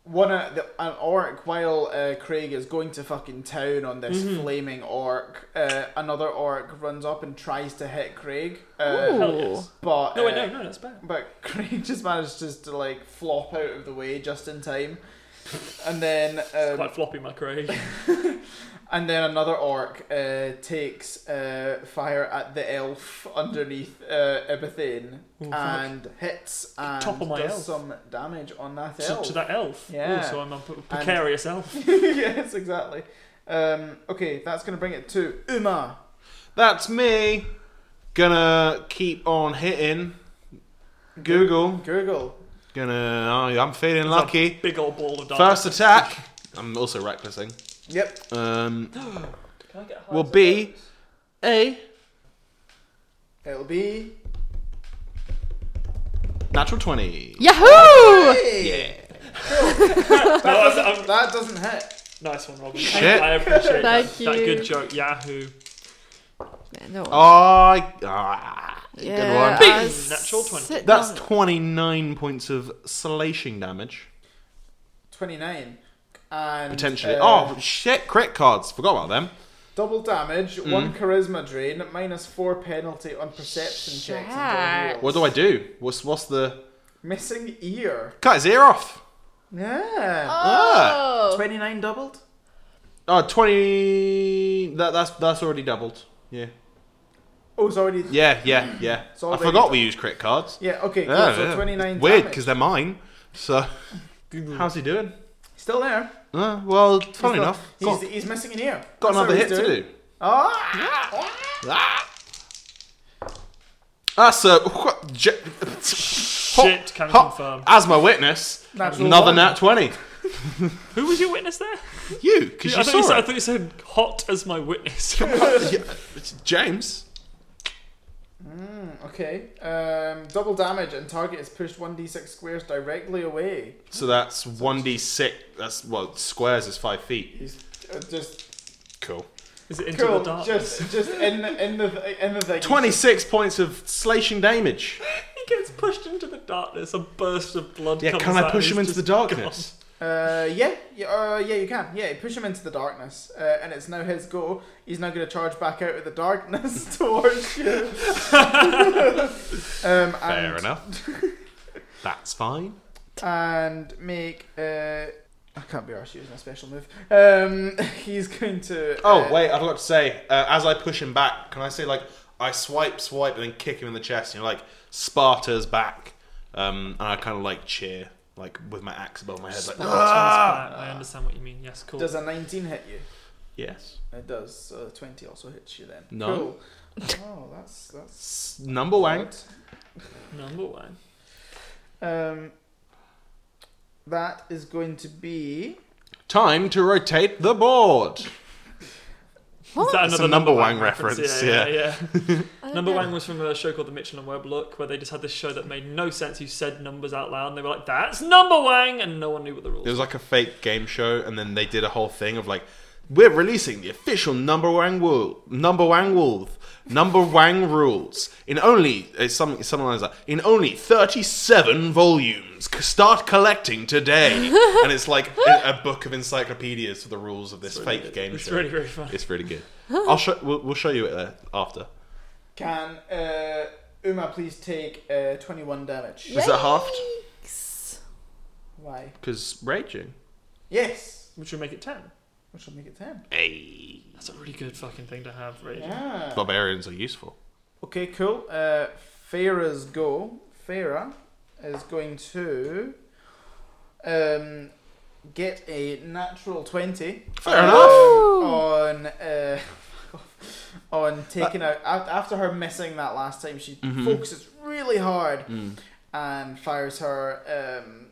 Speaker 1: one of the, an orc while uh, Craig is going to fucking town on this
Speaker 4: Mm-hmm.
Speaker 1: flaming orc, uh, another orc runs up and tries to hit Craig. Uh,
Speaker 4: Hell yes.
Speaker 1: but
Speaker 4: No, wait,
Speaker 1: uh,
Speaker 4: no, no, that's bad.
Speaker 1: But Craig just managed just to like flop out of the way just in time, and then um,
Speaker 4: Quite floppy, my Craig.
Speaker 1: and then another orc uh, takes uh, fire at the elf underneath uh, Ibethane
Speaker 4: Oh, fuck.
Speaker 1: and hits and
Speaker 4: Top of my
Speaker 1: does
Speaker 4: elf.
Speaker 1: some damage on that
Speaker 4: To,
Speaker 1: elf.
Speaker 4: to that elf. Ooh,
Speaker 1: Yeah.
Speaker 4: so I'm a p- precarious elf.
Speaker 1: yes, exactly. Um, okay, that's gonna bring it to Uma.
Speaker 3: That's me. Gonna keep on hitting. Google.
Speaker 1: Google.
Speaker 3: Gonna. oh, I'm feeling
Speaker 4: It's a
Speaker 3: lucky.
Speaker 4: Big old ball of darkness.
Speaker 3: First attack. I'm also recklessing.
Speaker 1: Yep.
Speaker 3: Um,
Speaker 4: Can I get high
Speaker 3: will
Speaker 4: as
Speaker 3: be a
Speaker 1: It'll be.
Speaker 3: natural twenty.
Speaker 2: Yahoo!
Speaker 1: Yeah.
Speaker 4: a- No, I'm- I'm-
Speaker 1: That doesn't hit.
Speaker 4: nice one, Robin.
Speaker 3: Shit.
Speaker 4: I appreciate
Speaker 2: Thank
Speaker 4: that. That
Speaker 2: you.
Speaker 4: good joke. Yahoo.
Speaker 2: No. uh,
Speaker 3: I. ah, Oh, good one.
Speaker 4: Bing! Natural 20.
Speaker 3: That's 29 points of slashing damage.
Speaker 1: Twenty nine. And
Speaker 3: Potentially.
Speaker 1: uh,
Speaker 3: oh, shit, crit cards. Forgot about them.
Speaker 1: Double damage,
Speaker 3: Hmm.
Speaker 1: one charisma drain, minus four penalty on perception checks. And
Speaker 2: Shucks.
Speaker 3: What do I do? What's what's the.
Speaker 1: Missing ear.
Speaker 3: Cut his ear off!
Speaker 1: Yeah.
Speaker 3: ah,
Speaker 2: Oh.
Speaker 1: 29 doubled?
Speaker 3: Oh, 20. That, that's, that's already doubled. Yeah.
Speaker 1: Oh, it's already. Yeah,
Speaker 3: Yeah, yeah, yeah.
Speaker 1: It's
Speaker 3: I
Speaker 1: already
Speaker 3: forgot we use crit cards.
Speaker 1: okay, cool.
Speaker 3: Yeah,
Speaker 1: so
Speaker 3: yeah.
Speaker 1: 29
Speaker 3: Weird,
Speaker 1: damage.
Speaker 3: because they're mine. So. How's he doing?
Speaker 1: Still there.
Speaker 3: Uh, well,
Speaker 1: He's
Speaker 3: funny
Speaker 1: not-
Speaker 3: enough.
Speaker 1: He's,
Speaker 3: Got,
Speaker 1: he's missing an ear.
Speaker 3: got
Speaker 1: That's
Speaker 3: another
Speaker 1: how
Speaker 3: hit
Speaker 1: he's
Speaker 3: to
Speaker 1: doing.
Speaker 3: do. Ah!
Speaker 1: Ah!
Speaker 3: That's a j-
Speaker 4: Shit, can
Speaker 3: hot-
Speaker 4: confirm.
Speaker 3: as my witness.
Speaker 1: Natural
Speaker 3: another
Speaker 1: one.
Speaker 3: nat twenty.
Speaker 4: Who was your witness there?
Speaker 3: You, because
Speaker 4: I
Speaker 3: you
Speaker 4: thought you
Speaker 3: saw
Speaker 4: said, I
Speaker 3: it.
Speaker 4: thought you said hot as my witness.
Speaker 3: Yeah, it's James.
Speaker 1: Hmm, Okay. Um, double damage, and target is pushed 1d6 squares directly away.
Speaker 3: So that's one d six. That's well, squares is five feet.
Speaker 1: He's uh, just.
Speaker 3: Cool.
Speaker 4: Is it into
Speaker 1: Cool.
Speaker 4: the darkness?
Speaker 1: Just, just in, the- in, the, in the thing.
Speaker 3: Twenty six points of slashing damage.
Speaker 4: He gets pushed into the darkness. A burst of blood.
Speaker 3: Yeah,
Speaker 4: comes
Speaker 3: can I
Speaker 4: out
Speaker 3: push
Speaker 4: and
Speaker 3: him
Speaker 4: he's
Speaker 3: into the
Speaker 4: just
Speaker 3: darkness?
Speaker 1: Uh, yeah, yeah, uh, yeah, you can. Yeah, push him into the darkness, uh, and it's now his go. He's now going to charge back out of the darkness towards you. um,
Speaker 3: Fair
Speaker 1: and,
Speaker 3: enough. That's fine.
Speaker 1: And make. Uh, I can't be arsed using a special move. Um, he's going to.
Speaker 3: Oh
Speaker 1: uh,
Speaker 3: wait, I forgot to say. Uh, as I push him back, can I say like I swipe, swipe, and then kick him in the chest? And you're like Sparta's back, Um, and I kind of like cheer, like with my axe above my head, like
Speaker 4: Spot turns
Speaker 3: "Ah!"
Speaker 4: back. I understand what you mean. Yes, cool.
Speaker 1: Does a 19 hit you?
Speaker 3: yes.
Speaker 1: It does. So the 20 also hits you then.
Speaker 3: No.
Speaker 1: Cool. Oh, that's that's
Speaker 3: S- Number one.
Speaker 1: odd.
Speaker 4: Number one.
Speaker 1: Um, that is going to be.
Speaker 3: Time to rotate the board.
Speaker 4: Is that
Speaker 3: It's
Speaker 4: another
Speaker 3: a number
Speaker 4: Wang
Speaker 3: Wang reference,
Speaker 4: yeah.
Speaker 2: I don't
Speaker 4: Number
Speaker 2: know.
Speaker 4: one was from a show called The Mitchell and Webb Look, where they just had this show that made no sense. You said numbers out loud, and they were like, "That's number wang," and no one knew what the rules.
Speaker 3: It was like a fake game show, and then they did a whole thing of like, we're releasing the official number one rule, number one wolf, number one rules in only uh, some something like that in only thirty seven volumes. C- Start collecting today, and it's like a, a book of encyclopedias for the rules of this fake game
Speaker 4: It's
Speaker 3: show.
Speaker 4: really, really fun.
Speaker 3: it's really good. I'll show. We'll, we'll show you it uh, after.
Speaker 1: Can uh, Uma please take uh, 21 damage?
Speaker 3: Is that halved?
Speaker 2: Yikes.
Speaker 1: Why?
Speaker 3: Because raging.
Speaker 1: Yes.
Speaker 4: Which would make it ten.
Speaker 1: Which will make it 10.
Speaker 3: Hey,
Speaker 4: That's a really good fucking thing to have, right?
Speaker 1: Yeah.
Speaker 3: barbarians are useful.
Speaker 1: Okay, cool. Uh, Farah's go. Farah is going to um, get a natural 20
Speaker 3: Fair enough.
Speaker 1: on uh, on taking out out. af- After her missing that last time, she
Speaker 3: Mhm.
Speaker 1: focuses really hard
Speaker 3: Mm.
Speaker 1: and fires her um,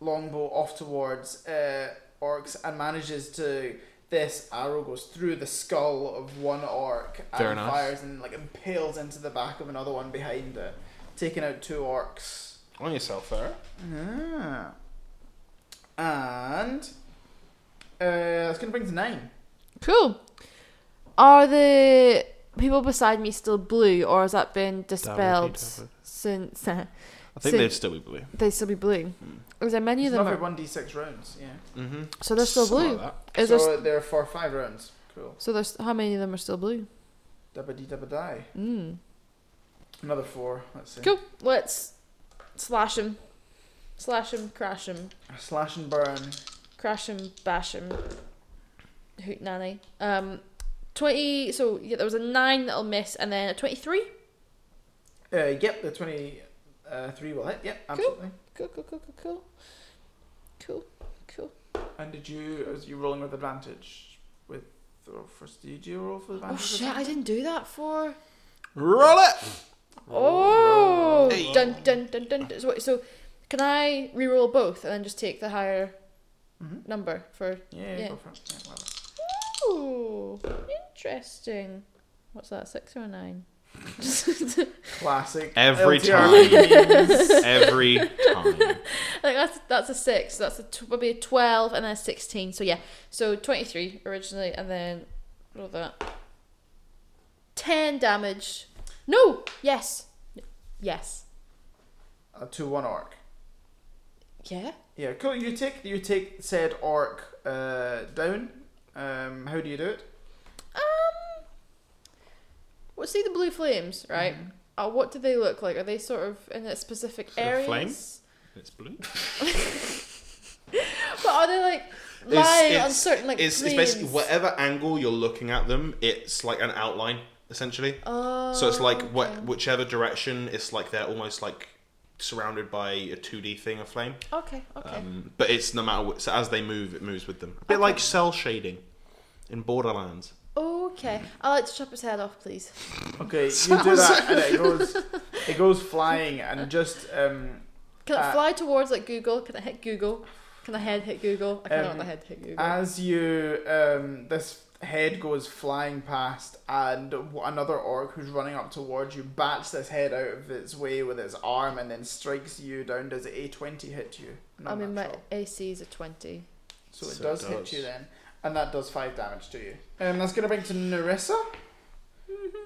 Speaker 1: longbow off towards uh, orcs and manages to. This arrow goes through the skull of one orc
Speaker 3: Fair
Speaker 1: and
Speaker 3: enough.
Speaker 1: fires and like impales into the back of another one behind it, taking out two orcs.
Speaker 3: Hmm. On yourself, Farah.
Speaker 1: Ah. And uh, that's gonna bring to nine.
Speaker 2: Cool. Are the people beside me still blue, or has that been dispelled
Speaker 3: double.
Speaker 2: since
Speaker 3: I
Speaker 2: think So- they'd
Speaker 3: still be blue.
Speaker 2: they still be blue? Is there many
Speaker 1: It's
Speaker 2: of them?
Speaker 1: another
Speaker 2: Are,
Speaker 1: one d six rounds. Yeah.
Speaker 3: Mm-hmm.
Speaker 2: so they're still blue. Is there,
Speaker 1: so
Speaker 2: s-
Speaker 1: there are four, five rounds. Cool.
Speaker 2: so there's how many of them are still blue?
Speaker 1: Dabba dee dabba die.
Speaker 2: Mm.
Speaker 1: Another four. Let's see.
Speaker 2: Cool. Let's slash him, slash him, crash him,
Speaker 1: Slash and burn.
Speaker 2: crash him, bash him, hoot nanny. Um, twenty. So yeah, there was a nine that'll miss, and then a twenty-three.
Speaker 1: Uh, yep, the twenty uh, three will hit. Yep, absolutely.
Speaker 2: Cool, cool, cool, cool, cool, cool, cool.
Speaker 1: And did you? Was you rolling with advantage? With or first? Did you roll for
Speaker 2: Oh
Speaker 1: advantage?
Speaker 2: shit! I didn't do that for.
Speaker 3: Roll it.
Speaker 2: Oh, dun, dun, dun, dun, dun. So, wait, so can I re-roll both and then just take the higher
Speaker 1: Mhm.
Speaker 2: number for?
Speaker 1: Yeah,
Speaker 2: Yeah.
Speaker 1: Go for it. Yeah, well.
Speaker 2: Ooh, interesting. What's that? Six or a nine?
Speaker 1: Classic.
Speaker 3: Every
Speaker 1: LTR memes.
Speaker 3: Every time.
Speaker 2: I think that's that's a six. So that's a tw- probably a twelve and then a sixteen. So yeah, so twenty-three originally, and then roll that. Ten damage. No. Yes. Yes.
Speaker 1: Uh, to one orc.
Speaker 2: Yeah.
Speaker 1: Yeah, cool. You take you take said orc uh, down. Um, how do you do it?
Speaker 2: Um. Well, see the blue flames, right?
Speaker 1: Mm-hmm.
Speaker 2: Uh, what do they look like? Are they sort of in a specific
Speaker 3: Sort of
Speaker 2: area?
Speaker 3: flame?
Speaker 2: areas?
Speaker 3: It's blue.
Speaker 2: But are they like lying on certain like
Speaker 3: it's, it's
Speaker 2: planes?
Speaker 3: basically whatever angle you're looking at them, it's like an outline essentially.
Speaker 2: Oh,
Speaker 3: so it's like
Speaker 2: okay.
Speaker 3: what whichever direction, it's like they're almost like surrounded by a 2D thing of flame.
Speaker 2: Okay. Okay.
Speaker 3: Um, but it's no matter what, so as they move, it moves with them. A bit
Speaker 2: Okay.
Speaker 3: like cell shading in Borderlands.
Speaker 2: okay. I like to chop his head off, please.
Speaker 1: Okay, you do that, and it goes it goes flying, and just um,
Speaker 2: Can
Speaker 1: Uh,
Speaker 2: it fly towards like Google? Can it hit Google? Can the head hit Google? I cannot
Speaker 1: Um,
Speaker 2: let the head hit Google.
Speaker 1: as you um, this head goes flying past, and w- another orc who's running up towards you bats this head out of its way with its arm, and then strikes you down. Does a twenty hit you? Not
Speaker 2: I mean, my
Speaker 1: natural.
Speaker 2: AC is a twenty.
Speaker 1: so it
Speaker 3: So it
Speaker 1: does
Speaker 3: does.
Speaker 1: hit you then, and that does five damage to you. Um, that's gonna bring to Narissa,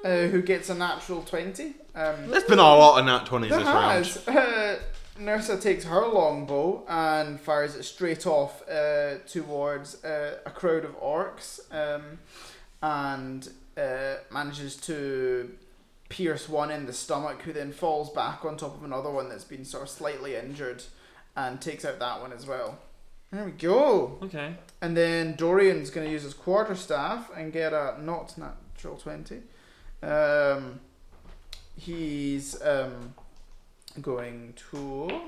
Speaker 1: uh, who gets a natural twenty. Um,
Speaker 3: There's been a lot of nat 20s
Speaker 1: There
Speaker 3: this round.
Speaker 1: has. Uh, Nursa takes her longbow and fires it straight off uh, towards uh, a crowd of orcs um, and uh, manages to pierce one in the stomach, who then falls back on top of another one that's been sort of slightly injured and takes out that one as well. There we go.
Speaker 4: Okay.
Speaker 1: And then Dorian's going to use his quarterstaff and get a not natural 20. Um, he's um, going to.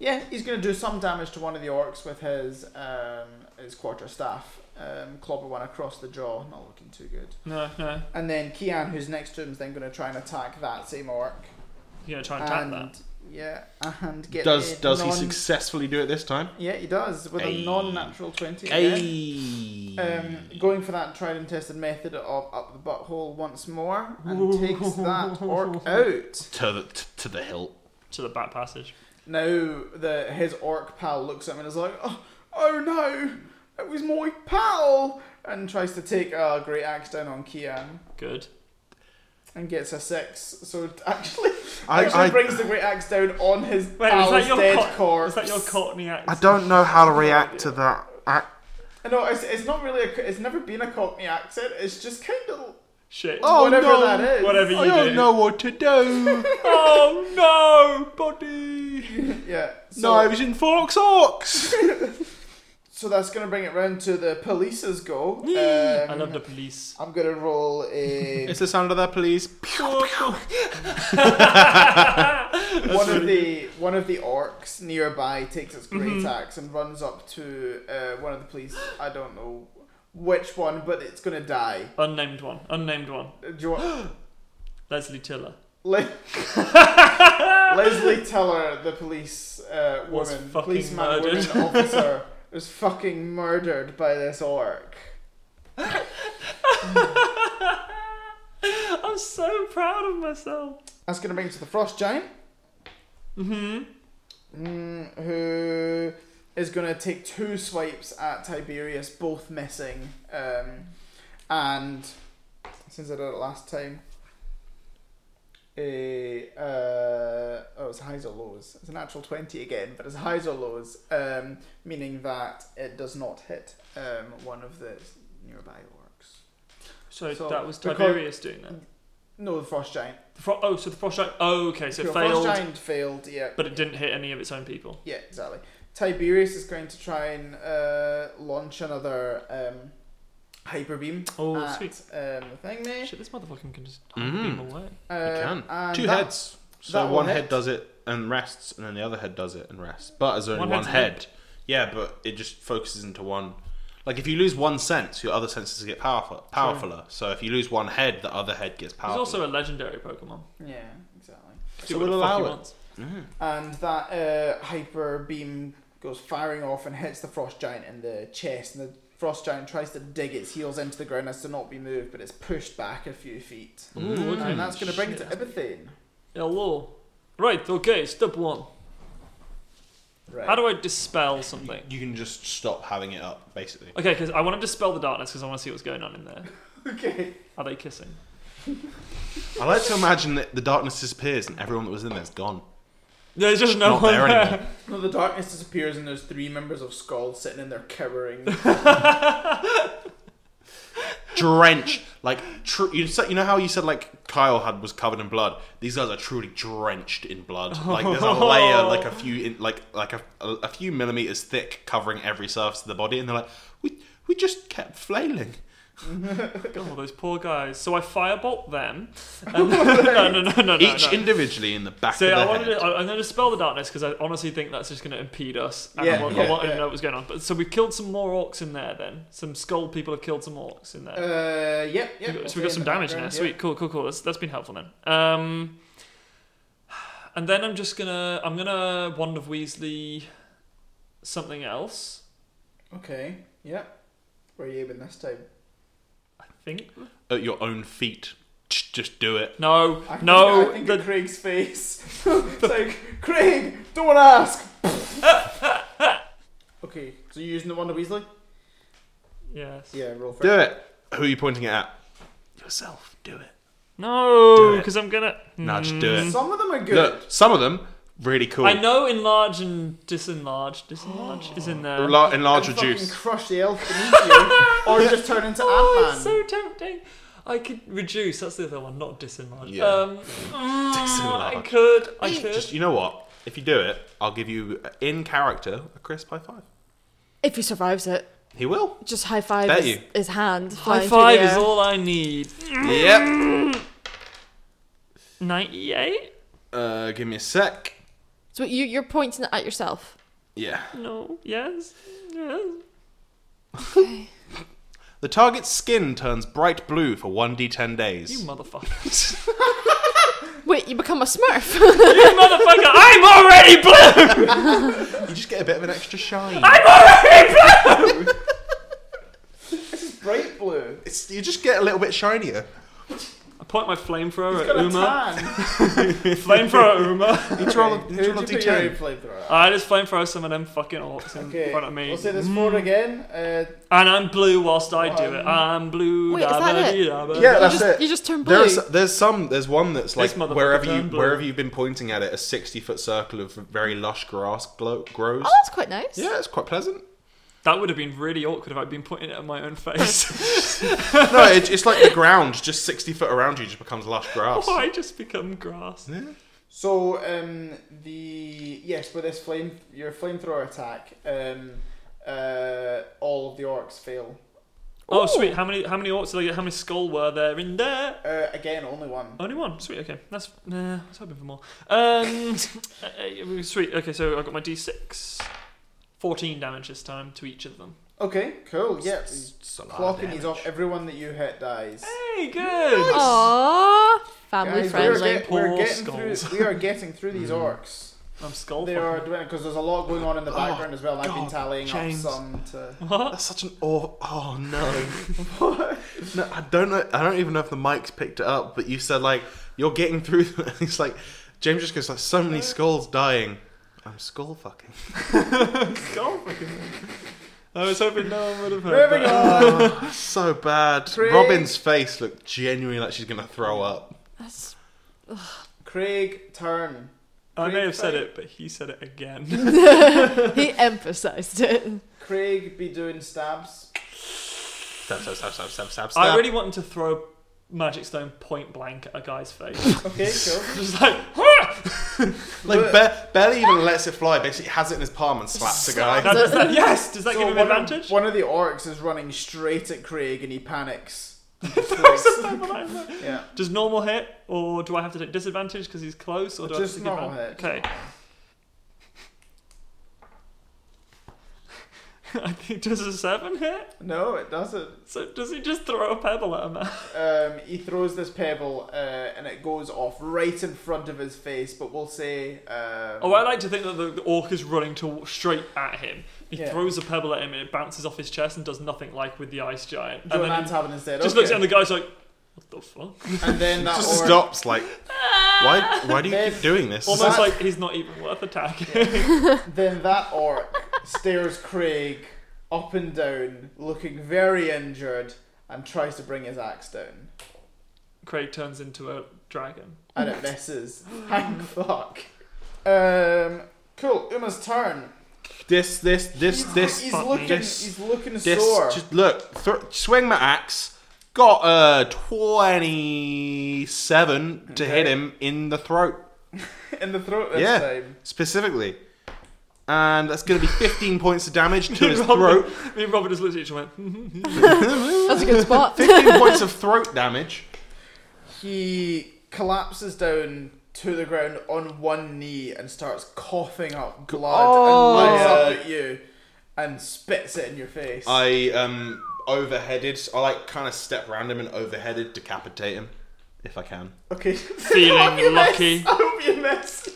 Speaker 1: Yeah, he's going to do some damage to one of the orcs with his um, his quarter staff. Um, clobber one across the jaw, not looking too good.
Speaker 4: No, no.
Speaker 1: And then Kian, who's next to him, is then going to try and attack that same orc.
Speaker 4: You're gonna try and attack
Speaker 1: and
Speaker 4: that.
Speaker 1: yeah, and get
Speaker 3: does
Speaker 1: a
Speaker 3: does he
Speaker 1: non-
Speaker 3: successfully do it this time?
Speaker 1: Yeah, he does with
Speaker 3: Ayy.
Speaker 1: a non-natural twenty. again.
Speaker 3: Ayy.
Speaker 1: Um, going for that tried and tested method of up the butthole once more and takes that orc out.
Speaker 3: to the t- to the hilt.
Speaker 4: To the back passage.
Speaker 1: Now the his orc pal looks at him and is like, "Oh, oh no, it was my pal!" and tries to take a great axe down on Kian
Speaker 4: Good.
Speaker 1: and gets a six. So it actually,
Speaker 3: I-
Speaker 1: actually
Speaker 3: I-
Speaker 1: brings the great axe down on his
Speaker 4: Wait, was
Speaker 1: pal's
Speaker 4: that your
Speaker 1: dead
Speaker 4: Cot-
Speaker 1: corpse.
Speaker 4: Was that your Courtney axe?
Speaker 3: I don't know how to react to that. I,
Speaker 1: Uh, No, it's, it's not really. A, it's never been a Cockney accent. It's just kind of
Speaker 4: Shit.
Speaker 3: Oh,
Speaker 1: whatever
Speaker 3: no.
Speaker 1: that is.
Speaker 4: Whatever you
Speaker 3: I don't
Speaker 4: do.
Speaker 3: know what to do.
Speaker 4: Oh no, buddy.
Speaker 1: Yeah. So,
Speaker 3: no, I was in Forks Ox.
Speaker 1: so that's gonna bring it round to the police's go.
Speaker 4: I
Speaker 1: Um,
Speaker 4: love the police.
Speaker 1: I'm gonna roll a
Speaker 3: it's the sound of that police.
Speaker 1: one of the one of the orcs nearby takes its great
Speaker 4: Mm-hmm.
Speaker 1: axe and runs up to uh, one of the police. I don't know which one, but it's gonna die.
Speaker 4: Unnamed one. Unnamed one.
Speaker 1: Do you want
Speaker 4: Leslie Tiller
Speaker 1: Le- Leslie Teller, the police uh,
Speaker 4: Was
Speaker 1: woman,
Speaker 4: fucking
Speaker 1: policeman, woman,
Speaker 4: murdered.
Speaker 1: officer, was fucking murdered by this orc.
Speaker 4: I'm so proud of myself.
Speaker 1: That's going to bring us to the Frost Giant,
Speaker 4: Mm-hmm.
Speaker 1: mm, who is going to take two swipes at Tiberius, both missing. Um, and since I did it last time, a, uh, oh, it's highs or lows. It's an actual 20 again, but it's highs or lows, um, meaning that it does not hit um, one of the nearby orcs.
Speaker 4: So,
Speaker 1: So,
Speaker 4: that was
Speaker 1: because-
Speaker 4: Tiberius doing that.
Speaker 1: No, the Frost Giant.
Speaker 4: The fro- oh, so the frost giant. Oh, okay, so
Speaker 1: The
Speaker 4: it
Speaker 1: Frost
Speaker 4: failed,
Speaker 1: Giant failed, yeah.
Speaker 4: but it didn't hit any of its own people.
Speaker 1: Yeah, exactly. Tiberius is going to try and uh, launch another um, hyper beam
Speaker 4: Oh,
Speaker 1: at
Speaker 4: sweet.
Speaker 1: Um, the thing there.
Speaker 4: Shit, this motherfucker can just
Speaker 3: Mm.
Speaker 4: beam away.
Speaker 1: Um, and
Speaker 3: Two
Speaker 1: that-
Speaker 3: heads. So
Speaker 1: that will
Speaker 3: one head
Speaker 1: hit.
Speaker 3: does it and rests, and then the other head does it and rests. But there's only
Speaker 4: One
Speaker 3: one,
Speaker 4: head's
Speaker 3: head. Yeah, but it just focuses into one. Like if you lose one sense, your other senses get powerful, powerfuler. So if you lose one head, the other head gets
Speaker 4: He's
Speaker 3: powerful.
Speaker 4: also a legendary Pokemon.
Speaker 1: Yeah, exactly.
Speaker 4: Do
Speaker 3: So
Speaker 4: what
Speaker 3: we'll
Speaker 4: the fuck
Speaker 3: allow
Speaker 4: he
Speaker 3: it.
Speaker 4: wants.
Speaker 3: Mm-hmm.
Speaker 1: And that uh, hyper beam goes firing off and hits the frost giant in the chest. And the frost giant tries to dig its heels into the ground as to not be moved, but it's pushed back a few feet.
Speaker 3: Mm.
Speaker 4: Ooh, okay.
Speaker 1: And that's going to bring it to
Speaker 4: Shit.
Speaker 1: Ibithane.
Speaker 4: Hello. Right, okay, step one.
Speaker 1: Right.
Speaker 4: How do I dispel something?
Speaker 3: You can just stop having it up, basically.
Speaker 4: Okay, because I want to dispel the darkness because I want to see what's going on in there.
Speaker 1: okay.
Speaker 4: Are they kissing?
Speaker 3: I like to imagine that the darkness disappears and everyone that was in there's gone.
Speaker 4: There's just no
Speaker 3: Not
Speaker 4: one
Speaker 3: there
Speaker 4: there.
Speaker 3: anymore.
Speaker 1: No, the darkness disappears, and there's three members of Skull sitting in there cowering.
Speaker 3: Drenched, like tr- you, said, you know how you said like Kyle had was covered in blood. These guys are truly drenched in blood. Like there's a layer, like a few, in, like like a, a, a few millimeters thick, covering every surface of the body, and they're like, we we just kept flailing.
Speaker 4: God, those poor guys. So I firebolt them. And no, no, no, no, no.
Speaker 3: Each
Speaker 4: no.
Speaker 3: individually in the back
Speaker 4: So
Speaker 3: of
Speaker 4: I
Speaker 3: the
Speaker 4: wanted
Speaker 3: head.
Speaker 4: to, I- I'm going to dispel the darkness because I honestly think that's just going to impede us. And I,
Speaker 1: Yeah,
Speaker 4: want, I
Speaker 1: yeah,
Speaker 4: wanted to
Speaker 1: yeah.
Speaker 4: know what's going on. But so we killed some more orcs in there. Then some skull people have killed some orcs in there.
Speaker 1: Uh, yep,
Speaker 4: We
Speaker 1: yep.
Speaker 4: got-
Speaker 1: I'll say
Speaker 4: so we got some
Speaker 1: the
Speaker 4: damage in there.
Speaker 1: background,
Speaker 4: Sweet, cool, cool, cool. That's that's been helpful then. Um, and then I'm just gonna I'm gonna wand of Weasley something else.
Speaker 1: yep. Okay, yep. Where are you aiming this time?
Speaker 4: I think
Speaker 3: At your own feet, just, just do it.
Speaker 4: no
Speaker 1: I think-
Speaker 4: no
Speaker 1: I think
Speaker 4: the-
Speaker 1: of Craig's face. it's like, Craig, don't want to ask! okay, so you're using the Wonder Weasley?
Speaker 4: yes
Speaker 1: Yeah, roll for
Speaker 3: Do it. Who are you pointing it at? Yourself. Do it. Do
Speaker 4: no
Speaker 3: it.
Speaker 4: because I'm gonna
Speaker 3: Nah, just do it.
Speaker 1: Some of them are good.
Speaker 3: Look, some of them really cool.
Speaker 4: Mm. I know enlarge and disenlarge disenlarge is in there.
Speaker 3: La- enlarge
Speaker 1: You
Speaker 3: reduce.
Speaker 1: fucking crush the elf beneath you, or just turn into
Speaker 4: Oh, it's
Speaker 1: Ant-Man.
Speaker 4: so tempting. I could reduce. That's the other one, not disenlarge.
Speaker 3: Yeah.
Speaker 4: Um, mm, I
Speaker 3: Disenlarge.
Speaker 4: could. I could.
Speaker 3: Just you know what? If you do it, I'll give you uh, in character a crisp high five.
Speaker 2: If he survives it,
Speaker 3: He will.
Speaker 2: just high five
Speaker 3: Bet
Speaker 2: his,
Speaker 3: you.
Speaker 2: his hand. flying
Speaker 4: High
Speaker 2: through
Speaker 4: five
Speaker 2: the
Speaker 4: is
Speaker 2: air.
Speaker 4: all I need.
Speaker 3: Yep.
Speaker 4: 98?
Speaker 3: Uh, give me a sec.
Speaker 2: So you you're pointing at yourself.
Speaker 3: Yeah.
Speaker 4: No. Yes. Yes.
Speaker 2: Okay.
Speaker 3: The target's skin turns bright blue for 1d10
Speaker 4: You
Speaker 3: days.
Speaker 4: motherfucker.
Speaker 2: Wait, you become a Smurf.
Speaker 4: you motherfucker. I'm already blue.
Speaker 3: You just get a bit of an extra shine.
Speaker 1: Bright blue.
Speaker 3: It's, you just get a little bit shinier.
Speaker 4: I point my flamethrower
Speaker 3: Uh,
Speaker 1: He's
Speaker 4: at
Speaker 1: got a
Speaker 4: Uma.
Speaker 1: tan.
Speaker 4: Flamethrower at Uma.
Speaker 3: Each roll of,
Speaker 1: Okay,
Speaker 3: each
Speaker 1: who'd
Speaker 3: roll of
Speaker 1: you put your
Speaker 3: d10.
Speaker 1: flamethrower at?
Speaker 4: I just flamethrower some of them fucking orcs in
Speaker 1: Okay,
Speaker 4: front of me. Mm.
Speaker 1: we'll say there's four again. Uh,
Speaker 4: And I'm blue whilst I do it.
Speaker 1: Um,
Speaker 4: I'm blue.
Speaker 2: Wait, is that it?
Speaker 4: da-ba-dee-da-ba.
Speaker 3: Yeah,
Speaker 2: you
Speaker 3: that's
Speaker 2: just
Speaker 3: it.
Speaker 2: you just turn blue.
Speaker 3: There's there's some there's one that's like
Speaker 4: This motherfucker
Speaker 3: wherever you
Speaker 4: turned blue.
Speaker 3: wherever you've been pointing at it, a sixty foot circle of very lush grass glow, grows.
Speaker 2: Oh, that's quite nice.
Speaker 3: Yeah, it's quite pleasant.
Speaker 4: That would have been really awkward if I'd been pointing it at my own face.
Speaker 3: No, it, it's like the ground just sixty foot around you just becomes lush grass.
Speaker 4: oh, I just become grass.
Speaker 3: Yeah.
Speaker 1: so um, the yes, with this flame, your flamethrower attack, um, uh, all of the orcs fail.
Speaker 4: Oh, sweet. How many how many orcs did I get? How many skull were there in there?
Speaker 1: Uh, again, only one.
Speaker 4: Only one. Sweet. Okay, that's. Nah, I was hoping for more. Um, uh, uh, sweet. Okay, so I got my d6. Fourteen damage this time to each of them.
Speaker 1: Okay, cool. Yeah,
Speaker 3: It's a lot of
Speaker 1: clocking
Speaker 3: damage.
Speaker 1: these off. Everyone that you hit dies.
Speaker 4: Hey, good.
Speaker 2: Aww,
Speaker 4: Ah,
Speaker 2: family
Speaker 1: Guys, we are,
Speaker 2: friendly.
Speaker 1: get- we're
Speaker 4: Poor
Speaker 1: getting
Speaker 4: skulls.
Speaker 1: through. We are getting through these orcs.
Speaker 4: I'm skull.
Speaker 1: They are doing because there's a lot going on in the
Speaker 3: Mm. Oh,
Speaker 1: background as well. and I've been
Speaker 3: God,
Speaker 1: tallying
Speaker 3: James.
Speaker 1: up some to.
Speaker 4: What?
Speaker 3: That's such an aw oh no. no, I don't know. I don't even know if the mics picked it up, but you said like you're getting through. Them. And it's like James just goes like so many skulls dying. I'm skull fucking.
Speaker 4: Skull. fucking- I was hoping no one would have heard.
Speaker 1: Moving
Speaker 4: that.
Speaker 1: on.
Speaker 3: Oh, so bad.
Speaker 1: Craig.
Speaker 3: Robin's face looked genuinely like she's gonna throw up.
Speaker 2: That's-
Speaker 1: Craig, turn.
Speaker 4: I may have said
Speaker 1: Great
Speaker 4: it, but he said it again.
Speaker 2: he emphasized it.
Speaker 1: Craig, be doing stabs.
Speaker 3: Stab, stab, stab, stab, stab, stab.
Speaker 4: I really want him to throw a magic stone point blank at a guy's face.
Speaker 1: Okay, cool.
Speaker 4: Just like
Speaker 3: like ba- barely even lets it fly. Basically, has it in his palm and slaps a guy.
Speaker 4: that, does that, yes. Does that
Speaker 1: So
Speaker 4: give him
Speaker 1: one of-
Speaker 4: advantage?
Speaker 1: One of the orcs is running straight at Craig and he panics. yeah.
Speaker 4: Does normal hit, or do I have to take disadvantage because he's close, or do
Speaker 1: Just
Speaker 4: I have to
Speaker 1: normal
Speaker 4: take advantage? Okay. I think does a seven hit?
Speaker 1: No, it doesn't.
Speaker 4: So does he just throw a pebble at a man?
Speaker 1: Um, he throws this pebble uh, and it goes off right in front of his face, but we'll say. Um,
Speaker 4: Oh, I like to think that the, the orc is running to straight at him. He
Speaker 1: Yeah.
Speaker 4: throws a pebble at him, and it bounces off his chest and does nothing like with the ice giant.
Speaker 1: do
Speaker 4: And
Speaker 1: an
Speaker 4: then he
Speaker 1: antagonist instead.
Speaker 4: just
Speaker 1: okay.
Speaker 4: looks at him, and the guy's like, "What the fuck?"
Speaker 1: And then that
Speaker 3: Just
Speaker 1: orc.
Speaker 3: stops. Like, why? Why do you
Speaker 1: Bev-
Speaker 3: keep doing this?
Speaker 4: Almost
Speaker 1: that-
Speaker 4: like he's not even worth attacking.
Speaker 1: Then that orc stares Craig up and down, looking very injured, and tries to bring his axe down.
Speaker 4: Craig turns into a dragon.
Speaker 1: And it misses. Thank fuck. Um, cool. Uma's turn.
Speaker 3: This, this, this, this.
Speaker 1: He's
Speaker 4: fuck
Speaker 1: looking.
Speaker 3: this-
Speaker 1: he's looking
Speaker 3: This,
Speaker 1: sore.
Speaker 3: just look, thro- swing my axe. Got a twenty-seven to hit
Speaker 1: Okay.
Speaker 3: him in the throat
Speaker 1: in the throat this
Speaker 3: Yeah.
Speaker 1: time.
Speaker 3: specifically, and that's going to be fifteen points of damage to his
Speaker 4: Robert-
Speaker 3: throat.
Speaker 4: Me and Robert just looked at each other and went,
Speaker 2: That's a good spot.
Speaker 3: Fifteen points of throat damage.
Speaker 1: He collapses down to the ground on one knee and starts coughing up blood and looks
Speaker 3: Oh.
Speaker 1: up at you and spits it in your face.
Speaker 3: I um overheaded. I like kind of step around him and overheaded decapitate him if I can.
Speaker 1: okay.
Speaker 4: feeling lucky.
Speaker 1: I hope you missed.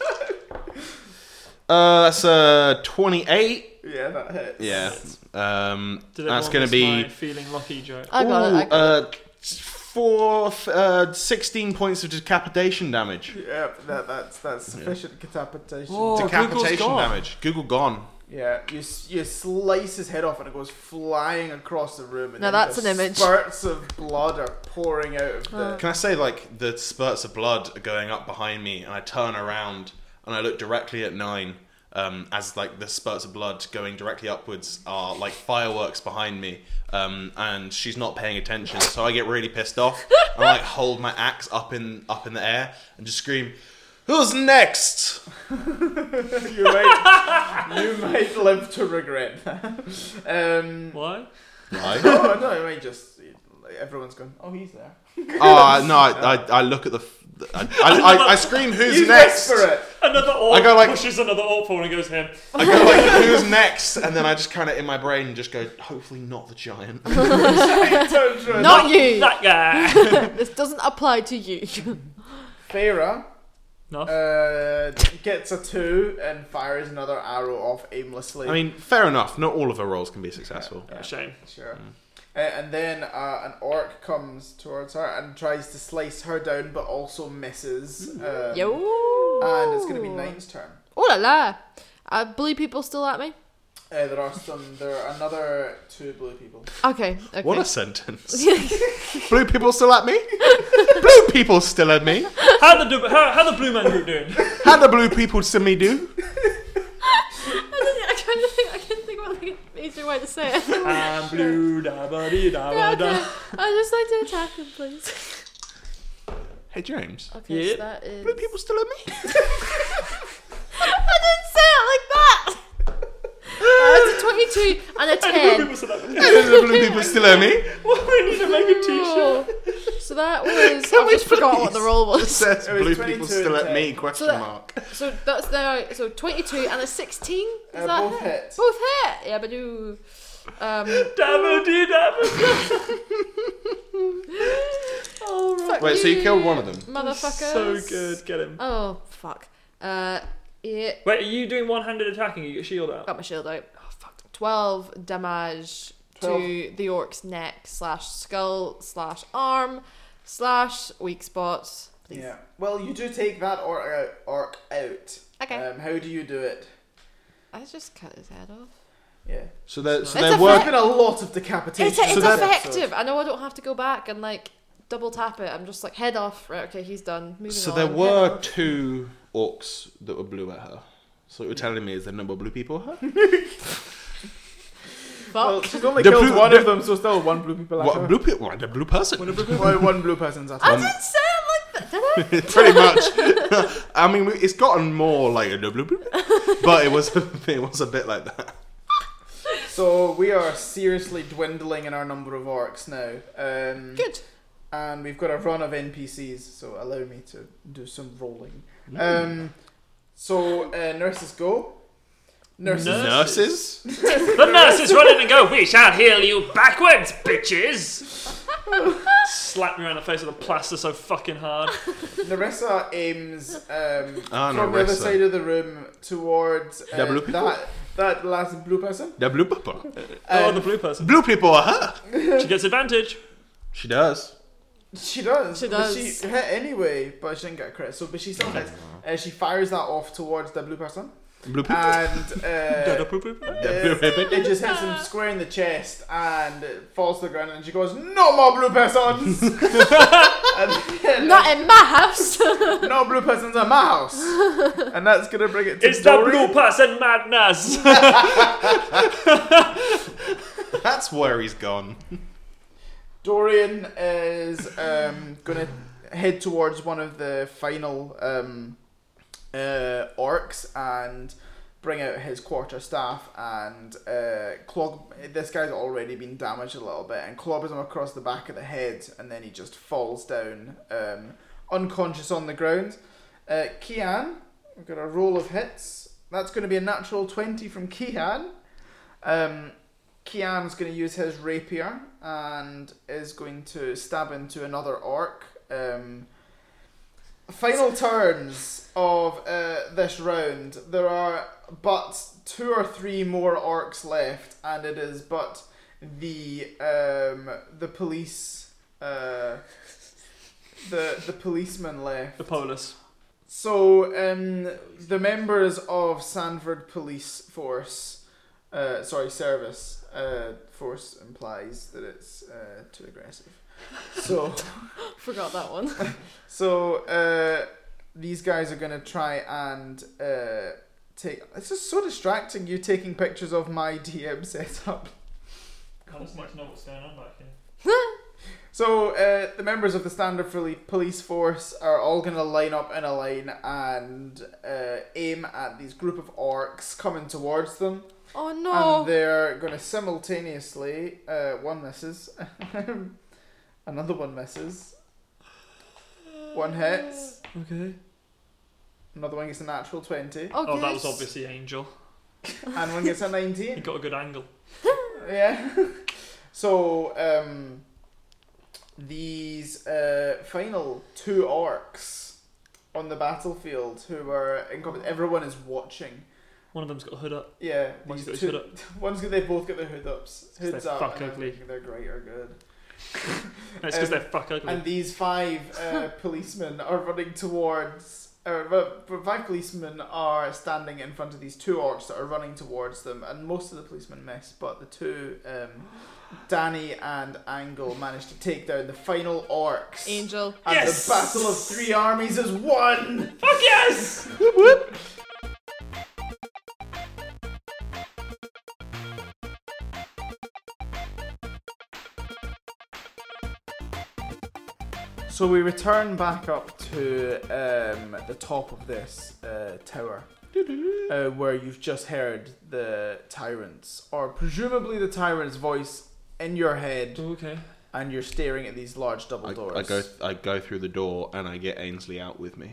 Speaker 3: Uh, that's a twenty-eight.
Speaker 1: yeah, that hits.
Speaker 3: Yeah. Um,
Speaker 4: Did
Speaker 3: that's going
Speaker 4: everyone
Speaker 3: to
Speaker 4: miss
Speaker 3: be
Speaker 4: my feeling lucky joke.
Speaker 2: I got it.
Speaker 3: Ooh,
Speaker 2: I got
Speaker 3: uh, four, f- uh, 16 points of decapitation damage.
Speaker 1: Yep, that, that's that's sufficient decapitation.
Speaker 4: Whoa. Oh,
Speaker 3: decapitation
Speaker 4: Google's gone.
Speaker 3: damage. Google gone.
Speaker 1: Yeah, you s- you slice his head off and it goes flying across the room. And
Speaker 2: Now
Speaker 1: then
Speaker 2: that's
Speaker 1: just
Speaker 2: an image.
Speaker 1: Spurts of blood are pouring out of the.
Speaker 3: Can I say, like, the spurts of blood are going up behind me, and I turn around and I look directly at nine. Um, as like the spurts of blood going directly upwards are like fireworks behind me, um, and she's not paying attention, so I get really pissed off. and I like hold my axe up in up in the air and just scream, "Who's next?"
Speaker 1: you might you might live to regret that. Um,
Speaker 4: Why?
Speaker 3: Right.
Speaker 1: no, no, it might just like, everyone's gone. Oh, he's there.
Speaker 3: Oh no! I, I, I look at the f- I, I, I, I scream, who's
Speaker 1: you
Speaker 3: next?
Speaker 1: whisper it.
Speaker 4: Another orc
Speaker 3: I go like-
Speaker 4: pushes another orc forward and goes him.
Speaker 3: I go like, who's next? And then I just kind of in my brain just go, hopefully not the giant.
Speaker 1: Turns
Speaker 3: uh,
Speaker 1: around.
Speaker 2: Not you.
Speaker 4: That guy.
Speaker 2: this doesn't apply to you.
Speaker 1: Feyre
Speaker 4: no.
Speaker 1: uh, gets a two and fires another arrow off aimlessly.
Speaker 3: I mean, fair enough. Not all of her roles can be successful.
Speaker 1: Yeah.
Speaker 4: Shame.
Speaker 1: Sure.
Speaker 3: Mm.
Speaker 1: Uh, and then uh, an orc comes towards her and tries to slice her down, but also misses. Um,
Speaker 2: Yo.
Speaker 1: And it's going to be Nine's turn.
Speaker 2: Oh la la. Are blue people still at me?
Speaker 1: Uh, there are some. There are another two blue people.
Speaker 2: Okay. Okay.
Speaker 3: What a sentence. Blue people still at me? Blue people still at me?
Speaker 4: How the du- how, how the blue man group doing?
Speaker 3: How the blue people still me do?
Speaker 2: I, don't, I can't think. I can't think of an easier way to say it.
Speaker 4: I'm blue da ba dee da
Speaker 2: Yeah,
Speaker 4: ba
Speaker 2: okay.
Speaker 4: da.
Speaker 2: I'd just like to attack him, please.
Speaker 3: Hey, James.
Speaker 2: Okay,
Speaker 4: Yeah.
Speaker 2: so that is.
Speaker 3: Blue people still at me?
Speaker 2: I didn't say it like that! That's a 22 and a
Speaker 4: I know
Speaker 2: 10.
Speaker 4: people said that.
Speaker 3: the blue people still at me?
Speaker 4: What we need to make a t-shirt.
Speaker 2: Oh. So that was.
Speaker 3: Can
Speaker 2: I
Speaker 3: we
Speaker 2: just forgot what
Speaker 3: please?
Speaker 2: the roll was.
Speaker 3: Says
Speaker 1: It was
Speaker 3: blue
Speaker 1: 22
Speaker 3: people still
Speaker 1: and
Speaker 3: at me?
Speaker 1: 10.
Speaker 3: Question
Speaker 2: So that-
Speaker 3: mark.
Speaker 2: So that's now. So 22 and a 16? Is
Speaker 1: Uh,
Speaker 2: that
Speaker 1: both
Speaker 2: hit?
Speaker 1: hit.
Speaker 2: Both hit! Yeah, but do. Um,
Speaker 4: Dabba dee dabba. dee.
Speaker 2: fuck
Speaker 3: Wait, so you killed one of them?
Speaker 2: Motherfuckers.
Speaker 4: So good. Get him.
Speaker 2: Oh, fuck. Uh, yeah.
Speaker 4: Wait, are you doing one-handed attacking? You get shield out.
Speaker 2: Got my shield out. Oh, fuck. 12 damage to the orc's neck slash skull slash arm slash weak spots. Please.
Speaker 1: Yeah. Well, you do take that orc out. Orc out.
Speaker 2: Okay.
Speaker 1: Um, how do you do it?
Speaker 2: I just cut his head off.
Speaker 1: Yeah.
Speaker 3: So there, so
Speaker 2: It's
Speaker 3: there
Speaker 2: a
Speaker 3: were
Speaker 1: There's been a lot of decapitation.
Speaker 2: It's, it's
Speaker 3: So that-
Speaker 2: effective. I know I don't have to go back and like double tap it. I'm just like head off. Right, okay, he's done. Moving
Speaker 3: So
Speaker 2: on.
Speaker 3: there
Speaker 2: Head
Speaker 3: were
Speaker 2: off.
Speaker 3: two orcs that were blue at her. So what you're telling me is the number of blue people at her?
Speaker 1: Well,
Speaker 2: Fuck.
Speaker 1: she's only
Speaker 3: The
Speaker 1: killed
Speaker 3: blue-
Speaker 1: one
Speaker 3: the-
Speaker 1: of them, so still one blue people. at her.
Speaker 3: What blue people? The blue person?
Speaker 1: Well, one blue person's at
Speaker 2: I
Speaker 1: her.
Speaker 2: didn't say it like that, did I?
Speaker 3: Pretty much. I mean, it's gotten more like a blue, blue, blue. but it was it was a bit like that.
Speaker 1: So we are seriously dwindling in our number of orcs now. Um,
Speaker 2: Good.
Speaker 1: and we've got a run of NPCs, so allow me to do some rolling. Um, so uh, nurses go. Nurses.
Speaker 4: Nurses.
Speaker 3: Nurses.
Speaker 4: The nurse is running and go, We shall heal you backwards, bitches! Slap me around the face with a plaster so fucking hard.
Speaker 2: Uh,
Speaker 1: Narissa aims um,
Speaker 3: Ah,
Speaker 1: from the other
Speaker 3: Narissa.
Speaker 1: side of the room towards uh,
Speaker 3: The blue people?
Speaker 1: that that last blue person.
Speaker 3: The blue people.
Speaker 4: oh,
Speaker 1: Um,
Speaker 4: the blue person.
Speaker 3: Blue people are her.
Speaker 4: She gets advantage.
Speaker 3: She does.
Speaker 1: She does.
Speaker 2: She
Speaker 1: but
Speaker 2: does.
Speaker 1: she hit anyway, but she didn't get a crit. So, but she still hits.
Speaker 3: Mm-hmm.
Speaker 1: Uh, she fires that off towards the blue person,
Speaker 3: Blue people.
Speaker 1: and uh,
Speaker 4: Da-da-poo-poo.
Speaker 3: The blue people.
Speaker 1: it just hits him square in the chest and it falls to the ground. And she goes, "No more blue persons." and then,
Speaker 2: Not in my house.
Speaker 1: no blue persons at my house. And that's gonna bring it to
Speaker 4: It's the
Speaker 1: Dory.
Speaker 4: blue person madness!
Speaker 3: That's where he's gone.
Speaker 1: Dorian is um, gonna head towards one of the final um, uh, orcs and bring out his quarter staff and uh, clog. This guy's already been damaged a little bit and clobbers him across the back of the head, and then he just falls down um, unconscious on the ground. Uh, Kian, we've got a roll of hits. That's going to be a natural twenty from Kian. Um, Kian's going to use his rapier and is going to stab into another orc. Um, final turns of uh, this round. There are but two or three more orcs left, and it is but the um, the police uh, the the policeman left.
Speaker 4: the Polis.
Speaker 1: So, um, the members of Sanford Police Force, uh, sorry, Service uh, Force implies that it's uh, too aggressive. So,
Speaker 2: Forgot that one.
Speaker 1: so uh, these guys are gonna try and uh, take. It's just so distracting. You taking pictures of my DM setup.
Speaker 4: I just need to know what's going on back here.
Speaker 1: So uh, the members of the standard Poli- police force are all going to line up in a line and uh, aim at these group of orcs coming towards them,
Speaker 2: Oh no.
Speaker 1: and they're going to simultaneously uh, one misses, another one misses, One hits.
Speaker 4: Okay.
Speaker 1: Another one gets a natural 20.
Speaker 2: Oh,
Speaker 4: Oh, that
Speaker 2: good.
Speaker 4: was obviously Angel.
Speaker 1: And one gets a
Speaker 4: He
Speaker 1: 19.
Speaker 4: got a good angle.
Speaker 1: Yeah. so, um, these uh, final two orcs on the battlefild who are incompetent, everyone is watching.
Speaker 4: One of them's got a hood up.
Speaker 1: Yeah,
Speaker 4: One's
Speaker 1: these
Speaker 4: got his
Speaker 1: two,
Speaker 4: hood up.
Speaker 1: one's good. They both got their hood ups,
Speaker 4: they're
Speaker 1: hoods up.
Speaker 4: fuck
Speaker 1: and I
Speaker 4: ugly.
Speaker 1: think They're great or good.
Speaker 4: No, it's because
Speaker 1: Um,
Speaker 4: they're fuck ugly.
Speaker 1: And these five uh, policemen are running towards. Or, but five policemen are standing in front of these two orcs that are running towards them, and most of the policemen miss, but the two, um, Danny and Angle, manage to take down the final orcs.
Speaker 2: Angel.
Speaker 1: And
Speaker 4: Yes!
Speaker 1: the battle of three armies is won!
Speaker 4: Fuck yes!
Speaker 1: So we return back up to um, the top of this uh, tower, uh, where you've just heard the tyrant's, or presumably the tyrant's voice in your head,
Speaker 4: Okay.
Speaker 1: and you're staring at these large double
Speaker 3: I,
Speaker 1: doors.
Speaker 3: I go I go through the door and I get Ainsley out with me.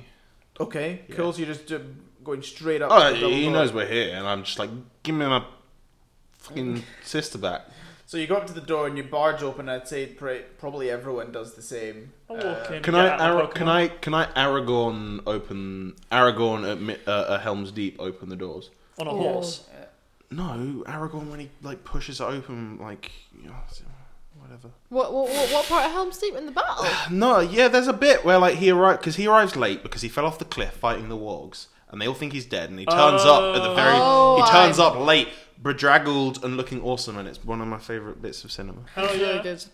Speaker 1: Okay,
Speaker 3: Yeah.
Speaker 1: cool. So you're just uh, going straight up.
Speaker 3: Oh,
Speaker 1: to the double
Speaker 3: he
Speaker 1: door.
Speaker 3: knows we're here, and I'm just like, give me my fucking sister back.
Speaker 1: So you go up to the door and you barge open. I'd say pr- probably everyone does the same.
Speaker 4: I'll walk in. and
Speaker 3: Can
Speaker 4: get
Speaker 3: I,
Speaker 4: out my
Speaker 3: Ara-
Speaker 4: Pokemon.
Speaker 3: can I can I Aragorn open Aragorn at Mi- uh, uh, Helm's Deep open the doors?
Speaker 4: On a
Speaker 2: Oh.
Speaker 4: horse.
Speaker 3: No, Aragorn when he like pushes it open like you know, whatever.
Speaker 2: What, what, what, what part of Helm's Deep in the battle?
Speaker 3: No, yeah, there's a bit where like he arrived because he arrives late because he fell off the cliff fighting the wargs, and they all think he's dead, and he turns up at the very
Speaker 2: Oh,
Speaker 3: he turns
Speaker 2: I-
Speaker 3: up late, bedraggled and looking awesome, and it's one of my favorite bits of cinema.
Speaker 4: Hell yeah.
Speaker 2: good.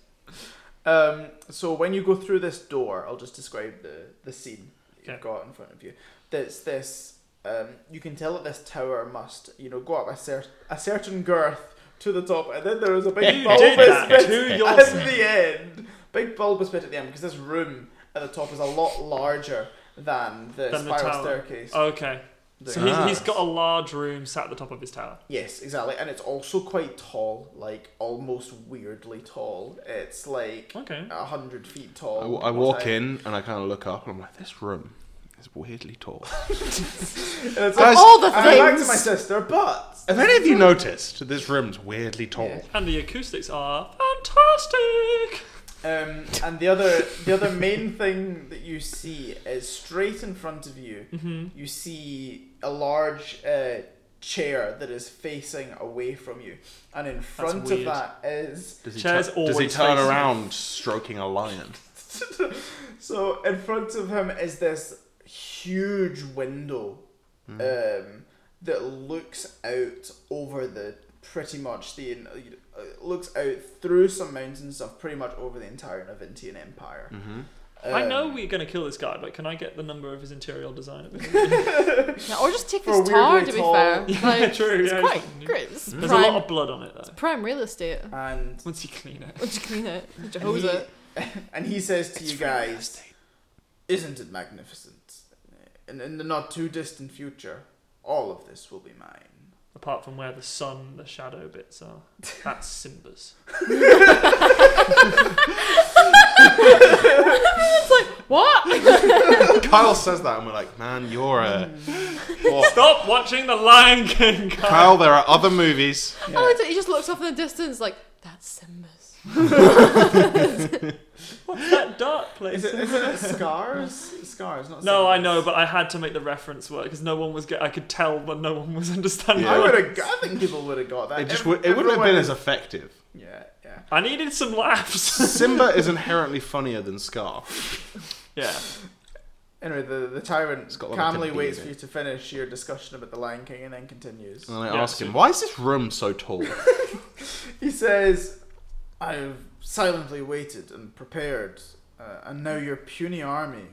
Speaker 1: Um, so when you go through this door, I'll just describe the, the scene that
Speaker 4: Okay.
Speaker 1: you've got in front of you. There's this. Um, you can tell that this tower must, you know, go up a, cer- a certain girth to the top, and then there is a big
Speaker 4: You
Speaker 1: bulbous
Speaker 4: did that
Speaker 1: bit
Speaker 4: to
Speaker 1: at
Speaker 4: yourself.
Speaker 1: the end. Big bulbous bit at the end because this room at the top is a lot larger than the
Speaker 4: Than the
Speaker 1: spiral
Speaker 4: tower. Oh.
Speaker 1: staircase.
Speaker 4: Okay.
Speaker 1: that
Speaker 4: So
Speaker 1: goes
Speaker 4: he's,
Speaker 1: up.
Speaker 4: he's got a large room sat at the top of his tower.
Speaker 1: Yes, exactly, and it's also quite tall, like almost weirdly tall. It's like
Speaker 4: Okay.
Speaker 1: a hundred feet
Speaker 3: I,
Speaker 1: tall.
Speaker 3: w- I walk
Speaker 1: in.
Speaker 3: in and I kind of look up, and I'm like, this room is weirdly tall.
Speaker 1: And it's
Speaker 3: Guys,
Speaker 1: like,
Speaker 2: All the
Speaker 1: I'm back to my
Speaker 2: things.
Speaker 1: sister, but
Speaker 3: Have any of you noticed this room's weirdly tall?
Speaker 4: And the acoustics are fantastic.
Speaker 1: um, and the other the other main thing that you see is straight in front of you.
Speaker 2: Mm-hmm.
Speaker 1: You see a large uh, chair that is facing away from you, and in front of
Speaker 4: weird.
Speaker 1: that is
Speaker 3: Does he,
Speaker 4: Chairs
Speaker 3: tu- does he
Speaker 4: always
Speaker 3: turn
Speaker 4: face-
Speaker 3: around stroking a lion?
Speaker 1: so in front of him is this huge window um, that looks out over the pretty much the en- uh, looks out through some mountains and stuff pretty much over the entire Navintian
Speaker 3: Hmm.
Speaker 1: Empire.
Speaker 4: I
Speaker 1: Um,
Speaker 4: know we're going to kill this guy, but can I get the number of his interior designer?
Speaker 2: Yeah, or just take
Speaker 1: For a
Speaker 2: this tower,
Speaker 1: weirdly
Speaker 2: to be
Speaker 1: tall-
Speaker 2: fair. Like,
Speaker 4: true,
Speaker 2: It's
Speaker 4: yeah.
Speaker 2: quite great. This is
Speaker 4: There's a
Speaker 2: prime,
Speaker 4: lot of blood on it, though.
Speaker 2: prime real estate.
Speaker 1: And
Speaker 4: Once you clean it.
Speaker 2: Would you clean it? Would you
Speaker 1: and
Speaker 2: hose
Speaker 1: he,
Speaker 2: it?
Speaker 1: and he says to
Speaker 3: It's
Speaker 1: you
Speaker 3: real
Speaker 1: guys, "Isn't it magnificent? And in the not too distant future, all of this will be mine."
Speaker 4: Apart from where the sun, the shadow bits are. That's Simba's.
Speaker 2: What?
Speaker 3: Kyle says that, and we're like, man, you're a. What?
Speaker 4: Stop watching The Lion King, Kyle.
Speaker 3: Kyle, there are other movies.
Speaker 2: I
Speaker 4: Oh,
Speaker 2: liked it. Oh, He just looks off in the distance like, that's Simba's.
Speaker 4: What's that dark place?
Speaker 1: Is it, isn't it scars? scars, not
Speaker 4: No, I
Speaker 1: symbols.
Speaker 4: know, but I had to make the reference work because no one was. Get- I could tell that no one was understanding.
Speaker 3: Yeah.
Speaker 1: I
Speaker 4: what
Speaker 1: would have. I think people would have got that.
Speaker 3: It just
Speaker 1: Ev-
Speaker 3: would, it wouldn't have been
Speaker 1: everyone-
Speaker 3: as effective.
Speaker 1: Yeah, yeah.
Speaker 4: I needed some laughs.
Speaker 3: Simba is inherently funnier than Scar.
Speaker 4: yeah.
Speaker 1: Anyway, the the tyrant
Speaker 3: It's got like a
Speaker 1: calmly
Speaker 3: dip
Speaker 1: waits
Speaker 3: in
Speaker 1: for
Speaker 3: it. Uh-huh.
Speaker 1: you to finish your discussion about the Lion King and then continues.
Speaker 3: And I
Speaker 4: Yeah,
Speaker 3: ask him,
Speaker 4: so-
Speaker 3: why is this room so tall?
Speaker 1: He says, "I've silently waited and prepared, uh, and now your puny army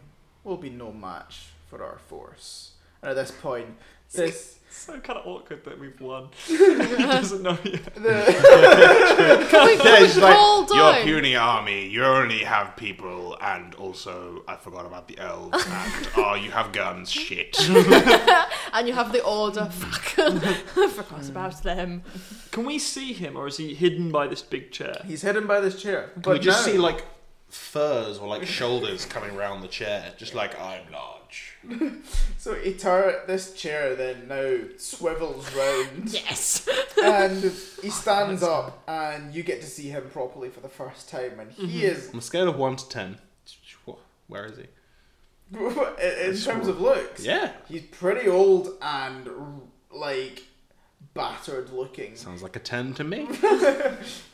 Speaker 1: will be no match for our force." And at this point, this
Speaker 4: So kind of awkward that we've won. he doesn't know yet.
Speaker 1: the
Speaker 2: Can we
Speaker 3: Yeah, he's like,
Speaker 2: call down?
Speaker 3: puny army, you only have people, and also, I forgot about the elves, and oh, you have guns, shit.
Speaker 2: and you have the order. Fuck. I forgot about them.
Speaker 4: Can we see him, or is he hidden by this big chair?
Speaker 1: he's hidden by this chair.
Speaker 3: Can
Speaker 1: but
Speaker 3: we just
Speaker 1: now-
Speaker 3: see like furs or like shoulders coming round the chair, just like I'm large.
Speaker 1: So Itar, this chair then now swivels round,
Speaker 2: Yes.
Speaker 1: and he stands up, and you get to see him properly for the first time, and he is
Speaker 3: On a scale of one to ten, wh- where is he?
Speaker 1: in- in terms of looks.
Speaker 3: Yeah,
Speaker 1: He's pretty old and like battered looking.
Speaker 3: sounds like a ten to me.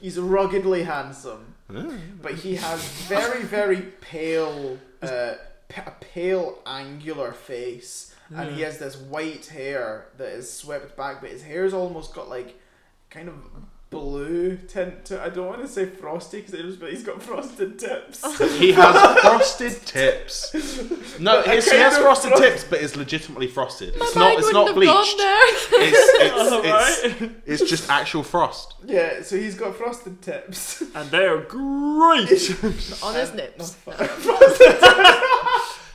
Speaker 1: He's ruggedly handsome,
Speaker 3: Yeah.
Speaker 1: but he has very very pale, uh, p- a pale angular face, and he has this white hair that is swept back, but his hair's almost got like kind of blue tint to. I don't want to say frosty because it is, but he's got frosted tips.
Speaker 3: He has frosted tips. No,
Speaker 1: I
Speaker 3: it's, he
Speaker 1: kind
Speaker 3: has
Speaker 1: of
Speaker 3: frosted
Speaker 1: fro-
Speaker 3: tips, but it's legitimately frosted. It's not. It's not bleached.
Speaker 2: there.
Speaker 3: It's it's,
Speaker 4: Alright.
Speaker 3: it's it's just actual frost.
Speaker 1: yeah, so he's got frosted tips.
Speaker 4: And they are great.
Speaker 2: On
Speaker 3: Uh,
Speaker 2: his nips.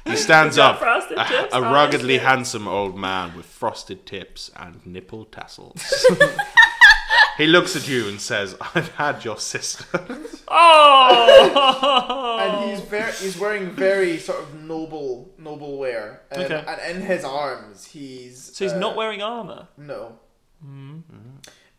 Speaker 3: He stands
Speaker 4: Got
Speaker 3: up,
Speaker 4: frosted
Speaker 3: a,
Speaker 4: tips
Speaker 3: a
Speaker 4: Oh, on his
Speaker 3: ruggedly
Speaker 4: nips.
Speaker 3: handsome old man with frosted tips and nipple tassels. he looks at you and says, "I've had your sister."
Speaker 4: Oh.
Speaker 1: and he's very he's wearing very sort of noble noble wear um,
Speaker 4: Okay.
Speaker 1: and in his arms he's
Speaker 4: So he's
Speaker 1: uh,
Speaker 4: not wearing armor.
Speaker 1: no
Speaker 4: Mm-hmm.
Speaker 1: Mm-hmm.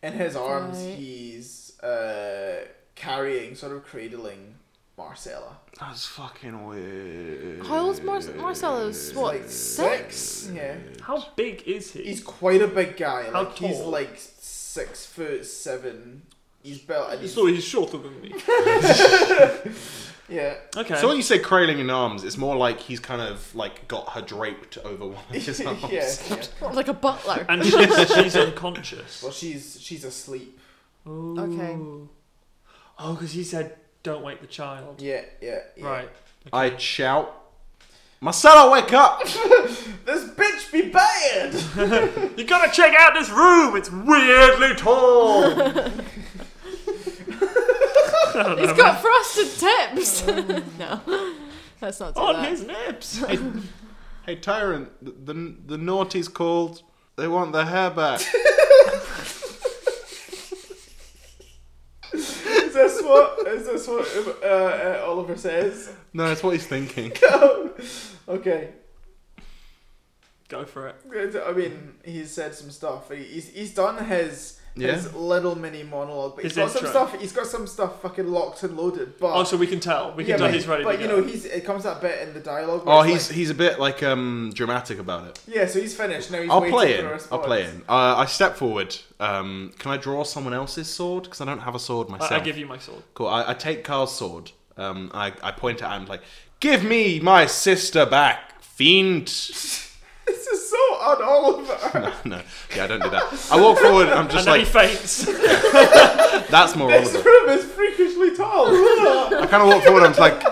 Speaker 1: in his arms
Speaker 2: Right.
Speaker 1: he's uh carrying sort of cradling marcella
Speaker 3: That's fucking weird.
Speaker 2: How old's Mar- Marcelo's? What?
Speaker 1: like
Speaker 2: six?
Speaker 1: yeah
Speaker 4: How big is he?
Speaker 1: he's quite a big guy
Speaker 4: How
Speaker 1: like he's
Speaker 4: tall?
Speaker 1: like six foot seven he's built and he's,
Speaker 4: so he's shorter than me.
Speaker 1: yeah
Speaker 4: Okay.
Speaker 3: So when you say cradling in arms, it's more like he's kind of like got her draped over one of his
Speaker 1: yeah,
Speaker 3: arms.
Speaker 1: yeah.
Speaker 2: What, like a butler?
Speaker 4: and she's, she's unconscious.
Speaker 1: well she's she's asleep
Speaker 2: Okay.
Speaker 4: Ooh. Oh, because he said, "Don't wake the child."
Speaker 1: yeah yeah, yeah.
Speaker 4: Right.
Speaker 3: I shout, Marcella, wake up!
Speaker 1: this bitch be bad
Speaker 4: You gotta check out this room. It's weirdly tall.
Speaker 2: He's got frosted tips. Um, no, that's not do
Speaker 4: on
Speaker 2: that.
Speaker 4: his nips.
Speaker 3: hey, tyrant, the, the the naughty's called. They want their hair back.
Speaker 1: Is this what is this what uh, uh, Oliver says?
Speaker 3: no, that's what he's thinking.
Speaker 1: okay,
Speaker 4: Go for it.
Speaker 1: I mean he's said some stuff. He- He's, he's done his
Speaker 3: Yeah.
Speaker 1: his little mini monologue, but he's
Speaker 4: His
Speaker 1: got some
Speaker 4: intro.
Speaker 1: stuff. He's got some stuff fucking locked and loaded. But
Speaker 4: Oh, so we can tell. We can
Speaker 1: yeah,
Speaker 4: tell
Speaker 1: but,
Speaker 4: he's ready.
Speaker 1: But
Speaker 4: to
Speaker 1: you
Speaker 4: go.
Speaker 1: know he's it comes that bit in the dialogue. where
Speaker 3: Oh,
Speaker 1: it's
Speaker 3: he's
Speaker 1: like-
Speaker 3: he's a bit like um dramatic about it.
Speaker 1: yeah. So he's finished now. He's
Speaker 3: I'll
Speaker 1: waiting
Speaker 3: play
Speaker 1: for a
Speaker 3: in. I'll
Speaker 1: response.
Speaker 3: play in. Uh, I step forward. Um, can I draw someone else's sword? Because I don't have a sword myself.
Speaker 4: I, I give you my sword.
Speaker 3: Cool. I, I take Carl's sword. Um, I, I point at him like, "Give me my sister back, fiend!"
Speaker 1: This is so on Oliver.
Speaker 3: no, no, yeah, I don't do that. I walk forward. and I'm
Speaker 4: And
Speaker 3: just
Speaker 4: then
Speaker 3: like,
Speaker 4: he faints.
Speaker 3: "That's more
Speaker 1: This
Speaker 3: Oliver."
Speaker 1: room is freakishly tall.
Speaker 3: I kind of walk forward. and I'm just like,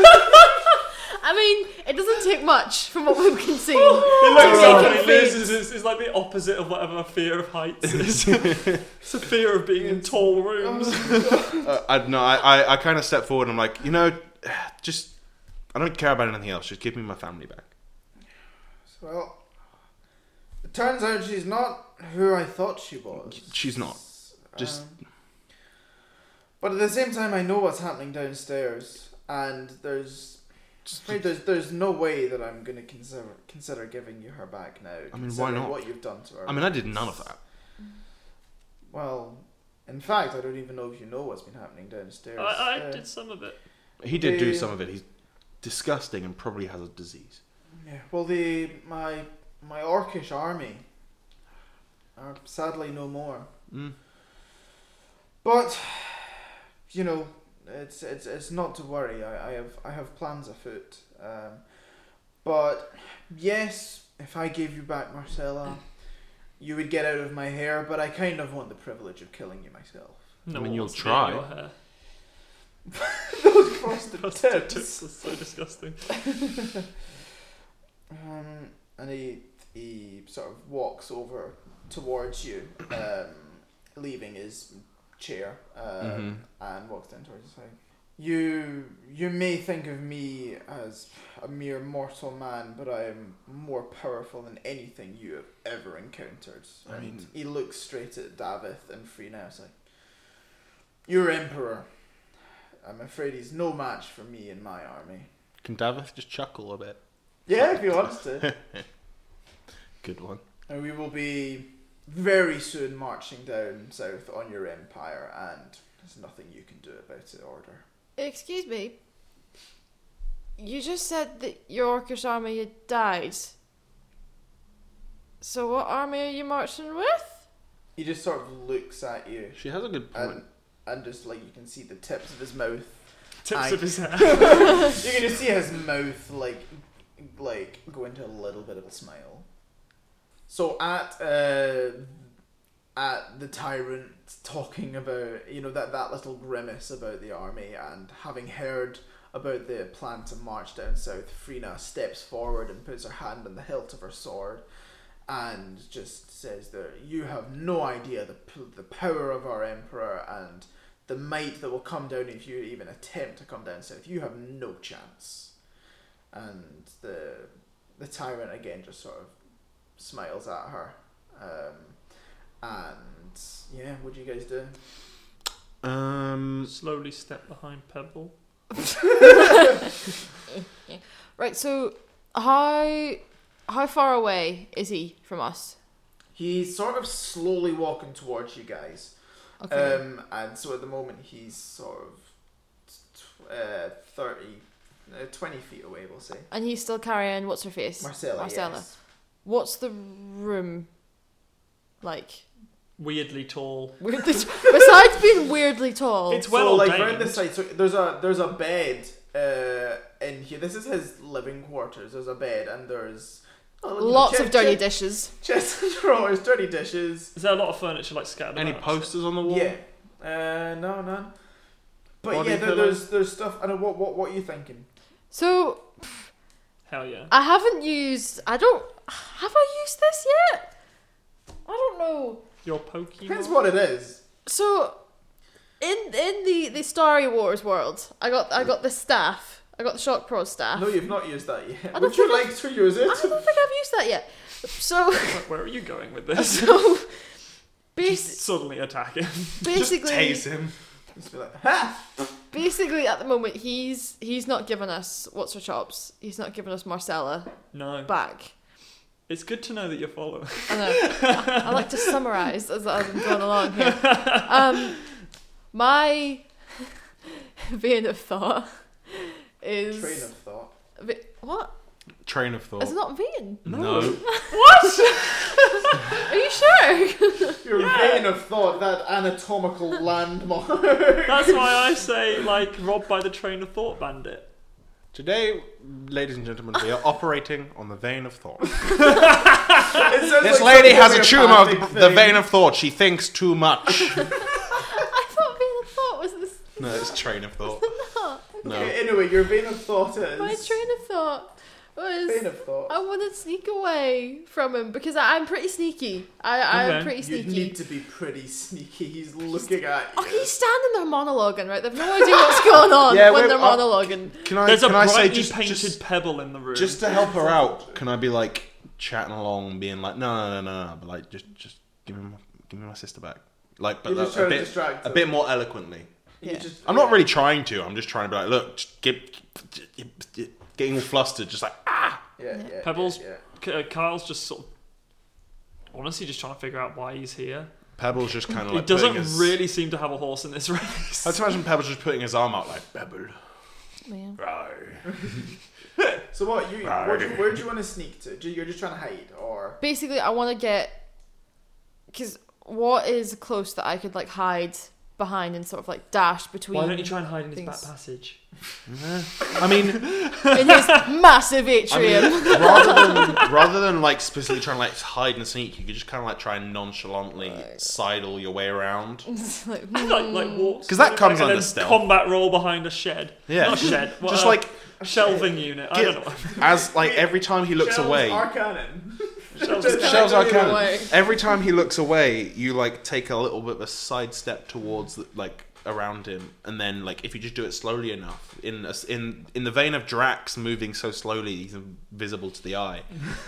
Speaker 2: I mean, it doesn't take much from what we can see.
Speaker 4: He looks
Speaker 2: So
Speaker 4: up
Speaker 2: he
Speaker 4: and he
Speaker 2: faints.
Speaker 4: loses. It's, it's like the opposite of whatever a fear of heights is. it's a fear of being in tall rooms.
Speaker 1: Oh.
Speaker 3: uh, I no, I, I, I kind of step forward. and I'm like, you know, just I don't care about anything else. Just give me my family back.
Speaker 1: well, it turns out she's not who I thought she was.
Speaker 3: She's not. Just
Speaker 1: Um, but at the same time, I know what's happening downstairs, and there's. I'm afraid there's there's no way that I'm gonna consider consider giving you her back now.
Speaker 3: why
Speaker 1: considering
Speaker 3: not?
Speaker 1: What you've done to her.
Speaker 3: I mean, I did none of that.
Speaker 1: well, in fact, I don't even know if you know what's been happening downstairs.
Speaker 4: I, I
Speaker 1: Uh,
Speaker 4: did some of it.
Speaker 3: He did do
Speaker 1: Yeah.
Speaker 3: some of it. He's disgusting and probably has a disease.
Speaker 1: Yeah, well, the my my orcish army are sadly no more.
Speaker 3: Mm.
Speaker 1: But you know, it's it's it's not to worry. I, I have I have plans afoot. Um, but yes, if I gave you back Marcella, you would get out of my hair. But I kind of want the privilege of killing you myself.
Speaker 3: I
Speaker 4: No
Speaker 3: mean,
Speaker 4: one
Speaker 3: you'll
Speaker 4: wants to be in
Speaker 3: try.
Speaker 4: Your hair.
Speaker 1: Those frosted
Speaker 4: Frosted
Speaker 1: tips.
Speaker 4: tips are so disgusting.
Speaker 1: Um, and he he sort of walks over towards you, um, leaving his chair, um, and walks down towards you. Saying, "You you may think of me as a mere mortal man, but I am more powerful than anything you have ever encountered."
Speaker 3: I
Speaker 1: and
Speaker 3: mean-
Speaker 1: he looks straight at Davith and Free now. Like, Your emperor. I'm afraid he's no match for me and my army.
Speaker 3: Can Davith just chuckle a bit?
Speaker 1: Yeah, if he wants to.
Speaker 3: Good one.
Speaker 1: and we will be very soon marching down south on your empire, and there's nothing you can do about it, order.
Speaker 2: Excuse me. You just said that your Orcish army had died. So what army are you marching with?
Speaker 1: He just sort of looks at you,
Speaker 3: She has a good point.
Speaker 1: and, and just like you can see the tips of his mouth
Speaker 4: Tips
Speaker 1: Aye.
Speaker 4: of his hair.
Speaker 1: You can just see his mouth like like go into a little bit of a smile. So at uh, at the tyrant talking about you know that that little grimace about the army and having heard about the plan to march down south, Frina steps forward and puts her hand on the hilt of her sword and just says that you have no idea the p- the power of our emperor and the might that will come down if you even attempt to come down south. You have no chance. And the the tyrant again just sort of smiles at her. Um, and yeah, what do you guys do?
Speaker 3: Um,
Speaker 4: Slowly step behind Pebble.
Speaker 2: Right, so how how far away is he from us?
Speaker 1: He's sort of slowly walking towards you guys.
Speaker 2: Okay.
Speaker 1: Um, and so at the moment he's sort of t- t- uh, 30, uh, 20 feet away, we'll say.
Speaker 2: and he's still carrying what's her face?
Speaker 1: Marcella,
Speaker 2: Marcella.
Speaker 1: yes.
Speaker 2: What's the room like?
Speaker 4: Weirdly tall.
Speaker 2: Weirdly t- besides being weirdly tall.
Speaker 4: It's well
Speaker 1: so like
Speaker 4: ordained.
Speaker 1: round this side, so there's a there's a bed uh, in here. This is his living quarters. There's a bed and there's oh, look,
Speaker 2: Lots
Speaker 1: chest-
Speaker 2: of dirty
Speaker 1: chest-
Speaker 2: dishes.
Speaker 1: chest and drawers, dirty dishes.
Speaker 4: Is there a lot of furniture like scattered
Speaker 3: any
Speaker 4: about?
Speaker 3: posters on the wall?
Speaker 1: Yeah, uh, no, none. But
Speaker 3: Body
Speaker 1: yeah, there,
Speaker 3: pillow?
Speaker 1: there's there's stuff. I know what what what are you thinking?
Speaker 2: So
Speaker 4: Hell yeah.
Speaker 2: I haven't used. I don't. Have I used this yet? I don't know.
Speaker 4: Your Pokemon.
Speaker 1: Depends what it is.
Speaker 2: So, in in the the Starry Wars world, I got I got the staff. I got the shock pro staff.
Speaker 1: No, you've not used that yet.
Speaker 2: don't
Speaker 1: Would you
Speaker 2: think
Speaker 1: like to use
Speaker 2: I
Speaker 1: it?
Speaker 2: don't think I've used that yet. So
Speaker 4: Where- Where are you going with this?
Speaker 2: so
Speaker 4: Just
Speaker 2: bas-
Speaker 4: suddenly attack him.
Speaker 2: basically
Speaker 3: Just tase him.
Speaker 1: Just be like, ha!
Speaker 2: basically at the moment he's he's not given us what's her chops. He's not given us Marcella
Speaker 4: No.
Speaker 2: back.
Speaker 4: It's good to know that you're following.
Speaker 2: I know. I like to summarize as, as I'm going along here. Um, my vein of thought is
Speaker 1: Train of thought.
Speaker 2: vi- what?
Speaker 3: Train of thought.
Speaker 2: It's not vein.
Speaker 3: no.
Speaker 2: Are you sure?
Speaker 1: Your vein of thought, that anatomical landmark.
Speaker 4: That's why I say, like, robbed by the train of thought bandit.
Speaker 3: Today, ladies and gentlemen, we are operating on the vein of thought.
Speaker 1: It sounds
Speaker 3: this
Speaker 1: like
Speaker 3: lady
Speaker 1: some
Speaker 3: has a tumor of
Speaker 1: homeopathic
Speaker 3: the, the
Speaker 1: thing.
Speaker 3: vein of thought. She thinks too much.
Speaker 2: I thought vein of thought was this.
Speaker 3: no, it's train of thought.
Speaker 2: Not.
Speaker 3: No.
Speaker 1: Okay, anyway, your vein of thought is.
Speaker 2: My train of thought was
Speaker 1: Vein of thought.
Speaker 2: I want to sneak away from him because I, I'm pretty sneaky. I, I'm
Speaker 4: Okay.
Speaker 2: pretty
Speaker 1: You
Speaker 2: sneaky.
Speaker 1: need to be pretty sneaky. He's looking at
Speaker 2: Oh,
Speaker 1: you.
Speaker 2: he's standing there monologuing, right? They've no idea what's going on
Speaker 3: Yeah,
Speaker 2: when
Speaker 3: wait,
Speaker 2: they're
Speaker 1: oh.
Speaker 3: I'll-
Speaker 2: monologuing.
Speaker 3: Can I?
Speaker 4: There's a
Speaker 3: can I
Speaker 4: brightly
Speaker 3: say just,
Speaker 4: painted
Speaker 3: just,
Speaker 4: pebble in the room.
Speaker 3: just to help her out? Can I be like chatting along, being like, no, no, no, no, no, but like just, just give me, my, give me my sister back. Like, but
Speaker 1: You're just trying
Speaker 3: like, a
Speaker 1: to
Speaker 3: bit,
Speaker 1: distract
Speaker 3: a
Speaker 1: him.
Speaker 3: bit more eloquently.
Speaker 1: You
Speaker 2: Yeah.
Speaker 1: just-
Speaker 3: I'm not
Speaker 1: yeah.
Speaker 3: really trying to. I'm just trying to be like, look, just get, getting all flustered, just like, ah.
Speaker 1: Yeah, yeah, yeah,
Speaker 4: Pebbles?
Speaker 1: Yeah,
Speaker 4: K- uh, Kyle's just sort of. Honestly, just trying to figure out why he's here.
Speaker 3: Pebble's just kind of
Speaker 4: He
Speaker 3: like.
Speaker 4: doesn't
Speaker 3: putting his-
Speaker 4: really seem to have a horse in this
Speaker 3: I
Speaker 4: race.
Speaker 3: just imagine Pebble's just putting his arm out like, Pebble. Right.
Speaker 1: So what? You
Speaker 3: Right.
Speaker 1: where do, you- where do you want to sneak to? Do you- You're just trying to hide, or
Speaker 2: Basically, I want to get because what is close that I could like hide behind and sort of like dash between
Speaker 4: Why don't you try and hide in his
Speaker 2: Things.
Speaker 4: back passage?
Speaker 3: I mean,
Speaker 2: in his massive atrium.
Speaker 3: rather than rather than like specifically trying to like hide and sneak, you could just kind of like try and nonchalantly sidle your way around.
Speaker 2: It's like,
Speaker 4: like, like walks.
Speaker 3: 'Cause that
Speaker 4: like,
Speaker 3: comes
Speaker 4: and
Speaker 3: under
Speaker 4: then
Speaker 3: stealth.
Speaker 4: Combat roll behind a shed.
Speaker 3: Yeah.
Speaker 4: Not a shed. What
Speaker 3: just
Speaker 4: a
Speaker 3: like
Speaker 4: shelving unit. uh, I
Speaker 3: get-
Speaker 4: don't know.
Speaker 3: as like every time he looks
Speaker 1: Shells
Speaker 3: away,
Speaker 1: Are cannon.
Speaker 4: Shelves
Speaker 1: Just-
Speaker 4: down.
Speaker 3: shells are
Speaker 1: Either
Speaker 3: cannon.
Speaker 2: way.
Speaker 3: Every time he looks away, you like take a little bit of a sidestep towards the, like around him, and then like if you just do it slowly enough, in a s in in the vein of Drax moving so slowly he's invisible to the eye,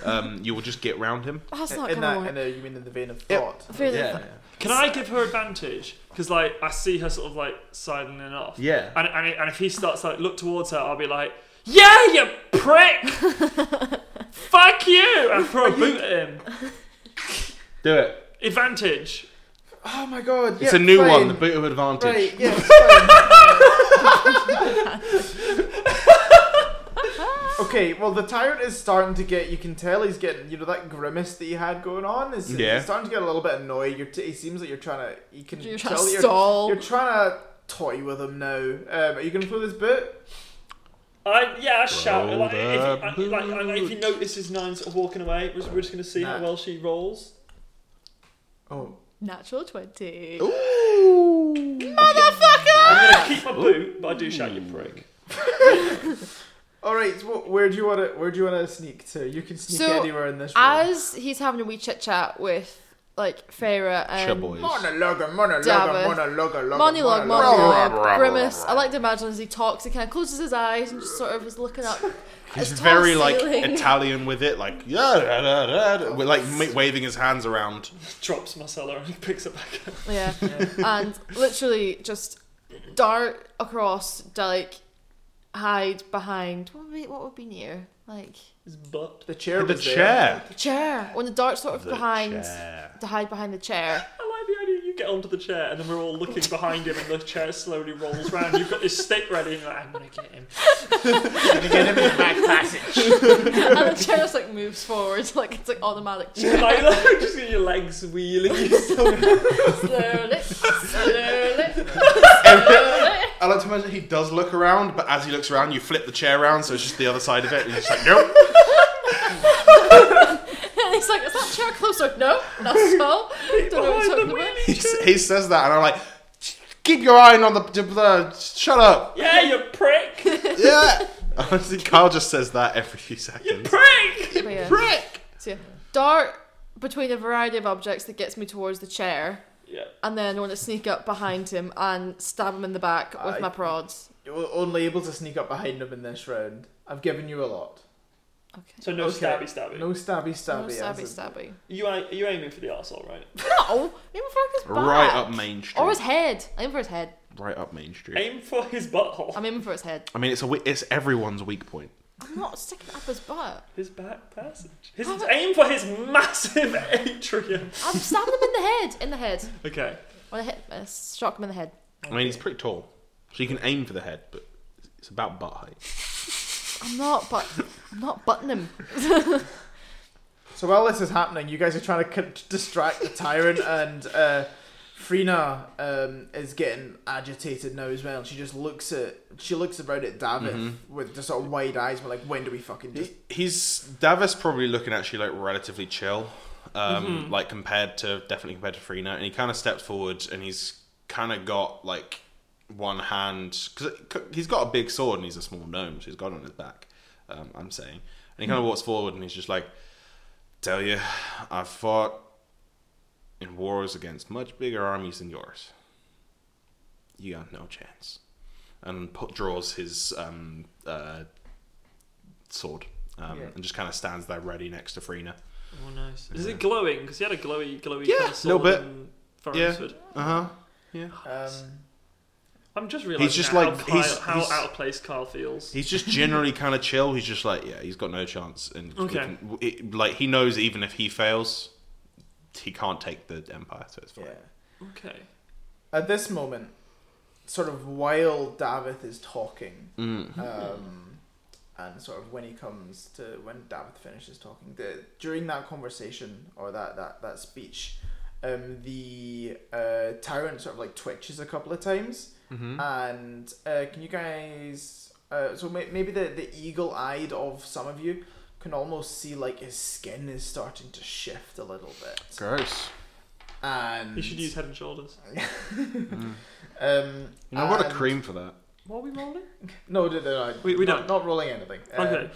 Speaker 3: um, you will just get round him.
Speaker 2: That's not
Speaker 1: in
Speaker 2: gonna
Speaker 1: that,
Speaker 2: work.
Speaker 1: in a, you mean in the vein of
Speaker 7: Yep.
Speaker 1: thought?
Speaker 2: I feel
Speaker 3: yeah,
Speaker 2: like
Speaker 4: Can I give her advantage? Because like I see her sort of like sidling off.
Speaker 3: yeah.
Speaker 4: And, and, and if he starts to like look towards her, I'll be like, "Yeah, you prick! Fuck you!" And throw a boot at him.
Speaker 3: do it.
Speaker 4: Advantage.
Speaker 1: Oh my god!
Speaker 3: It's
Speaker 1: yeah,
Speaker 3: a new
Speaker 1: fine.
Speaker 3: one, the boot of advantage.
Speaker 1: Right? Yeah. it's fine. okay. Well, the tyrant is starting to get. You can tell he's getting. You know that grimace that he had going on is
Speaker 3: Yeah.
Speaker 1: he's starting to get a little bit annoyed. You're t- he seems like you're trying to. You can
Speaker 2: you're
Speaker 1: tell
Speaker 2: trying to
Speaker 1: that
Speaker 2: stall.
Speaker 1: You're, you're trying to toy with him now. Um, are you gonna throw this boot?
Speaker 4: I yeah, I shout.
Speaker 3: Roll
Speaker 4: Like if, you,
Speaker 3: the
Speaker 4: I, like, I- like, if you
Speaker 3: boot.
Speaker 4: notice his nine sort of walking away, we're just, we're just gonna see
Speaker 1: Nah.
Speaker 4: how well she rolls.
Speaker 1: Oh.
Speaker 2: natural twenty.
Speaker 4: I'm gonna keep my boot, but I do shout, "You prick!"
Speaker 1: All right. So wh- where do you want to? Where do you want to sneak to? You can sneak
Speaker 2: So,
Speaker 1: anywhere in this room.
Speaker 2: As he's having a wee chit chat with like Feyre
Speaker 3: Sure,
Speaker 2: and
Speaker 3: boys.
Speaker 1: Monologue, monologue,
Speaker 2: Dabba.
Speaker 1: monologue, monologue,
Speaker 2: monologue,
Speaker 1: monologue.
Speaker 2: monologue, grimace. I like to imagine as he talks, he kind of closes his eyes and just sort of is looking up.
Speaker 3: He's
Speaker 2: It's
Speaker 3: very
Speaker 2: tall
Speaker 3: like
Speaker 2: ceiling.
Speaker 3: Italian with it, like yeah, da, da, da, da, with, like ma- waving his hands around.
Speaker 4: Drops Marcella and picks it back up.
Speaker 2: Yeah. and literally just dart across, like hide behind. What would be, what would be near? Like
Speaker 4: His butt.
Speaker 1: The chair.
Speaker 3: the
Speaker 1: was there.
Speaker 3: chair.
Speaker 2: the chair. When the dart sort of
Speaker 3: The
Speaker 2: behind,
Speaker 3: chair.
Speaker 2: to hide behind the chair.
Speaker 4: I like the idea you get onto the chair and then we're all looking behind him and the chair slowly rolls round. You've got this stick ready and you're like, I'm gonna get him.
Speaker 2: and the chair just like moves forward, like it's like automatic chair.
Speaker 4: like, look, just get your legs wheeling yourself.
Speaker 2: slowly, slowly.
Speaker 3: I like to imagine he does look around, but as he looks around, you flip the chair around, so it's just the other side of it. And he's just like, nope.
Speaker 2: And he's like, is that chair closer? No, not at all. Don't know what you're talking about.
Speaker 3: He, s- he says that, and I'm like, keep your eye on the, the, the- shut up.
Speaker 4: yeah, you prick!
Speaker 3: Yeah. I think Kyle just says that every few seconds.
Speaker 4: Prick!
Speaker 2: But yeah.
Speaker 3: Prick.
Speaker 2: So yeah, dart between a variety of objects that gets me towards the chair,
Speaker 4: Yeah.
Speaker 2: and then I want to sneak up behind him and stab him in the back with
Speaker 1: Aye.
Speaker 2: my prods.
Speaker 1: You're only able to sneak up behind him in this round. I've given you a lot.
Speaker 4: So no
Speaker 1: Okay.
Speaker 4: stabby stabby.
Speaker 1: No stabby,
Speaker 2: No
Speaker 1: stabby.
Speaker 2: Oh, stabby,
Speaker 1: answers.
Speaker 2: stabby.
Speaker 4: You, ai- you aiming for the arsehole, right?
Speaker 2: No, aim for his back.
Speaker 3: Right up Main Street.
Speaker 2: Or his head. I'm for his head.
Speaker 3: right up Main Street.
Speaker 4: Aim for his butthole.
Speaker 2: I'm aiming for his head.
Speaker 3: I mean, it's a wi- it's everyone's weak point.
Speaker 2: I'm not sticking up his butt.
Speaker 4: His back passage. His,
Speaker 2: Have it-
Speaker 4: aim for his massive atrium.
Speaker 2: I'm stabbing him in the head. In the head.
Speaker 4: Okay.
Speaker 2: When I hit, I shock uh, him in the head.
Speaker 3: I mean, he's pretty tall, so you can aim for the head, but it's about butt height.
Speaker 2: I'm not, but I'm not butting him.
Speaker 1: So while this is happening, you guys are trying to c- distract the tyrant, and uh, Frina um, is getting agitated now as well. She just looks at she looks around at Davith with just sort of wide eyes, but like, when do we fucking do?
Speaker 3: He- He's Davis probably looking actually like relatively chill, um, like compared to definitely compared to Frina, and he kind of steps forward and he's kind of got like one hand because he's got a big sword and he's a small gnome, so he's got it on his back. Um, I'm saying, and he kind of walks forward and he's just like, "Tell you, I've fought in wars against much bigger armies than yours. You got no chance." And put, draws his um, uh, sword um,
Speaker 1: Yeah.
Speaker 3: and just kind of stands there ready next to Frina.
Speaker 4: Oh, nice. Is it glowing? Because he had a glowy, glowy
Speaker 3: Yeah,
Speaker 4: kind of sword
Speaker 3: little bit.
Speaker 4: in
Speaker 3: Yeah.
Speaker 4: Forestford.
Speaker 3: Uh huh.
Speaker 1: Um,
Speaker 4: I'm just realizing
Speaker 3: just
Speaker 4: now
Speaker 3: like-
Speaker 4: how, Kyle,
Speaker 3: he's-
Speaker 4: how
Speaker 3: he's-
Speaker 4: out of place Carl feels.
Speaker 3: He's just generally kind of chill. He's just like, yeah, he's got no chance, and we
Speaker 4: Okay.
Speaker 3: can- w- it, like he knows even if he fails, he can't take the empire, so it's fine.
Speaker 1: yeah.
Speaker 4: okay.
Speaker 1: At this moment, sort of while Davith is talking,
Speaker 3: Mm.
Speaker 1: um, and sort of when he comes to when Davith finishes talking, the, during that conversation or that that that speech, um, the uh, tyrant sort of like twitches a couple of times,
Speaker 3: Hmm.
Speaker 1: and uh, can you guys? Uh, so may- maybe the the eagle eyed of some of you can almost see like his skin is starting to shift a little bit,
Speaker 3: Gross.
Speaker 1: and
Speaker 4: He should use head and shoulders.
Speaker 1: um.
Speaker 3: You know, I've got a
Speaker 1: and-
Speaker 3: cream for that.
Speaker 4: What are we rolling?
Speaker 1: No, no, no, no,
Speaker 4: We- we
Speaker 1: not,
Speaker 4: don't.
Speaker 1: Not rolling anything. Um,
Speaker 4: okay.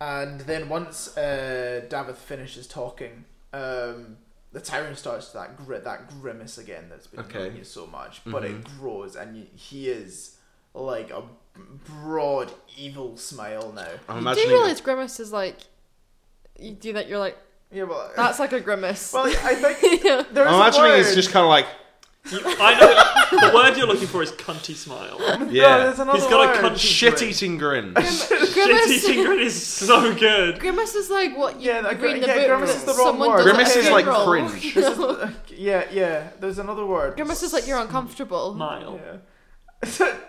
Speaker 1: uh, And then once uh, Davith finishes talking, um, the tyrant starts that gri- that grimace again that's been
Speaker 3: Okay.
Speaker 1: annoying you so much, but it
Speaker 3: Mhm.
Speaker 1: grows, and you, he is like a broad evil smile now.
Speaker 8: Do
Speaker 3: I'm
Speaker 8: you
Speaker 3: imagining.
Speaker 8: realise grimace is like you do that? You're like
Speaker 1: Yeah, well,
Speaker 8: that's like a grimace.
Speaker 1: well, I think
Speaker 8: Yeah.
Speaker 1: there's
Speaker 3: I'm
Speaker 1: a
Speaker 3: imagining
Speaker 1: word.
Speaker 3: it's just kind of like
Speaker 4: You, I know the word you're looking for is cunty smile.
Speaker 1: yeah,
Speaker 3: yeah,
Speaker 1: there's another
Speaker 4: He's got a
Speaker 1: word.
Speaker 4: cunt-
Speaker 3: shit-eating grin.
Speaker 4: Shitty Tingrin is so good.
Speaker 8: grimace is like what you
Speaker 1: Yeah, no,
Speaker 8: read
Speaker 1: gri-
Speaker 8: in the
Speaker 1: yeah,
Speaker 8: book.
Speaker 1: grimace
Speaker 8: that
Speaker 1: is the wrong
Speaker 8: someone
Speaker 1: word.
Speaker 8: does at
Speaker 3: Grimace
Speaker 8: a
Speaker 3: is like
Speaker 8: funeral.
Speaker 3: cringe.
Speaker 1: This is the- yeah, yeah. There's another word.
Speaker 8: Grimace is like you're
Speaker 3: Oh,
Speaker 8: uncomfortable.
Speaker 4: Smile.
Speaker 1: Yeah.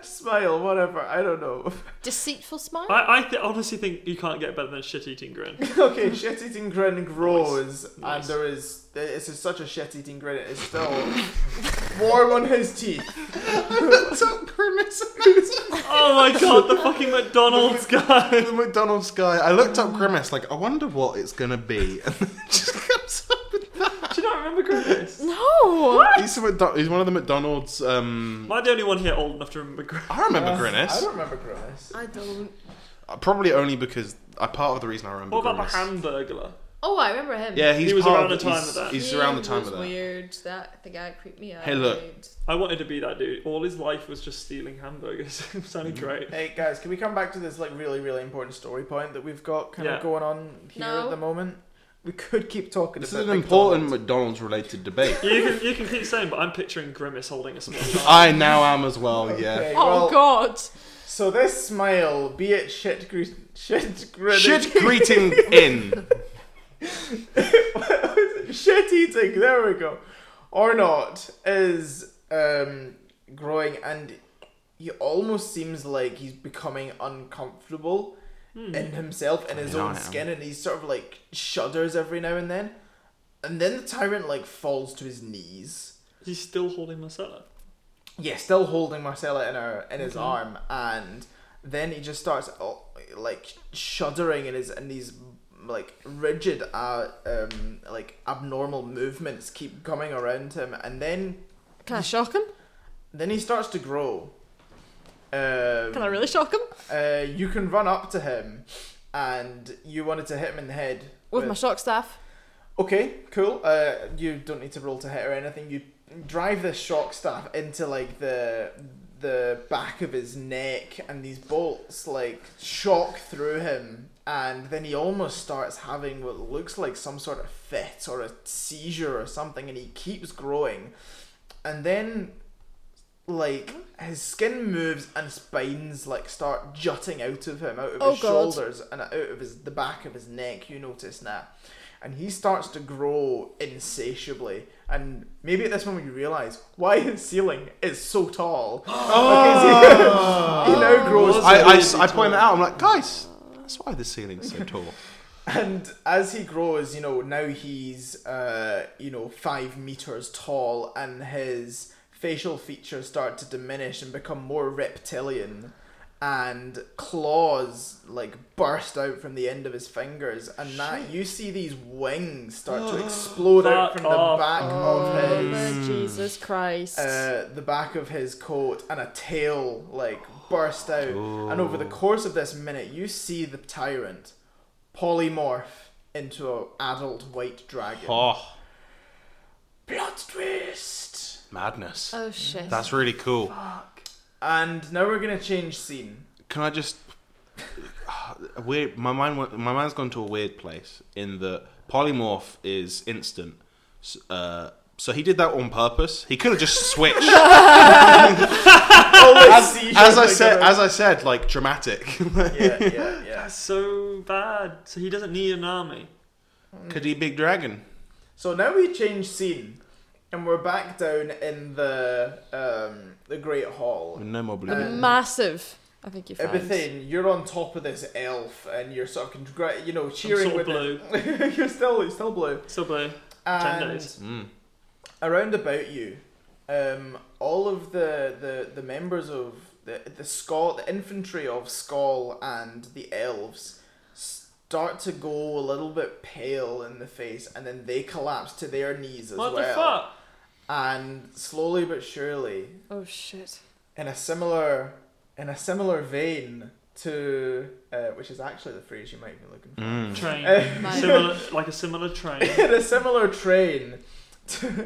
Speaker 1: smile, whatever. I don't know.
Speaker 8: Deceitful smile.
Speaker 4: I, I th- honestly think you can't get better than shit eating grin.
Speaker 1: okay, shit eating grin grows,
Speaker 4: Nice.
Speaker 1: and there is it's just such a shit eating grin. It's still warm on his teeth.
Speaker 4: Oh my god, the fucking McDonald's guy.
Speaker 3: the McDonald's guy. I looked up Grimace, like, I wonder what it's gonna be. And then it just comes up with
Speaker 4: Do you not remember Grimace?
Speaker 8: No.
Speaker 3: he's, a McDo- he's one of the McDonald's. Um,
Speaker 4: Am I the only one here old enough to remember Grimace?
Speaker 3: I remember
Speaker 1: Uh, I
Speaker 3: Grimace.
Speaker 1: don't remember grimace.
Speaker 8: I don't.
Speaker 3: Uh, Probably only because uh, part of the reason I remember
Speaker 4: What about the
Speaker 3: Grimace.
Speaker 4: Hamburglar?
Speaker 8: Oh, I remember him.
Speaker 3: yeah, he's
Speaker 4: He was
Speaker 3: part
Speaker 4: around
Speaker 3: of
Speaker 4: the time
Speaker 3: he's,
Speaker 4: of that.
Speaker 3: He's
Speaker 8: Yeah,
Speaker 3: around the
Speaker 8: he
Speaker 3: time
Speaker 8: was
Speaker 3: of that.
Speaker 8: Weird. That the guy creeped me out.
Speaker 3: Hey, look.
Speaker 4: I wanted to be that dude. All his life was just stealing hamburgers. it
Speaker 3: Mm.
Speaker 4: sounded great.
Speaker 1: Hey guys, can we come back to this like really really important story point that we've got kind
Speaker 4: Yeah.
Speaker 1: of going on here
Speaker 8: No.
Speaker 1: at the moment? We could keep talking.
Speaker 3: This
Speaker 1: about
Speaker 3: is an important McDonald's related debate.
Speaker 4: You can, you can keep saying, but I'm picturing Grimace holding a small child.
Speaker 3: I now am as well,
Speaker 1: McDonald's.
Speaker 3: yeah.
Speaker 1: Okay,
Speaker 8: Oh
Speaker 1: well,
Speaker 8: God.
Speaker 1: So this smile, be it shit, gre- shit, grinning,
Speaker 3: Shit greeting in.
Speaker 1: shit eating. There we go. Or not is um, growing, and he almost seems like he's becoming uncomfortable in himself in his
Speaker 3: Yeah,
Speaker 1: own
Speaker 3: I am.
Speaker 1: skin, and he sort of like shudders every now and then. And then the tyrant like falls to his knees.
Speaker 4: He's still holding Marcella.
Speaker 1: Yeah, still holding Marcella in her in his
Speaker 8: Mm-hmm.
Speaker 1: arm, and then he just starts oh, like shuddering in his and these like rigid, uh, um, like abnormal movements keep coming around him, and then
Speaker 8: Can I shock him?
Speaker 1: then he starts to grow. Um,
Speaker 8: Can I really shock him
Speaker 1: Uh, you can run up to him, and you wanted to hit him in the head
Speaker 8: with my shock staff?
Speaker 1: Okay, cool. Uh, you don't need to roll to hit or anything. You drive this shock staff into like the the back of his neck, and these bolts like shock through him, and then he almost starts having what looks like some sort of fit or a seizure or something, and he keeps growing, and then like his skin moves and spines like start jutting out of him, out of
Speaker 8: Oh,
Speaker 1: his
Speaker 8: God.
Speaker 1: shoulders and out of his the back of his neck. You notice now and he starts to grow insatiably. And maybe at this moment you realise why his ceiling is so tall. Because he, he
Speaker 3: Ah,
Speaker 1: now grows.
Speaker 3: I, I, I point that out, I'm like, guys, that's why the ceiling's so tall.
Speaker 1: And as he grows, you know, now he's, uh, you know, five meters tall, and his facial features start to diminish and become more reptilian. And claws like burst out from the end of his fingers, and that you see these wings start to explode out
Speaker 4: Fuck
Speaker 1: from the
Speaker 4: off.
Speaker 1: back of
Speaker 2: Oh,
Speaker 1: his.
Speaker 8: Lord Jesus Christ.
Speaker 1: uh, the back of his coat and a tail like burst out. And over
Speaker 3: Oh.
Speaker 1: the course of this minute, you see the tyrant polymorph into an adult white dragon.
Speaker 3: Oh,
Speaker 1: Plot twist!
Speaker 3: madness.
Speaker 8: oh shit.
Speaker 3: That's really cool.
Speaker 1: And now we're gonna change scene.
Speaker 3: Can I just a weird? My mind went, my mind's gone to a weird place in that polymorph is instant. S- Uh, so he did that on purpose. He could have just switched.
Speaker 1: as,
Speaker 3: as I said, as I said, like dramatic.
Speaker 1: yeah, yeah, yeah.
Speaker 4: That's so bad. So he doesn't need an army.
Speaker 3: could he big dragon?
Speaker 1: So now we change scene, and we're back down in the um, the Great Hall,
Speaker 3: No more Mm. blue.
Speaker 1: Uh,
Speaker 8: Massive. I think you found.
Speaker 1: Everything, you're on top of this elf, and you're sort of congr- you know cheering
Speaker 4: sort of
Speaker 1: with it. you're still you're still blue.
Speaker 4: So blue. Ten
Speaker 1: And
Speaker 4: days.
Speaker 3: mm.
Speaker 1: around about you, um, all of the, the the members of the the Skull, the infantry of Skull and the elves start to go a little bit pale in the face, and then they collapse to their knees as
Speaker 4: What
Speaker 1: well.
Speaker 4: the fuck?
Speaker 1: And slowly but surely,
Speaker 8: Oh shit.
Speaker 1: in a similar in a similar vein to uh, which is actually the phrase you might be looking for.
Speaker 3: Mm.
Speaker 4: Train.
Speaker 1: Uh,
Speaker 8: Mate.
Speaker 4: similar, like a similar train.
Speaker 1: in a similar train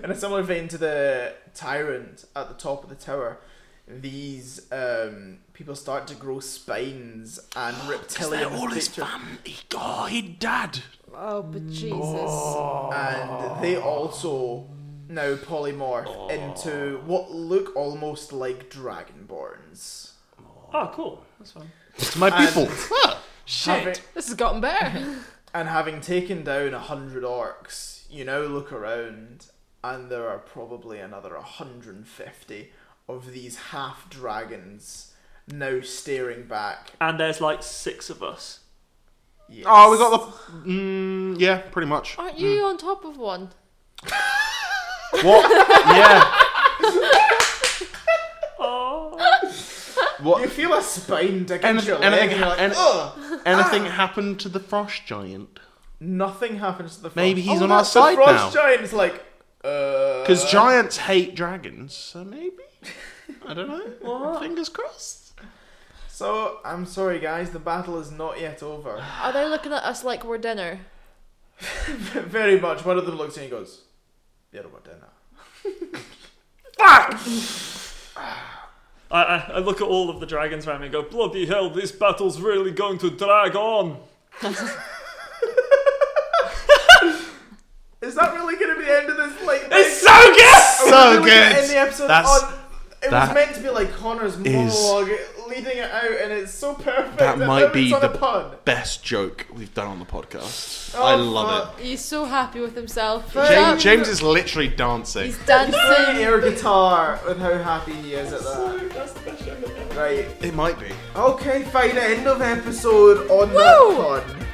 Speaker 1: In a similar vein to the tyrant at the top of the tower, these um, people start to grow spines and reptilian features,
Speaker 3: family. Oh, he dad.
Speaker 8: Oh, but Jesus.
Speaker 3: Oh.
Speaker 1: and they also now polymorph into what look almost like dragonborns.
Speaker 4: Oh, cool. That's fine.
Speaker 3: It's my
Speaker 1: And-
Speaker 3: people.
Speaker 1: Having,
Speaker 8: This has gotten better.
Speaker 1: and having taken down a hundred orcs, you now look around, and there are probably another 150 of these half dragons now staring back.
Speaker 4: And there's like six of us.
Speaker 1: Yes.
Speaker 3: Oh, we got the. Mm, yeah, pretty much.
Speaker 2: Aren't you on top of one?
Speaker 3: What? yeah.
Speaker 4: Oh,
Speaker 1: You
Speaker 3: What?
Speaker 1: feel a spine dig into
Speaker 3: Anything,
Speaker 1: your leg,
Speaker 3: anything,
Speaker 1: and you're like,
Speaker 3: any-
Speaker 1: "Ugh."
Speaker 3: anything happened to the frost giant?
Speaker 1: Nothing happens to the frost.
Speaker 3: Maybe he's
Speaker 1: Oh,
Speaker 3: on our
Speaker 1: that's the
Speaker 3: side
Speaker 1: frost
Speaker 3: now.
Speaker 1: giant's like, uh.
Speaker 3: Because giants hate dragons, so maybe. I don't know. Fingers crossed.
Speaker 1: So I'm sorry, guys. The battle is not yet over.
Speaker 2: Are they looking at us like we're dinner?
Speaker 1: Very much. One of them looks at you and goes, "The other one did
Speaker 4: I, I, I look at all of the dragons around me and go, bloody hell, this battle's really going to drag on.
Speaker 1: Is that really going to be the end of this late?
Speaker 4: It's
Speaker 1: night?
Speaker 4: so
Speaker 1: Are we really gonna
Speaker 3: So
Speaker 4: good!
Speaker 3: good.
Speaker 1: end the episode
Speaker 3: That's-
Speaker 1: on- It was
Speaker 3: that
Speaker 1: meant to be like Connor's monologue, leading it out, and it's so perfect.
Speaker 3: That
Speaker 1: and
Speaker 3: might
Speaker 1: now it's
Speaker 3: be
Speaker 1: on a
Speaker 3: the-
Speaker 1: pun.
Speaker 3: Best joke we've done on the podcast.
Speaker 1: Oh,
Speaker 3: I love
Speaker 1: fuck.
Speaker 8: He's so happy with himself.
Speaker 3: it. James, James is literally dancing.
Speaker 8: He's dancing.
Speaker 1: Play air guitar with how happy he is at that. Right.
Speaker 3: It might be.
Speaker 1: Okay, fine. End of episode on
Speaker 8: Woo!
Speaker 1: that pun.